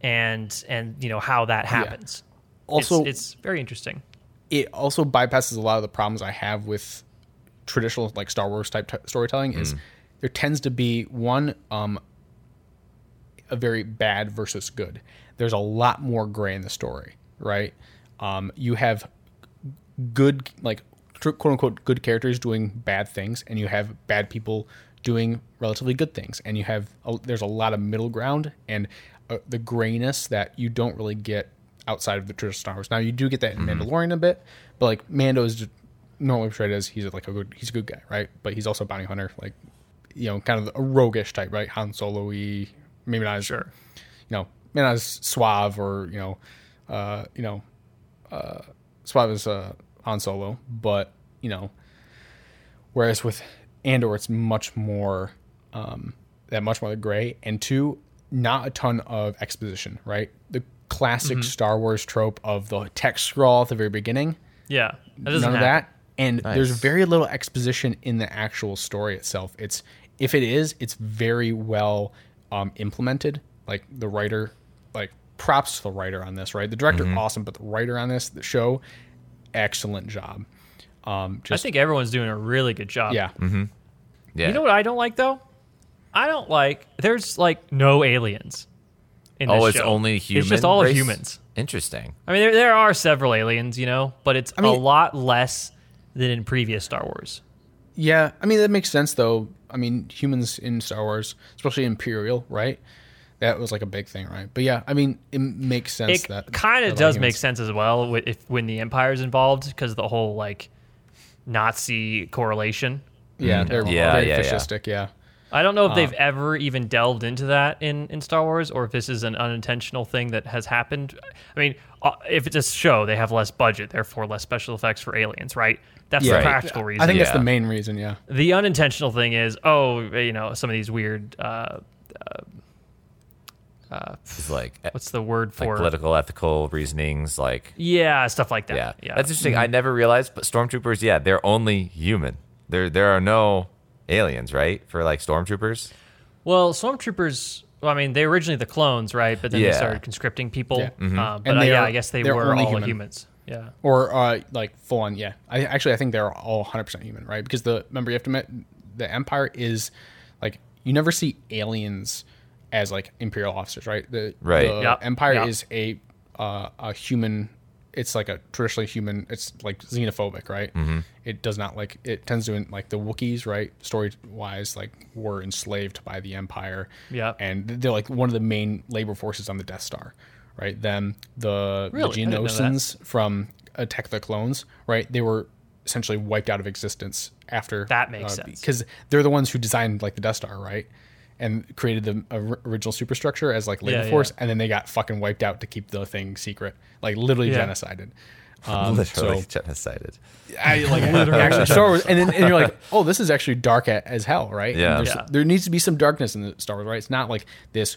Speaker 1: and and you know how that happens. It's-
Speaker 2: Also-
Speaker 1: it's, very interesting.
Speaker 2: it also bypasses a lot of the problems I have with traditional like Star Wars type t- storytelling. Is there tends to be one um, a very bad versus good. There's a lot more gray in the story, right? Um, you have good like tr- quote unquote good characters doing bad things, and you have bad people doing relatively good things, and you have a, there's a lot of middle ground and uh, the grayness that you don't really get outside of the traditional Star Wars. Now you do get that in Mandalorian a bit, but like Mando is just normally portrayed as he's like a good he's a good guy, right? But he's also a bounty hunter, like you know, kind of a roguish type, right? Han Solo y, maybe not as sure. you know, maybe not as suave or, you know, uh, you know, Suave is uh, Han Solo, but you know, whereas with Andor, it's much more um, that much more the gray, and two, not a ton of exposition, right? The classic Star Wars trope of the text scroll at the very beginning,
Speaker 1: Yeah, that doesn't
Speaker 2: none of
Speaker 1: happen.
Speaker 2: that, and there's
Speaker 3: Nice.
Speaker 2: very little exposition in the actual story itself. It's if it is, it's very well um, implemented. Like the writer, like props to the writer on this, right? The director,
Speaker 1: Mm-hmm.
Speaker 2: awesome, but the writer on this, the show, excellent job. Um,
Speaker 1: I
Speaker 2: just
Speaker 1: think everyone's doing a really good job.
Speaker 2: yeah,
Speaker 3: Yeah.
Speaker 1: You know what I don't like though? I don't like there's like no aliens. In
Speaker 3: oh,
Speaker 1: this
Speaker 3: it's
Speaker 1: show.
Speaker 3: only human.
Speaker 1: It's just all
Speaker 3: race?
Speaker 1: humans.
Speaker 3: Interesting.
Speaker 1: I mean, there, there are several aliens, you know, but it's a
Speaker 2: mean-
Speaker 1: lot less than in previous Star Wars.
Speaker 2: yeah. I mean that makes sense though. I mean humans in Star Wars, especially Imperial, right? That was like a big thing, right? But yeah, I mean it makes sense
Speaker 1: It
Speaker 2: that
Speaker 1: kind of
Speaker 2: that like
Speaker 1: does
Speaker 2: humans-
Speaker 1: make sense as well wi- if when the Empire's involved because the whole like Nazi correlation.
Speaker 2: Yeah,
Speaker 1: Mm-hmm.
Speaker 2: they're
Speaker 3: Yeah,
Speaker 2: very
Speaker 3: yeah, yeah.
Speaker 2: fascistic. yeah.
Speaker 1: I don't know if they've
Speaker 2: Ah.
Speaker 1: ever even delved into that in, in Star Wars or if this is an unintentional thing that has happened. I mean, uh, if it's a show, they have less budget, therefore less special effects for aliens, right? That's
Speaker 2: Yeah.
Speaker 1: the
Speaker 2: Right.
Speaker 1: practical reason.
Speaker 2: I think that's
Speaker 3: Yeah.
Speaker 2: the main reason. Yeah.
Speaker 1: the unintentional thing is, oh, you know, some of these weird, uh,
Speaker 3: It's like, eh,
Speaker 1: what's the word
Speaker 3: like
Speaker 1: for?
Speaker 3: political, ethical reasonings. Like,
Speaker 1: yeah, stuff like that.
Speaker 3: yeah,
Speaker 1: yeah.
Speaker 3: that's interesting.
Speaker 2: Mm-hmm.
Speaker 3: I never realized, but stormtroopers, yeah, they're only human. There, there are no aliens, right? For like stormtroopers.
Speaker 1: Well, stormtroopers. Well, I mean, they were originally the clones, right? But then
Speaker 3: Yeah. Mm-hmm.
Speaker 1: they started conscripting people.
Speaker 2: Yeah.
Speaker 1: Uh, but
Speaker 2: And
Speaker 1: uh,
Speaker 2: they
Speaker 1: yeah,
Speaker 2: are-
Speaker 1: I guess they
Speaker 2: they're
Speaker 1: were all
Speaker 2: only human.
Speaker 1: humans. Yeah.
Speaker 2: or uh, like full on. Yeah, I actually I think they're all 100 percent human, right? Because the remember you have to admit the Empire is like you never see aliens as like Imperial officers, right? The,
Speaker 3: Right.
Speaker 2: the
Speaker 1: Yep,
Speaker 2: Empire
Speaker 1: yep.
Speaker 2: is a uh, a human. It's like a traditionally human. It's like xenophobic, right? It does not like. It tends to like the Wookiees, right? Story wise, like were enslaved by the Empire.
Speaker 1: Yep.
Speaker 2: and they're like one of the main labor forces on the Death Star, right? Them, the
Speaker 1: Really? I
Speaker 2: the
Speaker 1: didn't know that.
Speaker 2: Geonosians from Attack of the Clones, right? They were essentially wiped out of existence after uh,
Speaker 1: That makes sense.
Speaker 2: because they're the ones who designed like the Death Star, right? And created the or- original superstructure as like labor
Speaker 1: Yeah,
Speaker 2: force,
Speaker 1: yeah.
Speaker 2: and then they got fucking wiped out to keep the thing secret, like literally
Speaker 1: Yeah.
Speaker 2: genocided. Um,
Speaker 3: Literally
Speaker 2: so-
Speaker 3: genocided.
Speaker 2: I like actually Star Wars, and then and you're like, oh, this is actually dark a- as hell, right? And
Speaker 3: Yeah.
Speaker 2: there's-
Speaker 1: Yeah.
Speaker 2: There needs to be some darkness in the Star Wars, right? It's not like this.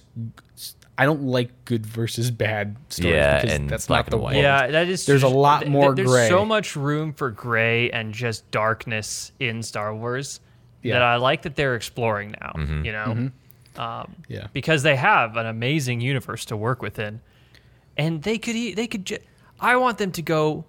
Speaker 2: I don't like good versus bad stories
Speaker 3: Yeah,
Speaker 2: because
Speaker 3: and
Speaker 2: that's
Speaker 3: black
Speaker 2: not the
Speaker 3: and white.
Speaker 2: world.
Speaker 1: Yeah, that is.
Speaker 2: There's a
Speaker 1: just-
Speaker 2: lot
Speaker 1: th-
Speaker 2: more
Speaker 1: There's
Speaker 2: gray.
Speaker 1: so much room for gray and just darkness in Star Wars
Speaker 2: Yeah.
Speaker 1: that I like that they're exploring now.
Speaker 3: Mm-hmm.
Speaker 1: You know, Um,
Speaker 2: yeah.
Speaker 1: because they have an amazing universe to work within, and they could e- they could. Ju- I want them to go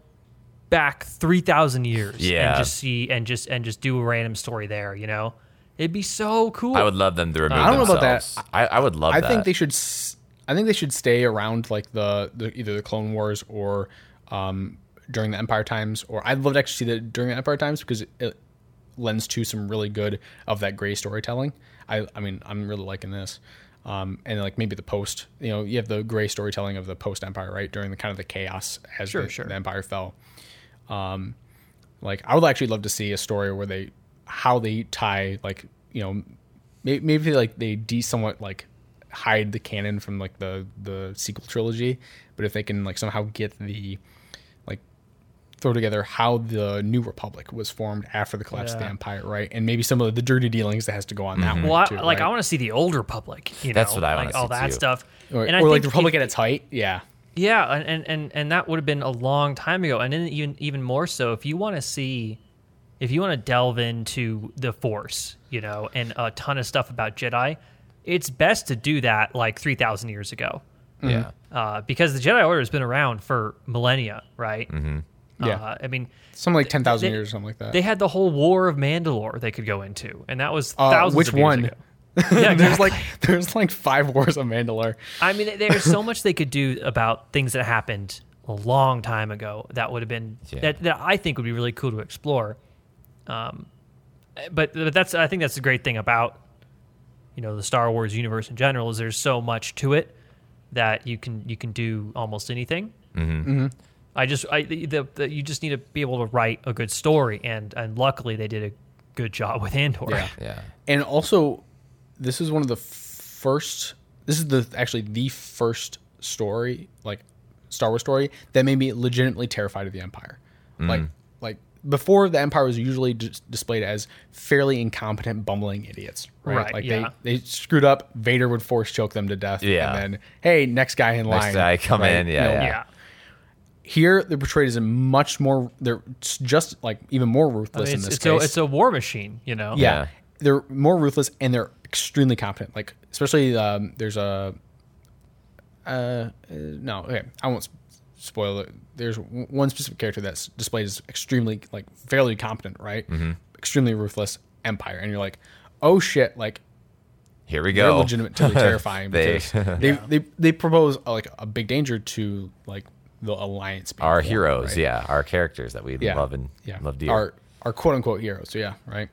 Speaker 1: back three thousand years
Speaker 3: Yeah.
Speaker 1: and just see and just and just do a random story there. You know, it'd be so cool.
Speaker 3: I would love them to remove.
Speaker 2: I don't know about that.
Speaker 3: themselves. I, I would love.
Speaker 2: I
Speaker 3: that.
Speaker 2: think they should. s- I think they should stay around like the, the either the Clone Wars or um, during the Empire times. Or I'd love to actually see that during the Empire times because it, it lends to some really good of that gray storytelling. I I mean I'm really liking this. Um, and like maybe the post, you know, you have the gray storytelling of the post Empire, right? During the kind of the chaos as
Speaker 1: Sure,
Speaker 2: the,
Speaker 1: sure.
Speaker 2: the Empire fell. Um, Like I would actually love to see a story where they how they tie like you know maybe, maybe they, like they de somewhat like hide the canon from like the the sequel trilogy, but if they can like somehow get the like throw together how the New Republic was formed after the collapse of the
Speaker 1: Yeah.
Speaker 2: Empire, right? And maybe some of the dirty dealings that has to go on that
Speaker 1: Well,
Speaker 2: one
Speaker 1: I,
Speaker 2: too,
Speaker 1: like
Speaker 2: right?
Speaker 1: I want to see the old Republic. You
Speaker 3: That's
Speaker 1: know,
Speaker 3: what I
Speaker 1: like
Speaker 3: wanna
Speaker 1: all
Speaker 3: see,
Speaker 1: that
Speaker 3: too.
Speaker 1: stuff.
Speaker 2: or,
Speaker 1: and I
Speaker 2: or like
Speaker 1: think
Speaker 2: the Republic
Speaker 1: if-
Speaker 2: at its height, yeah.
Speaker 1: Yeah, and and and, and that would have been a long time ago, and then even even more so if you want to see, if you want to delve into the Force, you know, and a ton of stuff about Jedi, it's best to do that like three thousand years ago,
Speaker 3: Yeah.
Speaker 1: uh, because the Jedi Order has been around for millennia, right? Mm-hmm.
Speaker 2: Yeah.
Speaker 1: uh, I mean,
Speaker 2: Something like ten thousand
Speaker 1: they-
Speaker 2: years or something like that.
Speaker 1: they had the whole War of Mandalore they could go into, and that was
Speaker 2: Uh,
Speaker 1: thousands.
Speaker 2: which
Speaker 1: of years
Speaker 2: one?
Speaker 1: ago. Yeah,
Speaker 2: there's
Speaker 1: exactly.
Speaker 2: like there's like five wars of Mandalore.
Speaker 1: I mean, there's so much they could do about things that happened a long time ago that would have been
Speaker 3: Yeah.
Speaker 1: that, that I think would be really cool to explore. Um, but, but that's I think that's the great thing about you know the Star Wars universe in general is there's so much to it that you can you can do almost anything. Mm-hmm. I just I the, the, the you just need to be able to write a good story and and luckily they did a good job with Andor.
Speaker 2: Yeah.
Speaker 3: Yeah.
Speaker 2: And also, this is one of the first. This is the actually the first story, like Star Wars story, that made me legitimately terrified of the Empire.
Speaker 3: Mm.
Speaker 2: Like, like before, the Empire was usually dis- displayed as fairly incompetent, bumbling idiots. Right.
Speaker 1: Right,
Speaker 2: like
Speaker 1: yeah.
Speaker 2: they they screwed up. Vader would force choke them to death.
Speaker 3: Yeah.
Speaker 2: And then hey, next guy in line.
Speaker 3: Next guy come
Speaker 2: right?
Speaker 3: in. Yeah.
Speaker 2: You know,
Speaker 3: yeah.
Speaker 1: yeah.
Speaker 2: Here they're portrayed as a much more. They're just like even more
Speaker 1: I
Speaker 2: ruthless
Speaker 1: mean,
Speaker 2: in
Speaker 1: it's,
Speaker 2: this
Speaker 1: it's a
Speaker 2: case.
Speaker 1: it's a war machine, you know.
Speaker 2: Yeah.
Speaker 3: Yeah.
Speaker 2: They're more ruthless and they're extremely competent. Like, especially um, there's a. Uh, uh, no, okay. I won't s- spoil it. There's w- one specific character that's displayed as extremely, like, fairly competent, right?
Speaker 3: Mm-hmm.
Speaker 2: Extremely ruthless empire. And you're like, oh shit, like,
Speaker 3: Here we
Speaker 2: they're
Speaker 3: go.
Speaker 2: legitimately terrifying
Speaker 3: They-
Speaker 2: because they, they, they propose, uh, like, a big danger to, like, the alliance. being
Speaker 3: Our
Speaker 2: formed,
Speaker 3: heroes.
Speaker 2: right?
Speaker 3: Yeah. Our characters that we
Speaker 2: yeah.
Speaker 3: love and
Speaker 2: yeah.
Speaker 3: love dear.
Speaker 2: Our, our quote unquote heroes. Yeah, right.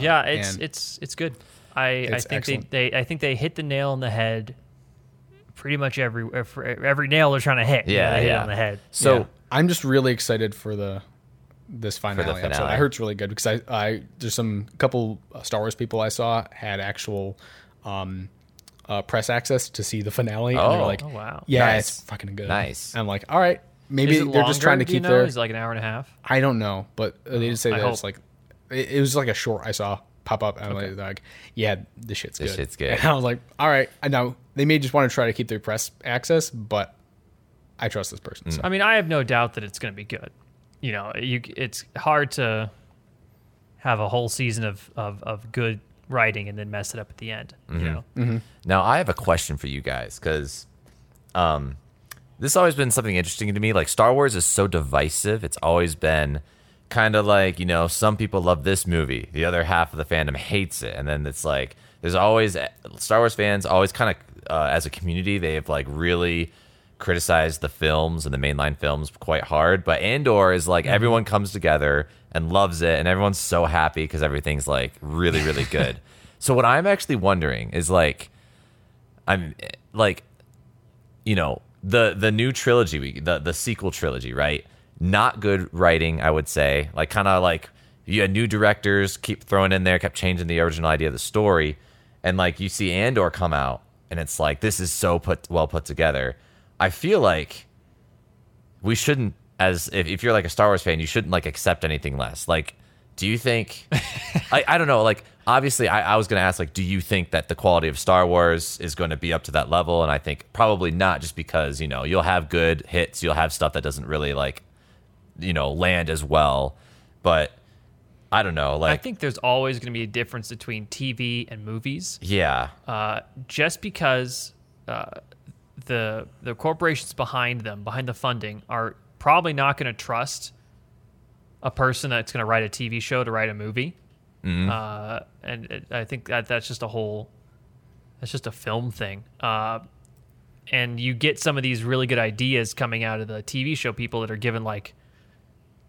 Speaker 1: yeah, it's
Speaker 2: Uh, and-
Speaker 1: it's it's good. I
Speaker 2: It's
Speaker 1: I think
Speaker 2: excellent.
Speaker 1: they, they I think they hit the nail on the head. Pretty much every every, every nail they're trying to hit. you know,
Speaker 3: Yeah,
Speaker 1: they hit it
Speaker 3: yeah.
Speaker 1: on the head.
Speaker 3: So
Speaker 2: Yeah. I'm just really excited for the this finale, episode.
Speaker 3: finale.
Speaker 2: I heard it's really good because I, I there's some couple uh, Star Wars people I saw had actual um, uh, press access to see the finale. and they're
Speaker 3: Oh.
Speaker 2: like,
Speaker 1: Oh, wow.
Speaker 2: yeah,
Speaker 3: Nice.
Speaker 2: it's fucking good.
Speaker 3: Nice.
Speaker 2: I'm like, all right, maybe
Speaker 1: Is
Speaker 2: they're
Speaker 1: it
Speaker 2: just trying
Speaker 1: longer,
Speaker 2: to
Speaker 1: do you
Speaker 2: keep
Speaker 1: know?
Speaker 2: their.
Speaker 1: Is it like an hour and a half?
Speaker 2: I don't know, but they just say
Speaker 1: I
Speaker 2: that it's
Speaker 1: hope.
Speaker 2: like it, it was like a short I saw pop up, and I'm like, like, yeah, this shit's
Speaker 3: This
Speaker 2: good.
Speaker 3: shit's good.
Speaker 2: And I was like, all right, I know they may just want to try to keep their press access, but I trust this
Speaker 3: Mm.
Speaker 2: person. So.
Speaker 1: I mean, I have no doubt that it's going to be good. You know, you it's hard to have a whole season of of, of good writing and then mess it up at the end.
Speaker 2: Mm-hmm.
Speaker 1: You know,
Speaker 3: Now I have a question for you guys because um, this has always been something interesting to me. Like Star Wars is so divisive. It's always been kind of like you know some people love this movie, the other half of the fandom hates it, and then it's like there's always eh, Star Wars fans always kind of uh, as a community they have like really criticized the films and the mainline films quite hard. But Andor is like everyone comes together and loves it, and everyone's so happy because everything's like really really good. so what I'm actually wondering is like. I'm eh, like, you know, the the new trilogy, we- the the sequel trilogy, right? Not good writing, I would say. Like, kind of like you had new directors keep throwing in there, kept changing the original idea of the story, and like you see Andor come out, and it's like this is so put well put together. I feel like we shouldn't as if, if you're like a Star Wars fan, you shouldn't like accept anything less. Like do you think I, I don't know like obviously I, I was going to ask like do you think that the quality of star wars is going to be up to that level and i think probably not just because you know you'll have good hits you'll have stuff that doesn't really like you know land as well but i don't know
Speaker 1: I
Speaker 3: like
Speaker 1: think there's always going to be a difference between TV and movies.
Speaker 3: yeah
Speaker 1: uh, just because uh, the the corporations behind them, behind the funding, are probably not going to trust a person that's going to write a TV show to write a movie. Uh, and it, I think that that's just a whole that's just a film thing. Uh, and you get some of these really good ideas coming out of the TV show people that are given like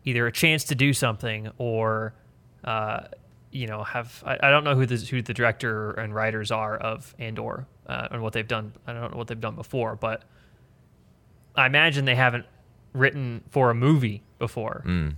Speaker 1: either a chance to do something or uh, you know have I, I don't know who the who the director and writers are of Andor uh, and what they've done. I don't know what they've done before, but I imagine they haven't written for a movie before,
Speaker 3: Mm.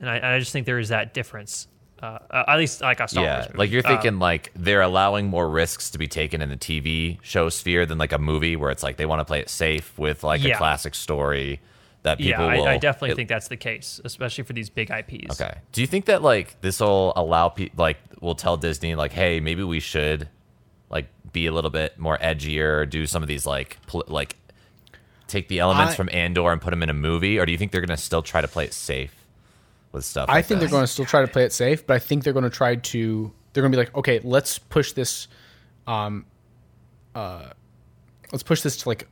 Speaker 1: and I, I just think there is that difference. Uh, uh, at least like a Star
Speaker 3: yeah
Speaker 1: Wars movie.
Speaker 3: like you're
Speaker 1: Uh,
Speaker 3: thinking like they're allowing more risks to be taken in the tv show sphere than like a movie where it's like they want to play it safe with like
Speaker 1: Yeah.
Speaker 3: a classic story that
Speaker 1: yeah,
Speaker 3: people
Speaker 1: I,
Speaker 3: will
Speaker 1: I definitely
Speaker 3: it-
Speaker 1: think that's the case, especially for these big IPs.
Speaker 3: Okay. Do you think that like this will allow people like will tell Disney like, hey, maybe we should like be a little bit more edgier, do some of these like pl- like take the elements
Speaker 2: I-
Speaker 3: from Andor and put them in a movie, or do you think they're gonna still try to play it safe with stuff?
Speaker 2: I
Speaker 3: like
Speaker 2: think
Speaker 3: that?
Speaker 2: they're going to still try to play it safe, but I think they're going to try to. They're going to be like, okay, let's push this. Um, uh, let's push this to like,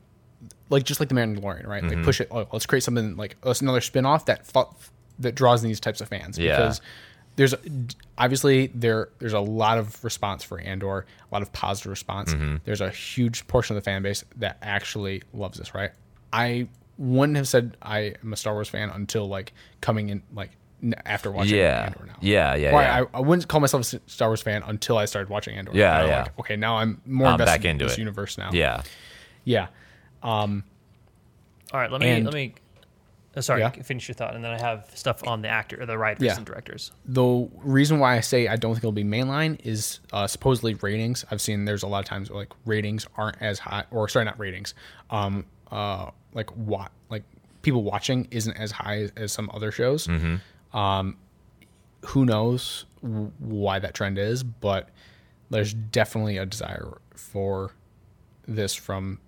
Speaker 2: like just like the Mandalorian, right?
Speaker 3: Mm-hmm.
Speaker 2: Like push it. oh, let's create something like let's another spin off that fo- that draws in these types of fans.
Speaker 3: Yeah.
Speaker 2: Because there's obviously there there's a lot of response for Andor, a lot of positive response.
Speaker 3: Mm-hmm.
Speaker 2: There's a huge portion of the fan base that actually loves this, right? I wouldn't have said I am a Star Wars fan until like coming in like n- after watching
Speaker 3: Yeah.
Speaker 2: Andor now.
Speaker 3: Yeah, yeah,
Speaker 2: Why
Speaker 3: yeah.
Speaker 2: I, I wouldn't call myself a S- Star Wars fan until I started watching Andor.
Speaker 3: Yeah,
Speaker 2: Now,
Speaker 3: yeah.
Speaker 2: like, okay, now I'm more
Speaker 3: I'm
Speaker 2: invested
Speaker 3: back into
Speaker 2: in this
Speaker 3: it.
Speaker 2: universe now.
Speaker 3: Yeah.
Speaker 2: yeah.
Speaker 1: All right, let me
Speaker 2: And-
Speaker 1: let me. uh, sorry,
Speaker 2: Yeah.
Speaker 1: finish your thought, and then I have stuff on the actor, or the writers
Speaker 2: Yeah.
Speaker 1: and directors.
Speaker 2: the reason why I say I don't think it'll be mainline is uh, supposedly ratings. I've seen there's a lot of times where, like ratings aren't as high, or sorry, not ratings. Um, uh, like what, like people watching isn't as high as, as some other shows. Um, who knows w- why that trend is, but there's definitely a desire for this from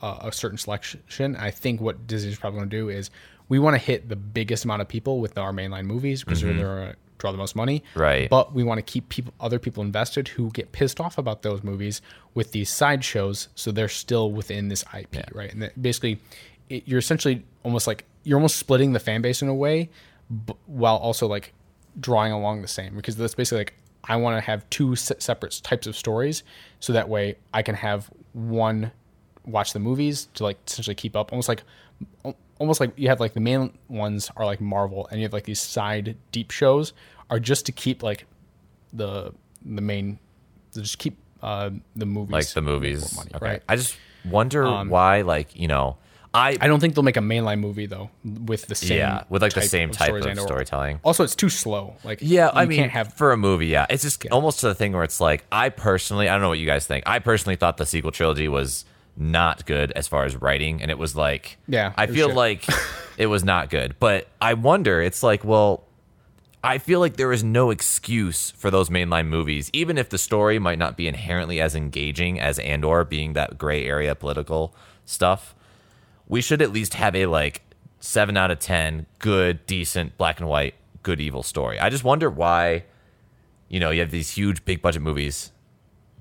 Speaker 2: uh, a certain selection. I think what Disney's probably going to do is we want to hit the biggest amount of people with our mainline movies because they're going to draw the most money.
Speaker 3: Right.
Speaker 2: But we want to keep people, other people invested who get pissed off about those movies with these side shows, so they're still within this IP, right? And that basically, it, you're essentially almost like you're almost splitting the fan base in a way, b- while also like drawing along the same because that's basically like I want to have two se- separate types of stories, so that way I can have one watch the movies to like essentially keep up almost like al- almost like you have like the main ones are like marvel and you have like these side deep shows are just to keep like the the main to just keep uh the movies
Speaker 3: Like the movies.
Speaker 2: more money,
Speaker 3: okay.
Speaker 2: right Um,
Speaker 3: I just wonder why like, you know, I,
Speaker 2: i don't think they'll make a mainline movie though with the same
Speaker 3: yeah, with like the same type
Speaker 2: stories
Speaker 3: of
Speaker 2: and- or-
Speaker 3: storytelling.
Speaker 2: also it's too slow like
Speaker 3: Yeah,
Speaker 2: you
Speaker 3: I mean,
Speaker 2: can't have
Speaker 3: for a movie, yeah, it's just almost to the thing where it's like, I personally, I don't know what you guys think. I personally thought the sequel trilogy was not good as far as writing, and it was like,
Speaker 2: Yeah,
Speaker 3: I
Speaker 2: it was
Speaker 3: feel
Speaker 2: shit.
Speaker 3: like it was not good. But I wonder, it's like, well, I feel like there is no excuse for those mainline movies, even if the story might not be inherently as engaging as Andor, being that gray area political stuff. We should at least have a like seven out of ten good, decent black and white good evil story. I just wonder why, you know, you have these huge big budget movies.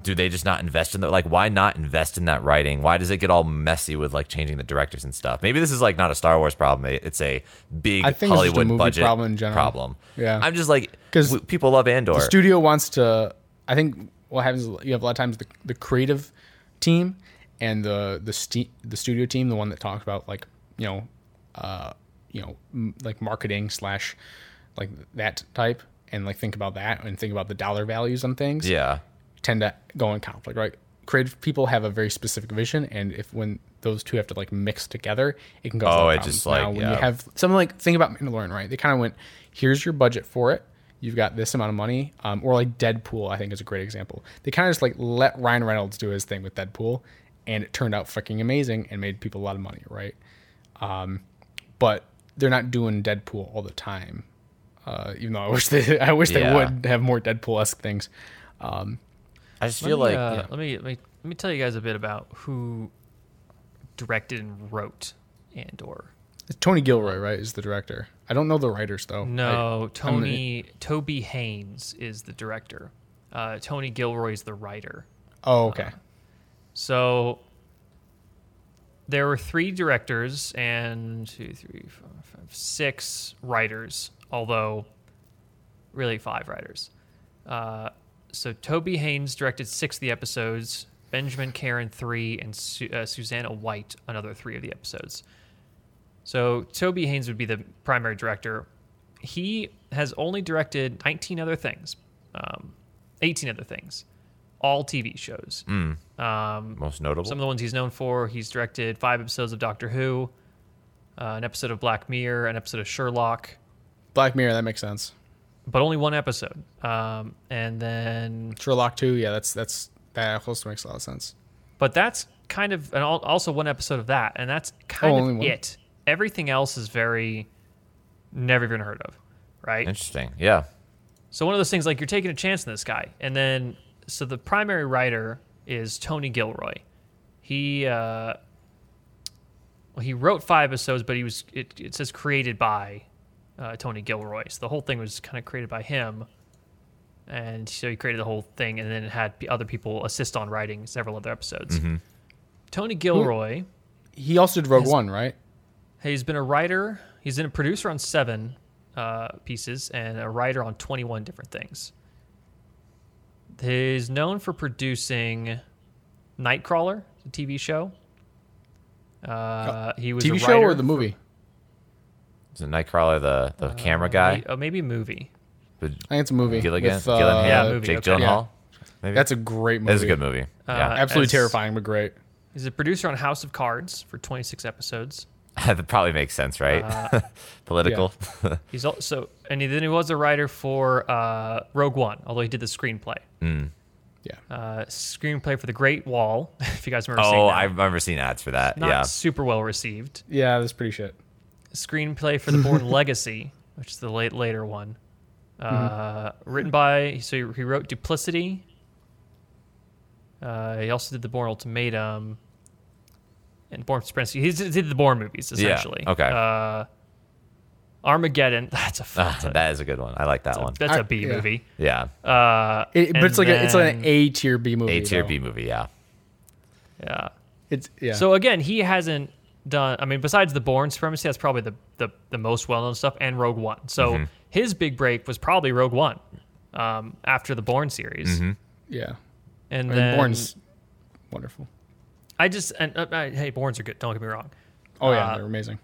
Speaker 3: Do they just not invest in that? Like, why not invest in that writing? Why does it get all messy with like changing the directors and stuff? Maybe this is like not a Star Wars problem. It- It's a big
Speaker 2: I think it's just a
Speaker 3: Hollywood
Speaker 2: movie
Speaker 3: budget
Speaker 2: problem in general.
Speaker 3: problem.
Speaker 2: Yeah.
Speaker 3: I'm just like
Speaker 2: 'Cause
Speaker 3: because people love Andor.
Speaker 2: the studio wants to i think what happens is you have a lot of times the, the creative team and the the, st- the studio team the one that talks about like you know uh you know m- like marketing slash like that type and like think about that and think about the dollar values on things
Speaker 3: yeah,
Speaker 2: tend to go in conflict, right? Creative people have a very specific vision, and if when those two have to like mix together, it can cause. a lot
Speaker 3: Oh,
Speaker 2: of
Speaker 3: it
Speaker 2: problems.
Speaker 3: just, like,
Speaker 2: now, when you
Speaker 3: yeah.
Speaker 2: have something like think about Mandalorian, right? They kind of went, here's your budget for it. You've got this amount of money, um, or like Deadpool, I think is a great example. They kind of just like let Ryan Reynolds do his thing with Deadpool, and it turned out fucking amazing and made people a lot of money, right? Um, but they're not doing Deadpool all the time. Uh, even though I wish they, I wish
Speaker 3: Yeah.
Speaker 2: they would have more Deadpool esque things. Um,
Speaker 3: I just
Speaker 1: Let
Speaker 3: feel
Speaker 1: me,
Speaker 3: like
Speaker 1: uh, let me let me let me tell you guys a bit about who directed and wrote Andor.
Speaker 2: it's Tony Gilroy, right, is the director. I don't know the writers though.
Speaker 1: No, Tony Toby Haynes is the director. Uh, Tony Gilroy is the writer.
Speaker 2: I- oh, okay.
Speaker 1: So there were three directors and two, three, four, five, six writers, although really five writers. Uh, so Toby Haynes directed six of the episodes, Benjamin Karen three, and Su- uh, Susanna White another three of the episodes. So Toby Haynes would be the primary director. He has only directed 19 other things, um, 18 other things, all TV shows. Um,
Speaker 3: most notable.
Speaker 1: some of the ones he's known for. He's directed five episodes of Doctor Who, uh, an episode of Black Mirror, an episode of Sherlock,
Speaker 2: Black Mirror, that makes sense.
Speaker 1: but only one episode. Um, and then,
Speaker 2: Sherlock Two, yeah, that's that's that also makes a lot of sense.
Speaker 1: but that's kind of, and al- also one episode of that, and that's kind
Speaker 2: Oh,
Speaker 1: of
Speaker 2: only one.
Speaker 1: it. Everything else is very never even heard of, right?
Speaker 3: Interesting. Yeah.
Speaker 1: So one of those things like you're taking a chance on this guy, and then so the primary writer is Tony Gilroy. He uh, well, he wrote five episodes, but he was it, it says created by uh, Tony Gilroy. So the whole thing was kind of created by him, and so he created the whole thing, and then had p- other people assist on writing several other episodes. Tony Gilroy,
Speaker 2: He also did Rogue
Speaker 1: His-
Speaker 2: One, right?
Speaker 1: he's been a writer, he's been a producer on seven uh, pieces, and a writer on twenty one different things. He's known for producing Nightcrawler, the TV show. Uh, he was a
Speaker 2: TV show
Speaker 1: writer
Speaker 2: or the movie?
Speaker 3: Is it Nightcrawler the, the camera
Speaker 1: May-
Speaker 3: guy?
Speaker 1: oh, maybe a movie.
Speaker 3: With
Speaker 2: I think it's a movie.
Speaker 3: Gilligan?
Speaker 2: with, uh,
Speaker 3: Gillian
Speaker 1: Yeah, Uh, movie,
Speaker 3: Jake
Speaker 1: okay.
Speaker 3: Gyllenhaal? Maybe?
Speaker 2: That's a great movie.
Speaker 3: That's a good movie. yeah.
Speaker 2: Absolutely
Speaker 1: as-
Speaker 2: terrifying, but great.
Speaker 1: He's a producer on House of Cards for 26 episodes.
Speaker 3: that probably makes sense, right?
Speaker 1: uh,
Speaker 3: Political.
Speaker 1: He's also, and then he was a writer for uh, Rogue One, although he did the screenplay.
Speaker 2: Yeah.
Speaker 1: Uh, screenplay for The Great Wall, if you guys remember seeing
Speaker 3: oh,
Speaker 1: that.
Speaker 3: I remember seeing ads for that.
Speaker 1: Not
Speaker 3: yeah.
Speaker 1: super well received.
Speaker 2: Yeah, that's pretty shit.
Speaker 1: Screenplay for The Born Legacy, which is the late later one. Uh,
Speaker 3: Mm-hmm.
Speaker 1: Written by, so he, he wrote Duplicity. Uh, he also did The Born Ultimatum and Born Supremacy. He did, did the Born movies, essentially.
Speaker 3: okay.
Speaker 1: Uh, Armageddon. That's a, that's
Speaker 3: Ah,
Speaker 1: a,
Speaker 3: that is a good one. I like that one.
Speaker 1: that's
Speaker 2: I-
Speaker 1: a B
Speaker 2: yeah.
Speaker 1: movie.
Speaker 3: Yeah.
Speaker 1: Uh,
Speaker 2: It, but
Speaker 1: and
Speaker 2: it's like a, it's like an
Speaker 1: then-
Speaker 2: A tier B movie.
Speaker 3: A tier
Speaker 2: though.
Speaker 3: B movie. Yeah.
Speaker 1: Yeah.
Speaker 2: It's yeah.
Speaker 1: So again, he hasn't done. I mean, besides the Born Supremacy, that's probably the the, the most well known stuff, and Rogue One. So his big break was probably Rogue One, um, after the Born series,
Speaker 2: yeah.
Speaker 1: and
Speaker 2: I
Speaker 1: then
Speaker 2: mean, Bourne's wonderful.
Speaker 1: I just and uh, I, hey, Borns are good. Don't get me wrong,
Speaker 2: Oh yeah,
Speaker 1: uh,
Speaker 2: they're amazing.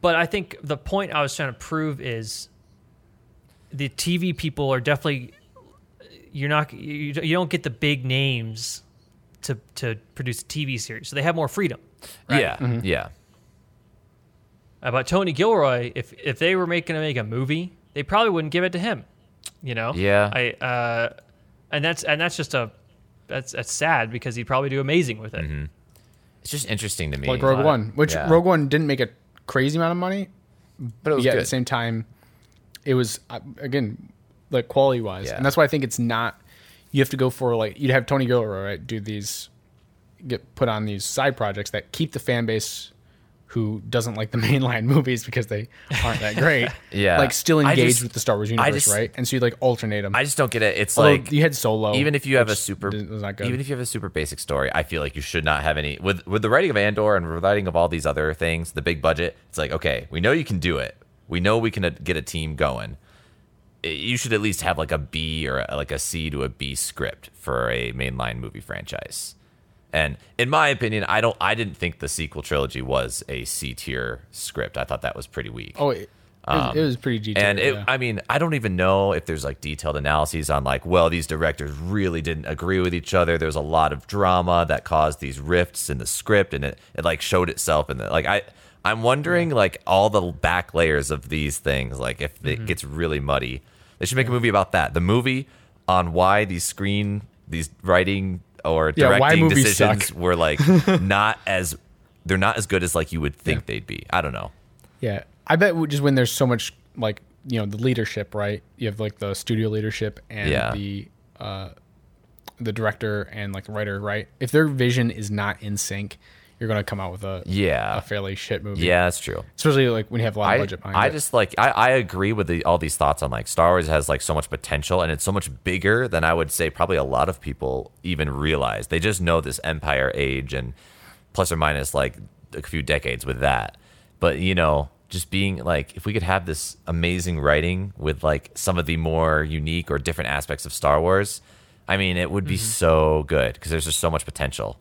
Speaker 1: but I think the point I was trying to prove is the TV people are definitely you're not you, you don't get the big names to to produce a TV series, so they have more freedom.
Speaker 3: Yeah.
Speaker 2: Mm-hmm.
Speaker 3: Yeah.
Speaker 1: Uh, But Tony Gilroy, if if they were making to make a movie, they probably wouldn't give it to him. You know?
Speaker 3: Yeah.
Speaker 1: I uh, and that's and that's just a that's that's sad because he'd probably do amazing with it.
Speaker 3: Mm-hmm. It's just interesting to me.
Speaker 2: Like Rogue
Speaker 1: but-
Speaker 2: One, which
Speaker 3: yeah.
Speaker 2: Rogue One didn't make a crazy amount of money,
Speaker 3: but it was
Speaker 2: yeah, at
Speaker 3: good.
Speaker 2: the same time, it was uh, again like quality wise,
Speaker 3: Yeah.
Speaker 2: and that's why I think it's not. You have to go for like you'd have Tony Gilroy right do these, get put on these side projects that keep the fan base who doesn't like the mainline movies because they aren't that great.
Speaker 3: Yeah.
Speaker 2: like still
Speaker 3: I
Speaker 2: engaged
Speaker 3: just-
Speaker 2: with the Star Wars universe,
Speaker 3: just-
Speaker 2: right? And so you like alternate them.
Speaker 3: I just don't get it. It's
Speaker 2: Although
Speaker 3: like
Speaker 2: you had Solo,
Speaker 3: even if you have a
Speaker 2: which
Speaker 3: super
Speaker 2: didn't- was not good.
Speaker 3: even if you have a super basic story i feel like you should not have any with with the writing of andor and the writing of all these other things the big budget it's like okay we know you can do it we know we can uh, get a team going I- you should at least have like a b or a, like a c to a b script for a mainline movie franchise and in my opinion i don't i didn't think the sequel trilogy was a c tier script i thought that was pretty weak
Speaker 2: oh, it, it was- it was pretty detailed.
Speaker 3: Um, and it,
Speaker 2: yeah.
Speaker 3: I mean, I don't even know if there's like detailed analyses on like, well, these directors really didn't agree with each other. There's a lot of drama that caused these rifts in the script, and it, it like showed itself in the like. I I'm wondering like all the back layers of these things, like if
Speaker 2: Mm-hmm.
Speaker 3: it gets really muddy, they should make a movie about that. The movie on why these screen these writing or
Speaker 2: Yeah, why
Speaker 3: directing
Speaker 2: movies
Speaker 3: decisions
Speaker 2: suck.
Speaker 3: were like not as they're not as good as like you would think they'd be. I don't know.
Speaker 2: Yeah, I bet w- just when there's so much like you know the leadership, right? You have like the studio leadership and
Speaker 3: Yeah.
Speaker 2: the uh, the director and like the writer, right? If their vision is not in sync, you're gonna come out with a
Speaker 3: Yeah.
Speaker 2: a fairly shit movie.
Speaker 3: Yeah, that's true.
Speaker 2: especially like when you have a lot of
Speaker 3: I,
Speaker 2: budget behind
Speaker 3: I
Speaker 2: it.
Speaker 3: just like I, I agree with the, all these thoughts on like Star Wars has like so much potential and it's so much bigger than I would say probably a lot of people even realize. They just know this Empire age and plus or minus like a few decades with that. But you know, just being like if we could have this amazing writing with like some of the more unique or different aspects of Star Wars, I mean, it would be
Speaker 2: Mm-hmm.
Speaker 3: so good because there's just so much potential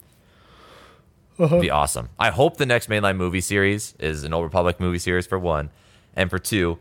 Speaker 2: Uh-huh.
Speaker 3: be awesome. I hope the next mainline movie series is an Old Republic movie series for one, and for two,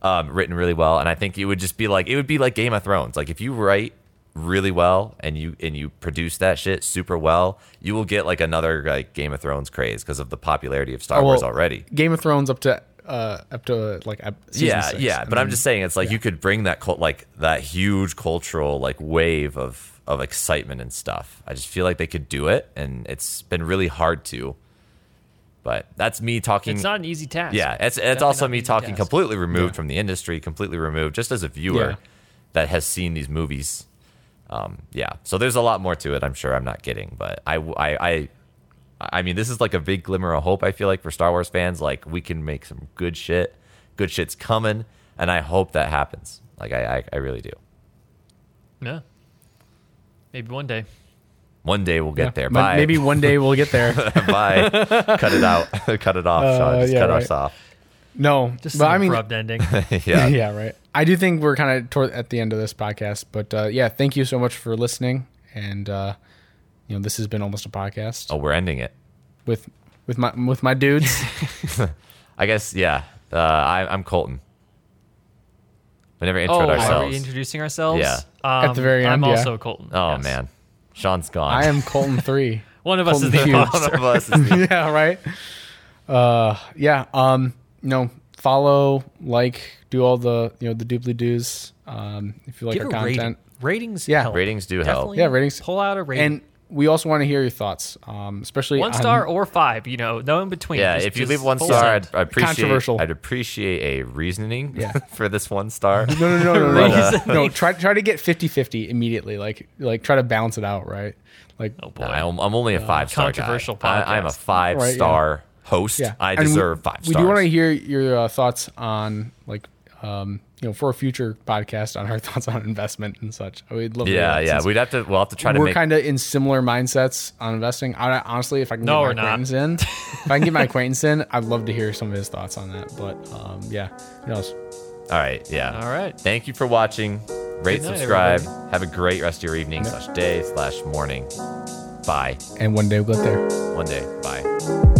Speaker 3: um, written really well. And I think it would just be like it would be like Game of Thrones. Like if you write really well and you and you produce that shit super well, you will get like another like Game of Thrones craze because of the popularity of Star
Speaker 2: Oh,
Speaker 3: Wars
Speaker 2: well,
Speaker 3: already.
Speaker 2: Game of Thrones up to uh, up to like ep- season
Speaker 3: Yeah,
Speaker 2: six,
Speaker 3: yeah.
Speaker 2: and
Speaker 3: But I'm
Speaker 2: then-
Speaker 3: just saying, it's like you could bring that cult, like that huge cultural like wave of of excitement and stuff. I just feel like they could do it, and it's been really hard to. But that's me talking.
Speaker 1: It's not an easy task.
Speaker 3: yeah, it's it's
Speaker 1: Definitely not
Speaker 3: also
Speaker 1: an
Speaker 3: me
Speaker 1: easy
Speaker 3: talking
Speaker 1: task.
Speaker 3: completely removed from the industry, completely removed, just as a viewer
Speaker 2: Yeah.
Speaker 3: that has seen these movies. Um, yeah, so there's a lot more to it. I'm sure I'm not getting, but I I. I I mean, this is like a big glimmer of hope. I feel like for Star Wars fans, like we can make some good shit. Good shit's coming, and I hope that happens. Like I, I, I really do.
Speaker 1: Yeah. Maybe one day.
Speaker 3: One day we'll get
Speaker 2: yeah.
Speaker 3: there.
Speaker 2: May-
Speaker 3: Bye.
Speaker 2: Maybe one day we'll get there.
Speaker 3: bye. Cut it out. Cut it off, Sean.
Speaker 2: Uh,
Speaker 3: Just
Speaker 2: yeah,
Speaker 3: cut
Speaker 2: right.
Speaker 3: us off.
Speaker 2: No,
Speaker 1: Just
Speaker 2: but
Speaker 1: an
Speaker 2: I mean,
Speaker 1: abrupt ending.
Speaker 3: yeah.
Speaker 2: yeah, right. I do think we're kind of toward at the end of this podcast, but uh, yeah, thank you so much for listening. And uh, you know, this has been almost a podcast
Speaker 3: Oh, we're ending it.
Speaker 2: with with my with my dudes.
Speaker 3: I guess. Yeah. Uh, I, I'm Colton. We never
Speaker 1: oh,
Speaker 3: introed
Speaker 1: are we
Speaker 3: ourselves.
Speaker 1: introducing ourselves?
Speaker 3: Yeah.
Speaker 1: Um,
Speaker 2: At the very
Speaker 1: I'm
Speaker 2: end, yeah.
Speaker 1: also Colton.
Speaker 3: oh
Speaker 1: yes.
Speaker 3: man, Sean's gone.
Speaker 2: I am Colton three.
Speaker 1: One of us
Speaker 2: Colton
Speaker 1: is the
Speaker 2: Hughes.
Speaker 1: imposter.
Speaker 3: One of us is the-
Speaker 2: yeah, right. Uh, yeah. Um, you know, follow, like, do all the you know the doobly doos. Um, if you like
Speaker 1: Give
Speaker 2: our
Speaker 1: a rating.
Speaker 2: content,
Speaker 1: Ratings
Speaker 2: Yeah.
Speaker 1: help.
Speaker 3: ratings do help.
Speaker 1: Definitely
Speaker 2: Yeah, ratings.
Speaker 1: Pull out a rating.
Speaker 2: and we also want to hear your thoughts, um, especially
Speaker 1: one
Speaker 2: on-
Speaker 1: star or five, you know, no in between.
Speaker 3: Yeah,
Speaker 1: Just-
Speaker 3: if you
Speaker 1: just
Speaker 3: leave one
Speaker 1: full
Speaker 3: star, I'd,
Speaker 1: send.
Speaker 3: I'd appreciate
Speaker 2: Controversial.
Speaker 3: I'd appreciate a reasoning
Speaker 2: Yeah.
Speaker 3: for this one star.
Speaker 2: No, no, no, no, no.
Speaker 1: Reasoning.
Speaker 2: no try, try to get 50-50 immediately. Like, like try to balance it out, right? Like,
Speaker 1: Oh boy.
Speaker 3: No, I'm, I'm only a five star.
Speaker 1: Controversial
Speaker 3: guy. I, I'm a
Speaker 1: podcast.
Speaker 3: five
Speaker 2: Right, yeah.
Speaker 3: star host.
Speaker 2: yeah,
Speaker 3: I
Speaker 2: And we-
Speaker 3: deserve five stars.
Speaker 2: We do want to hear your uh, thoughts on like, um, you know, for a future podcast on our thoughts on investment and such. We'd love. to hear
Speaker 3: yeah,
Speaker 2: that
Speaker 3: yeah.
Speaker 2: since
Speaker 3: We'd have to. We'll have to try to
Speaker 2: we're
Speaker 3: make.
Speaker 2: kind of in similar mindsets on investing. I, honestly, if I can
Speaker 1: No,
Speaker 2: get my
Speaker 1: we're not.
Speaker 2: acquaintance in, if I can get my acquaintance in, I'd love to hear some of his thoughts on that. But um, yeah, who knows?
Speaker 3: all right. Yeah.
Speaker 1: All right.
Speaker 3: Thank you for watching.
Speaker 1: Good night,
Speaker 3: Rate, subscribe. Have a great rest of your evening slash day slash morning. Bye.
Speaker 2: And one day we'll get there.
Speaker 3: One day. Bye.
Speaker 1: Oh,